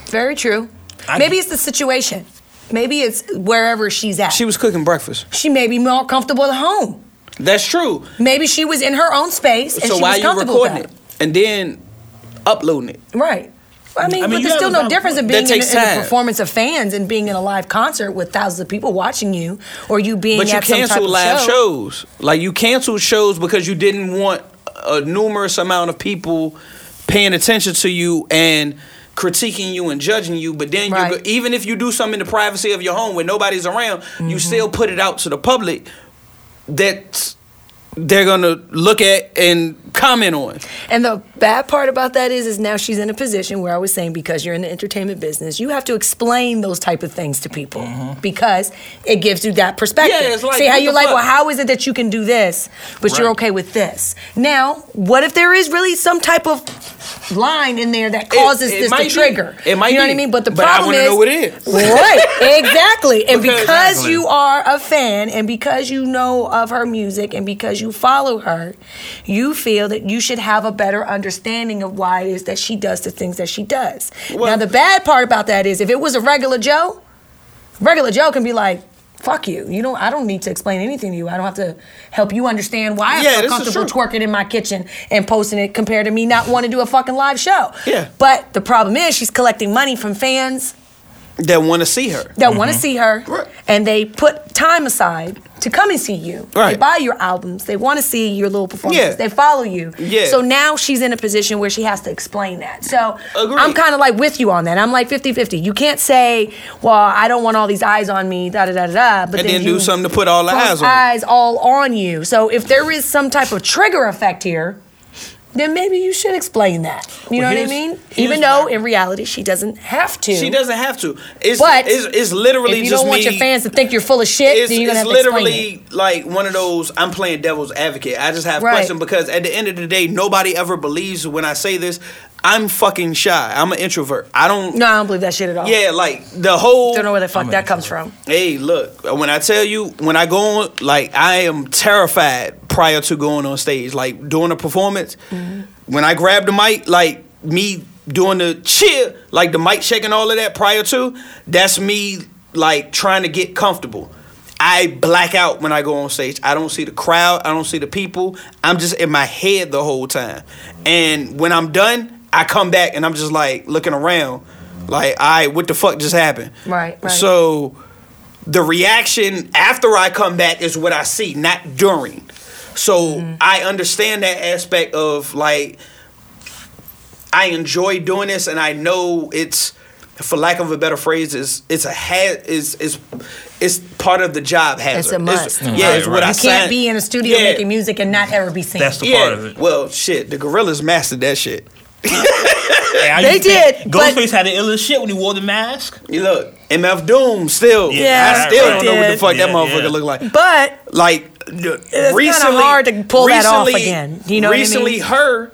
S4: Very true.
S1: I-
S4: Maybe it's the situation. Maybe it's wherever she's at.
S2: She
S4: She,
S2: was cooking breakfast.
S4: may be more comfortable at home.
S2: That's true.
S4: Maybe she was in her own space and
S2: so
S4: she
S2: why
S4: was
S2: you
S4: comfortable with
S2: recording
S4: that.
S2: it and then uploading it?
S4: Right. I mean,
S1: I mean,
S4: but
S1: you
S4: there's
S1: have
S4: still
S1: a
S4: no
S1: valid
S4: difference in
S1: point.
S4: being
S2: That
S4: in,
S2: takes
S4: in the
S2: time.
S4: performance of fans and being in a live concert with thousands of people watching you, or you being
S2: But you
S4: at some type
S2: canceled
S4: of
S2: live
S4: show.
S2: shows. Like you canceled shows because you didn't want a numerous amount of people paying attention to you and critiquing you and judging you. But then
S4: Right.
S2: you go, even if you do something in the privacy of your home where nobody's around, you still put it out to the public that they're gonna look at and comment on.
S4: And the bad part about that is, is now she's in a position where I was saying because you're in the entertainment business, you have to explain those type of things to people because it gives you that perspective.
S2: Mm-hmm. Yeah, it's like,
S4: See how
S2: what the
S4: you're like,
S2: fuck?
S4: well, how is it that you can do this, but you're
S1: Right.
S4: okay with this? Now, what if there is really some type of line in there that
S2: It-
S4: causes
S2: it
S4: this
S2: might
S4: to
S2: be.
S4: trigger?
S2: It might
S4: you know what I
S2: be.
S4: mean? But the
S2: But I
S4: problem
S2: wanna
S4: is,
S2: know what it is.
S4: right? Exactly. And because,
S2: Because-
S4: you are a fan, and because you know of her music, and because you follow her, you feel that you should have a better understanding of why it is that she does the things that she does. now,
S2: Well-
S4: the bad part about that is, if it was a regular Joe, regular Joe can be like. Fuck you. You don't I don't need to explain anything to you. I don't have to help you understand why
S2: Yeah,
S4: I feel
S2: this is
S4: comfortable
S2: true.
S4: twerking in my kitchen and posting it compared to me not wanting to do a fucking live show.
S2: Yeah.
S4: But the problem is she's collecting money from fans
S2: that want to see her.
S3: that want to see her
S2: Mm-hmm. Right.
S3: and they put time aside to come and see you. They
S2: Right.
S3: buy your albums. They want to see your little performances.
S2: Yeah.
S3: They follow you.
S2: Yeah.
S3: So now she's in a position where she has to explain that. So
S2: Agreed.
S3: I'm kind of like with you on that. I'm like 50-50. You can't say, "Well, I don't want all these eyes on me." Da da da da. da, But
S2: And
S3: then
S2: then do
S3: you
S2: something to put all the
S3: put
S2: eyes on.
S3: eyes all on you. So if there is some type of trigger effect here. Then maybe you should explain that. You
S2: Well,
S3: know what I
S2: here's-
S3: mean?
S2: here's
S3: Even though
S2: my-
S3: in reality she doesn't have to.
S2: She doesn't have to. It's
S3: But
S2: it's, it's literally
S3: if you
S2: just
S3: don't want
S2: me-
S3: your fans to think you're full of shit,
S2: It's,
S3: then you're gonna
S2: it's
S3: have to explain it.
S2: literally like one of those. I'm playing devil's advocate. I just have
S3: Right.
S2: questions because at the end of the day, nobody ever believes when I say this. I'm fucking shy. I'm an introvert. I don't.
S3: No, I don't believe that shit at all.
S2: Yeah, like the whole.
S3: Don't know where the fuck that comes from.
S2: Hey, look, when I tell you, when I go on, like, I am terrified prior to going on stage. Like, doing a performance,
S3: Mm-hmm.
S2: when I grab the mic, like, me doing the cheer, like, the mic shaking all of that prior to, that's me, like, trying to get comfortable. I black out when I go on stage. I don't see the crowd, I don't see the people. I'm just in my head the whole time. And when I'm done, I come back and I'm just, like, looking around. Like, I what the fuck just happened?
S3: Right, right.
S2: So the reaction after I come back is what I see, not during. So
S3: Mm-hmm.
S2: I understand that aspect of like I enjoy doing this, and I know it's, for lack of a better phrase, is it's a ha- is is it's part of the job hazard.
S3: a must.
S2: yeah, it's what I
S3: You can't
S2: signed-
S3: be in a studio
S2: Yeah.
S3: making music and not ever be seen.
S1: That's the
S2: Yeah.
S1: part of it.
S2: Well, shit, the gorillas mastered that shit.
S1: Yeah, I
S3: They
S1: used to think
S3: did, but-
S1: Ghostface had the illest shit when he wore the mask.
S2: You look, MF Doom still.
S1: Yeah,
S2: I still
S1: right,
S2: don't know what the
S3: did.
S2: fuck that
S1: Yeah,
S2: motherfucker
S1: yeah.
S2: look like.
S3: but
S2: like it's
S3: kinda
S2: recently
S3: hard to pull that off again. You know what I mean?
S2: recently her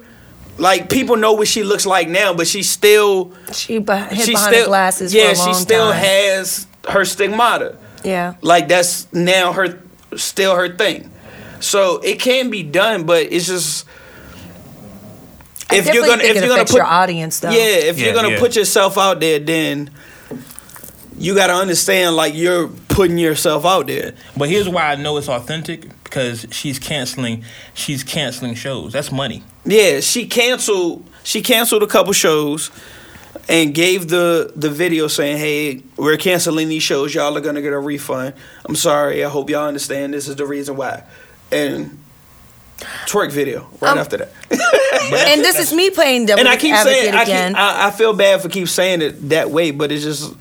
S2: like people know what she looks like now but she still
S3: she be- hid
S2: she
S3: behind
S2: still
S3: the glasses
S2: yeah
S3: for a long
S2: she still
S3: time.
S2: has her stigmata
S3: yeah.
S2: like that's now her still her thing so it can be done but it's just
S3: I
S2: if you're
S3: definitely
S2: gonna
S3: think
S2: if
S3: it
S2: you're gonna
S3: affects
S2: put
S3: your audience though.
S2: yeah, if
S1: Yeah,
S2: you're gonna
S1: yeah.
S2: put yourself out there, then you gotta understand like you're putting yourself out there.
S1: But here's why I know it's authentic because she's canceling. She's canceling shows. That's money.
S2: Yeah, she canceled. She canceled a couple shows, and gave the the video saying, "Hey, we're canceling these shows. Y'all are gonna get a refund. I'm sorry. I hope y'all understand. This is the reason why." And twerk video right
S3: Um,
S2: after that.
S3: And this is me playing devil
S2: And I keep
S3: advocate
S2: saying, I,
S3: again.
S2: keep, I I feel bad for keep saying it that way, but it's just.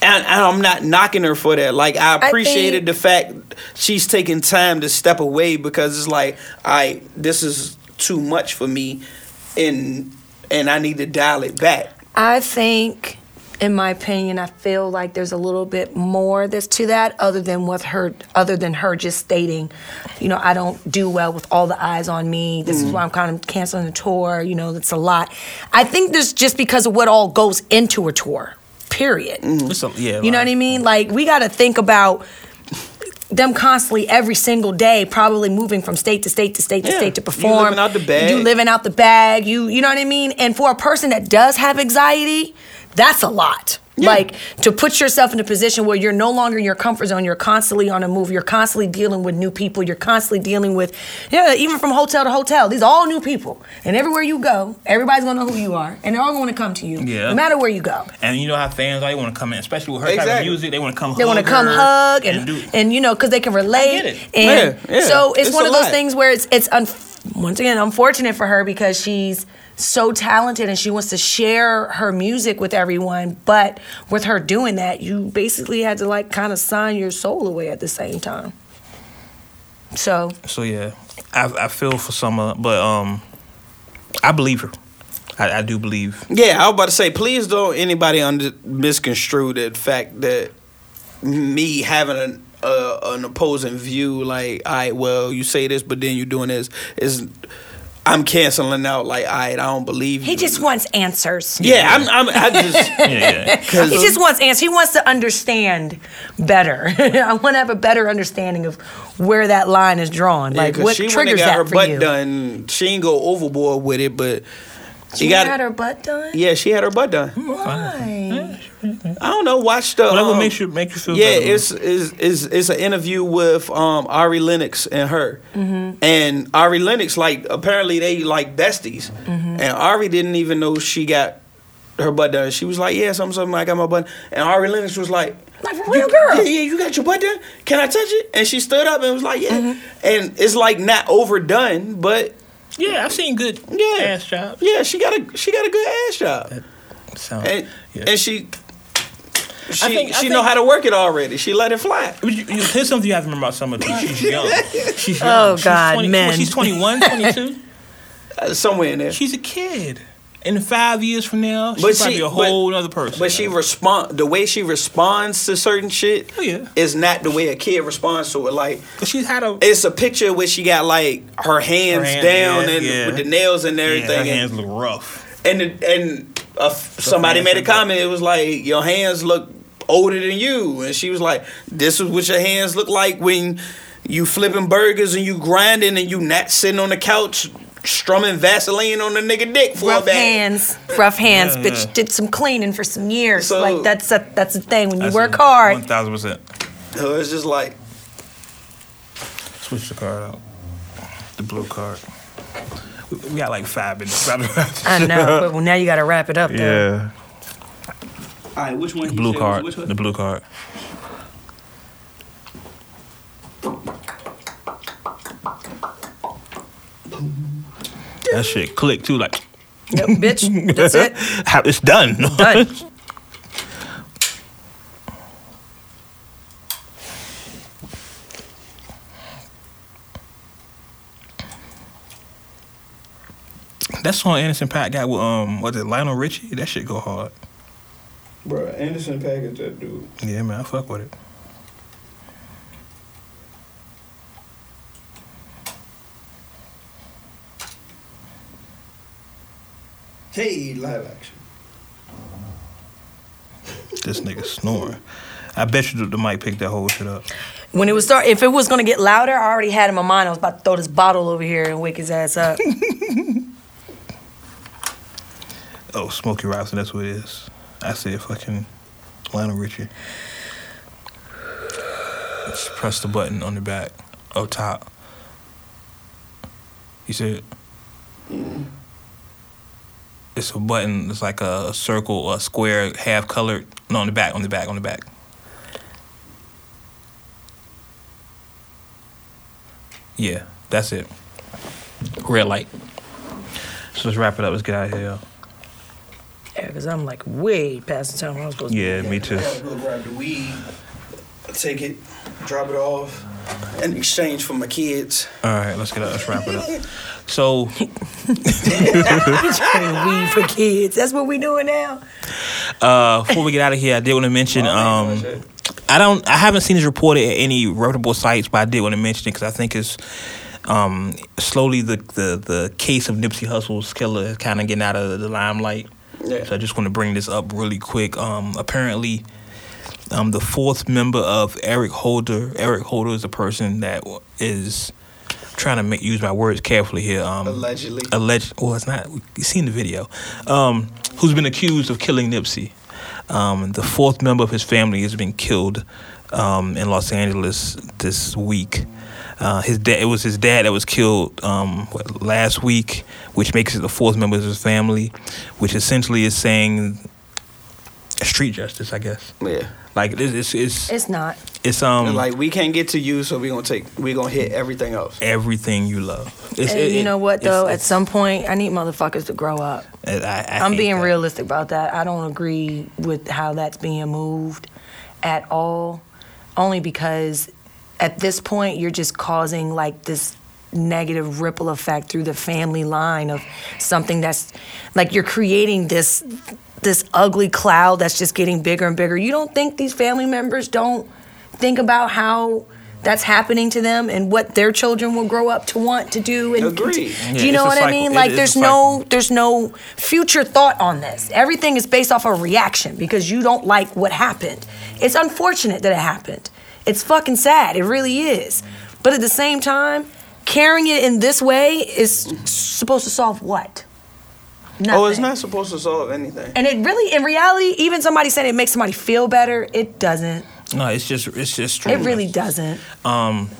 S2: And, and I'm not knocking her for that. Like I appreciated
S3: think-
S2: the fact she's taking time to step away because it's like, I this is too much for me, and and I need to dial it back.
S3: I think, in my opinion, I feel like there's a little bit more that's to that, other than what her, other than her just stating, you know, I don't do well with all the eyes on me. This
S2: Mm.
S3: is why I'm kind of canceling the tour. You know, that's a lot. I think there's just because of what all goes into a tour. Period.
S2: Mm.
S1: It's some- yeah,
S3: You know
S1: like-
S3: what I mean? Like we got to think about them constantly every single day, probably moving from state to state to state to
S2: Yeah.
S3: state to
S2: You
S3: perform.
S2: living out the bag.
S3: You living out the bag. You you know what I mean? And for a person that does have anxiety, that's a lot. Like to put yourself in a position where you're no longer in your comfort zone, you're constantly on a move, you're constantly dealing with new people, you're constantly dealing with, yeah, even from hotel to hotel, these are all new people. And everywhere you go, everybody's gonna know who you are, and they're all gonna come to you,
S1: Yeah.
S3: no matter where you go.
S1: And you know how fans are. They want to come in, especially with her type of
S2: Exactly.
S1: music. They want to come.
S3: They want to come
S1: her
S3: hug and
S1: do-
S3: and, you know because they can relate.
S1: get it.
S3: And
S2: Yeah, yeah.
S3: so it's,
S2: It's
S3: one
S2: a
S3: of those
S2: lot.
S3: things where it's it's un- once again unfortunate for her because she's so talented and she wants to share her music with everyone. But with her doing that, you basically had to like kind of sign your soul away at the same time. So
S1: So yeah, I, I feel for Summer, but um, I believe her. I, I do believe.
S2: Yeah, I was about to say, please don't anybody under misconstrue the fact that me having an uh, an opposing view, like, all right, well, you say this, but then you're doing this, is I'm canceling out. Like, all right, I don't believe you.
S3: he just wants answers.
S2: yeah, I'm, I'm, I just,
S1: Yeah, yeah.
S3: He
S2: Um,
S3: just wants answers. He wants to understand better. I want to have a better understanding of where that line is drawn. Like
S2: 'cause
S3: what
S2: she went and
S3: triggers
S2: got
S3: that
S2: her
S3: for
S2: butt
S3: you?
S2: done. She ain't go overboard with it, but she
S3: She
S2: got
S3: had her butt done.
S2: Yeah, she had her butt done.
S3: Why?
S2: I don't know. Watch the.
S1: Whatever
S2: um,
S1: makes you make you feel.
S2: yeah,
S1: better.
S2: it's is is it's an interview with um, Ari Lennox and her, and Ari Lennox like apparently they like besties, and Ari didn't even know she got her butt done. She was like, yeah, something, something. I got my butt. And Ari Lennox was like,
S4: Like, for
S2: "You-
S4: real, girl."
S2: Yeah, yeah, you got your butt done. Can I touch it? And she stood up and was like, yeah. And it's like not overdone, but
S1: Yeah, I've seen good
S2: Yeah.
S1: ass jobs.
S2: yeah, she got a she got a good ass job.
S1: So,
S2: and
S1: yeah.
S2: and she she
S1: think- I
S2: she know
S1: think-
S2: how to work it already. She let it fly.
S1: But you- you- here's something you have to remember about Summer Lee. She's young. She's young.
S4: Oh,
S1: she's
S4: God,
S1: 20,
S4: men.
S1: She's 21, 22.
S2: Uh, somewhere in there.
S1: she's a kid. In five years from now, she's
S2: But
S1: probably
S2: she-
S1: a
S2: but-
S1: whole other person.
S2: But she respond the way she responds to certain shit
S1: Oh, yeah.
S2: is not the way a kid responds to it. Like
S1: 'Cause she's had a.
S2: it's a picture where she got like her hands,
S1: hands,
S2: down
S1: yeah,
S2: and
S1: yeah.
S2: with the nails and
S1: yeah, her
S2: everything,
S1: hands look rough.
S2: and and the, and a f somebody
S1: hands
S2: made a
S1: look good.
S2: comment. It was like your hands look older than you, and she was like, "This is what your hands look like when you flipping burgers and you grinding and you not sitting on the couch." Strumming Vaseline on the nigga dick for a
S4: rough
S2: bag.
S4: hands, rough hands.
S1: Yeah,
S4: bitch
S1: yeah.
S4: did some cleaning for some years.
S2: So-
S4: like that's a that's a thing when you
S1: That's
S4: work
S1: a-
S4: hard.
S1: 1,000%.
S2: So it's just like,
S1: Switch the card out. The blue card. We, we got like five minutes.
S4: I know, but well, now you got to wrap it up. Though.
S1: yeah.
S2: all right, which one?
S1: The
S2: he
S1: blue
S2: said was
S1: card.
S2: which one?
S1: The blue card. That shit click too, like
S4: Yep, bitch. That's it.
S1: How- it's done.
S4: Done.
S1: that song Anderson Pack got with um was it Lionel Richie? That shit go hard.
S2: Bro, Anderson package that dude.
S1: Yeah, man, I fuck with it.
S2: Hey, live action.
S1: This nigga snoring. I bet you the, the mic picked that whole shit up.
S4: When it was start, if it was gonna get louder, I already had in my mind I was about to throw this bottle over here and wake his ass up.
S1: Oh, Smokey Robinson, that's what it is. I said fucking Lionel Richie. Just press the button on the back, up top. You said it's a button. It's like a circle, or a square, half colored. No, on the back, on the back, on the back. Yeah, that's it. Red light. So let's wrap it up. Let's get out of here.
S4: yeah, because I'm like way past the time I was supposed to.
S1: Yeah, me too.
S2: Go grab the weed, take it, drop it off, in exchange for my kids.
S1: All right, let's get up. Let's wrap it up. So,
S4: Weed for kids. That's what we doing now.
S1: uh, before we get out of here, I did want to mention. Um, I don't. I haven't seen this reported at any reputable sites, but I did want to mention it because I think it's um, slowly the, the the case of Nipsey Hussle's killer is kind of getting out of the limelight.
S2: Yeah.
S1: So I just want to bring this up really quick. Um, apparently, um, the fourth member of Eric Holder. Eric Holder is a person that is trying to make, use my words carefully here. Um,
S2: Allegedly.
S1: alleged. Well, it's not. You seen the video? Um, who's been accused of killing Nipsey? Um, the fourth member of his family has been killed um, in Los Angeles this week. Uh, his dad. It was his dad that was killed um, what, last week, which makes it the fourth member of his family, which essentially is saying street justice, I guess.
S2: Yeah.
S1: Like it's it's it's,
S4: It's not.
S1: it's um
S2: And like we can't get to you, so we gonna take we gonna hit everything else.
S1: everything you love. It's,
S4: And
S1: it-
S4: you
S1: it-
S4: know what
S1: it's-
S4: though? At
S1: it's-
S4: some point, I need motherfuckers to grow up.
S1: I, I
S4: I'm
S1: hate
S4: being
S1: that.
S4: realistic about that. I don't agree with how that's being moved at all, only because at this point you're just causing like this negative ripple effect through the family line of something that's like you're creating this this ugly cloud that's just getting bigger and bigger. You don't think these family members don't think about how that's happening to them and what their children will grow up to want to do and
S2: Agreed.
S1: Yeah,
S4: do you know
S1: it's
S4: what
S1: a
S4: I
S1: cycle.
S4: mean?
S1: It
S4: Like
S1: is a
S4: there's
S1: cycle.
S4: no there's no future thought on this. Everything is based off a reaction because you don't like what happened. It's unfortunate that it happened. It's fucking sad. It really is. But at the same time, carrying it in this way is supposed to solve what? Nothing.
S2: Oh, it's not supposed to solve anything.
S4: And it really, in reality, even somebody saying it makes somebody feel better, it doesn't.
S1: No, it's just it's just
S4: It
S1: streaming.
S4: really doesn't.
S1: Um,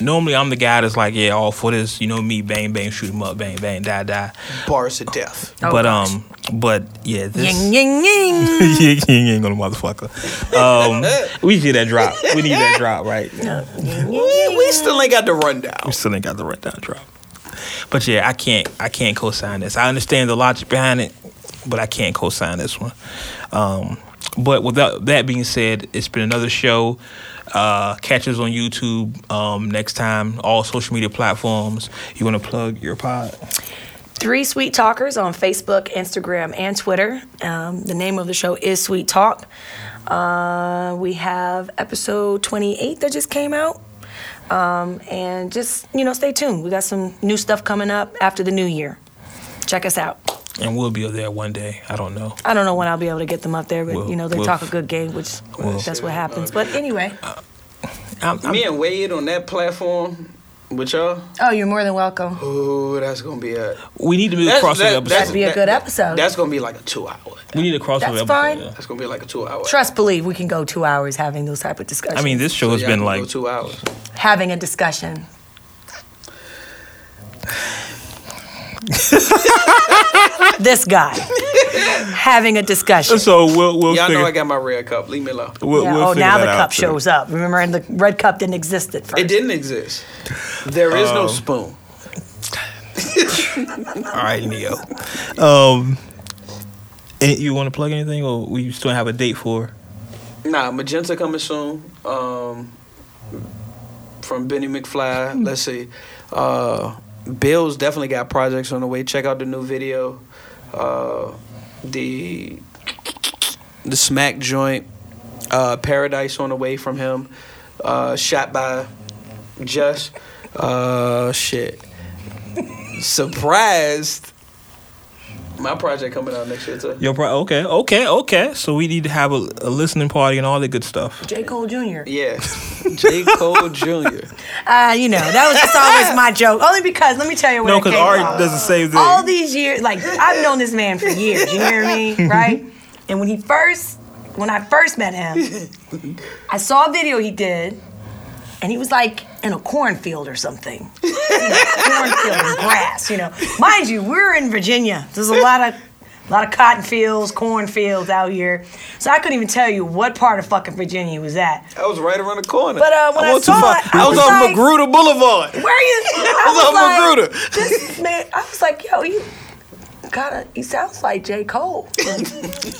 S1: Normally, I'm the guy that's like, yeah, all for this, you know me, bang bang, shoot 'em up, bang bang, die die.
S2: Bars to death.
S4: Oh,
S1: but um, but yeah, this
S3: Ying ying ying.
S1: ying ying ying on the motherfucker. Um, we need that drop. We need that drop, right?
S2: We, we still ain't got the rundown.
S1: We still ain't got the rundown drop. But yeah, I can't I can't co-sign this. I understand the logic behind it, but I can't co-sign this one. Um, but without that being said, it's been another show. Uh, catch us on YouTube um, next time. All social media platforms. You want to plug your pod?
S3: Three Sweet Talkers on Facebook, Instagram, and Twitter. Um, the name of the show is Sweet Talk. Uh, we have episode 28 that just came out. Um, and just, you know, stay tuned. We got some new stuff coming up after the new year. Check us out.
S1: And we'll be there one day. I don't know.
S3: I don't know when I'll be able to get them up there, but,
S1: Well,
S3: you know, they
S1: well,
S3: talk a good game, which that's what happens. But anyway,
S1: I'm, I'm,
S2: Me and Wade on that platform with y'all.
S3: oh, you're more than welcome.
S2: Ooh, Oh, that's gonna be a.
S1: we need to do a
S2: That's-
S1: crossover
S2: that-
S1: episode.
S2: that's-
S3: That'd be a good episode.
S2: That's gonna be like a two hour.
S1: we need a crossover
S3: that's
S1: episode.
S3: fine.
S1: yeah.
S2: That's gonna be like a two hour.
S3: Trust, believe we can go two hours having those type of discussions.
S1: I mean, this show has
S2: Y'all
S1: been
S2: can go
S1: like
S2: two hours.
S3: having a discussion. this guy having a discussion.
S1: so. We'll we'll
S2: Y'all
S1: figure.
S2: know I got my red cup. Leave me alone.
S1: we'll,
S3: Yeah,
S1: we'll
S3: oh,
S1: figure
S3: now
S1: that
S3: the
S1: out
S3: cup
S1: too.
S3: shows up. Remember, and the red cup didn't exist at first.
S2: It didn't exist. There is no spoon.
S1: All right, Neo. Um, and you want to plug anything, or we still have a date for?
S2: Nah, Magenta coming soon. Um, from Benny McFly. Let's see. Uh, Bill's definitely got projects on the way. Check out the new video. Uh, the the Smack joint. Uh, Paradise on the way from him. Uh, shot by Just. Uh, shit. Surprised. My project coming out next year too.
S1: Your pro- okay, okay, okay. So we need to have a, a listening party and all that good stuff.
S3: J. Cole Jr.
S2: Yeah. J. Cole Jr.
S3: Uh, you know, that was just always my joke. Only because, let me tell you where
S1: No,
S3: it
S1: because
S3: came
S1: Ari
S3: from.
S1: doesn't say that.
S3: all these years, like I've known this man for years. You hear me, right? And when he first, when I first met him, I saw a video he did, and he was like in a cornfield or something, You know, cornfield and grass. You know, mind you, we're in Virginia. There's a lot of. A lot of cotton fields, cornfields out here. So I couldn't even tell you what part of fucking Virginia he was at.
S2: I was right around the corner.
S3: But, uh, when I
S2: went
S3: saw
S2: too far.
S3: it, I
S2: I was,
S3: was
S2: on
S3: like-
S2: Magruder Boulevard.
S3: Where are you? I
S2: was on
S3: like,
S2: Magruder.
S3: This man, I was like, yo, you gotta. He sounds like J. Cole. He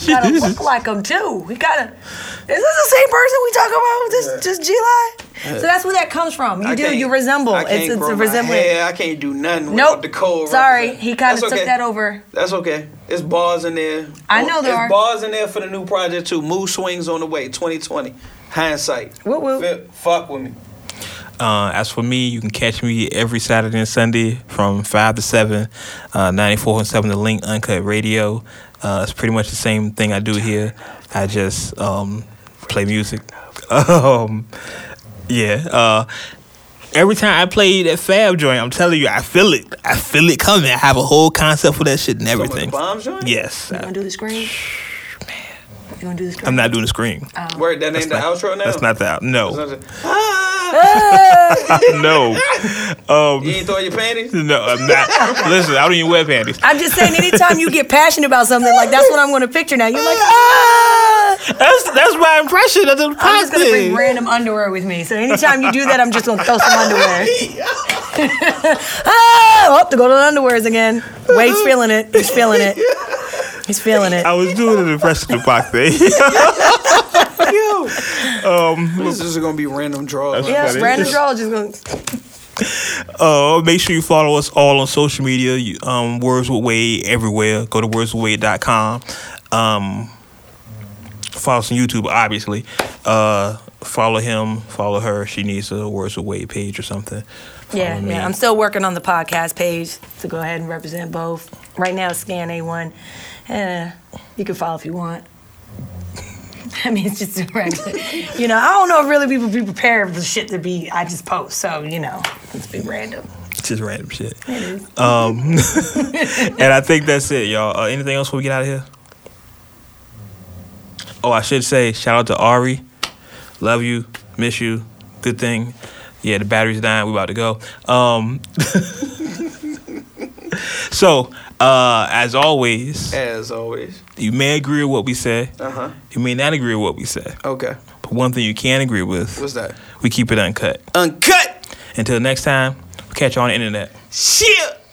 S3: gotta look like him too. He gotta. Is this the same person we talking about? Just, just G-Line? So that's where that comes from. You
S2: I
S3: do.
S2: can't-
S3: You resemble.
S2: I
S3: It's,
S2: can't
S3: it's
S2: grow
S3: a
S2: my
S3: resemblance.
S2: hair. I can't do nothing
S3: Nope.
S2: without the cold.
S3: Sorry,
S2: represent.
S3: he kind
S2: That's
S3: of took
S2: okay.
S3: that over.
S2: That's okay. It's bars in there.
S3: I know there
S2: It's
S3: are.
S2: bars in there for the new project too. Move swings on the way. 2020. Hindsight.
S3: Woo woo.
S2: F- fuck with me.
S1: Uh, as for me, you can catch me every Saturday and Sunday from 5 to 7, uh, 94 and 7, the Link Uncut Radio. Uh, it's pretty much the same thing I do here. I just um, play music. um, yeah. Uh, every time I play that Fab joint, I'm telling you, I feel it. I feel it coming. I have a whole concept for that shit and
S2: Talking about the
S1: everything.
S2: bomb joint?
S1: Yes.
S3: You gonna do the scream? You gonna do the scream?
S1: I'm not doing the scream.
S2: Word, that ain't the outro now?
S1: That's not that. No.
S2: That's not the- Ah,
S1: no. Um,
S2: you ain't throw your panties?
S1: No, I'm not. Listen, I don't even wear panties.
S3: I'm just saying, anytime you get passionate about something, like that's what I'm gonna picture now. You're like,
S1: Ah! That's that's my impression of the podcast.
S3: I'm just gonna bring random underwear with me. So anytime you do that, I'm just gonna throw some underwear. ah, up to go to the underwears again. Wade's feeling it. He's feeling it. He's feeling it.
S1: I was doing an impression of the podcast. Um,
S2: This is going to be random draws.
S3: Yeah,
S1: funny.
S3: Brandon Draw just gonna.
S1: uh, make sure you follow us all on social media. You, um, Words with Wade everywhere. Go to wordswithwade.com. Um, follow us on YouTube, obviously. Uh, follow him. Follow her. She needs a Words with Wade page or something.
S2: Oh,
S3: Yeah,
S1: Follow me.
S3: yeah. I'm still working on the podcast page to go ahead and represent both. Right now, it's Scan A1. Uh, you can follow if you want. I mean, it's just direct. you know, I don't know if really people be prepared for the shit to be. I just post, so you know, it's be random.
S1: It's just random shit. Um, and I think that's it, y'all. Uh, anything else before we get out of here? Oh, I should say shout out to Ari. Love you, miss you. Good thing. Yeah, the battery's dying. We about to go. Um, so, uh, as always,
S2: As always.
S1: you may agree with what we say.
S2: Uh huh.
S1: You may not agree with what we say.
S2: Okay.
S1: But one thing you can agree with,
S2: What's that?
S1: we keep it uncut.
S2: Uncut.
S1: Until next time, catch you on the internet.
S2: Shit.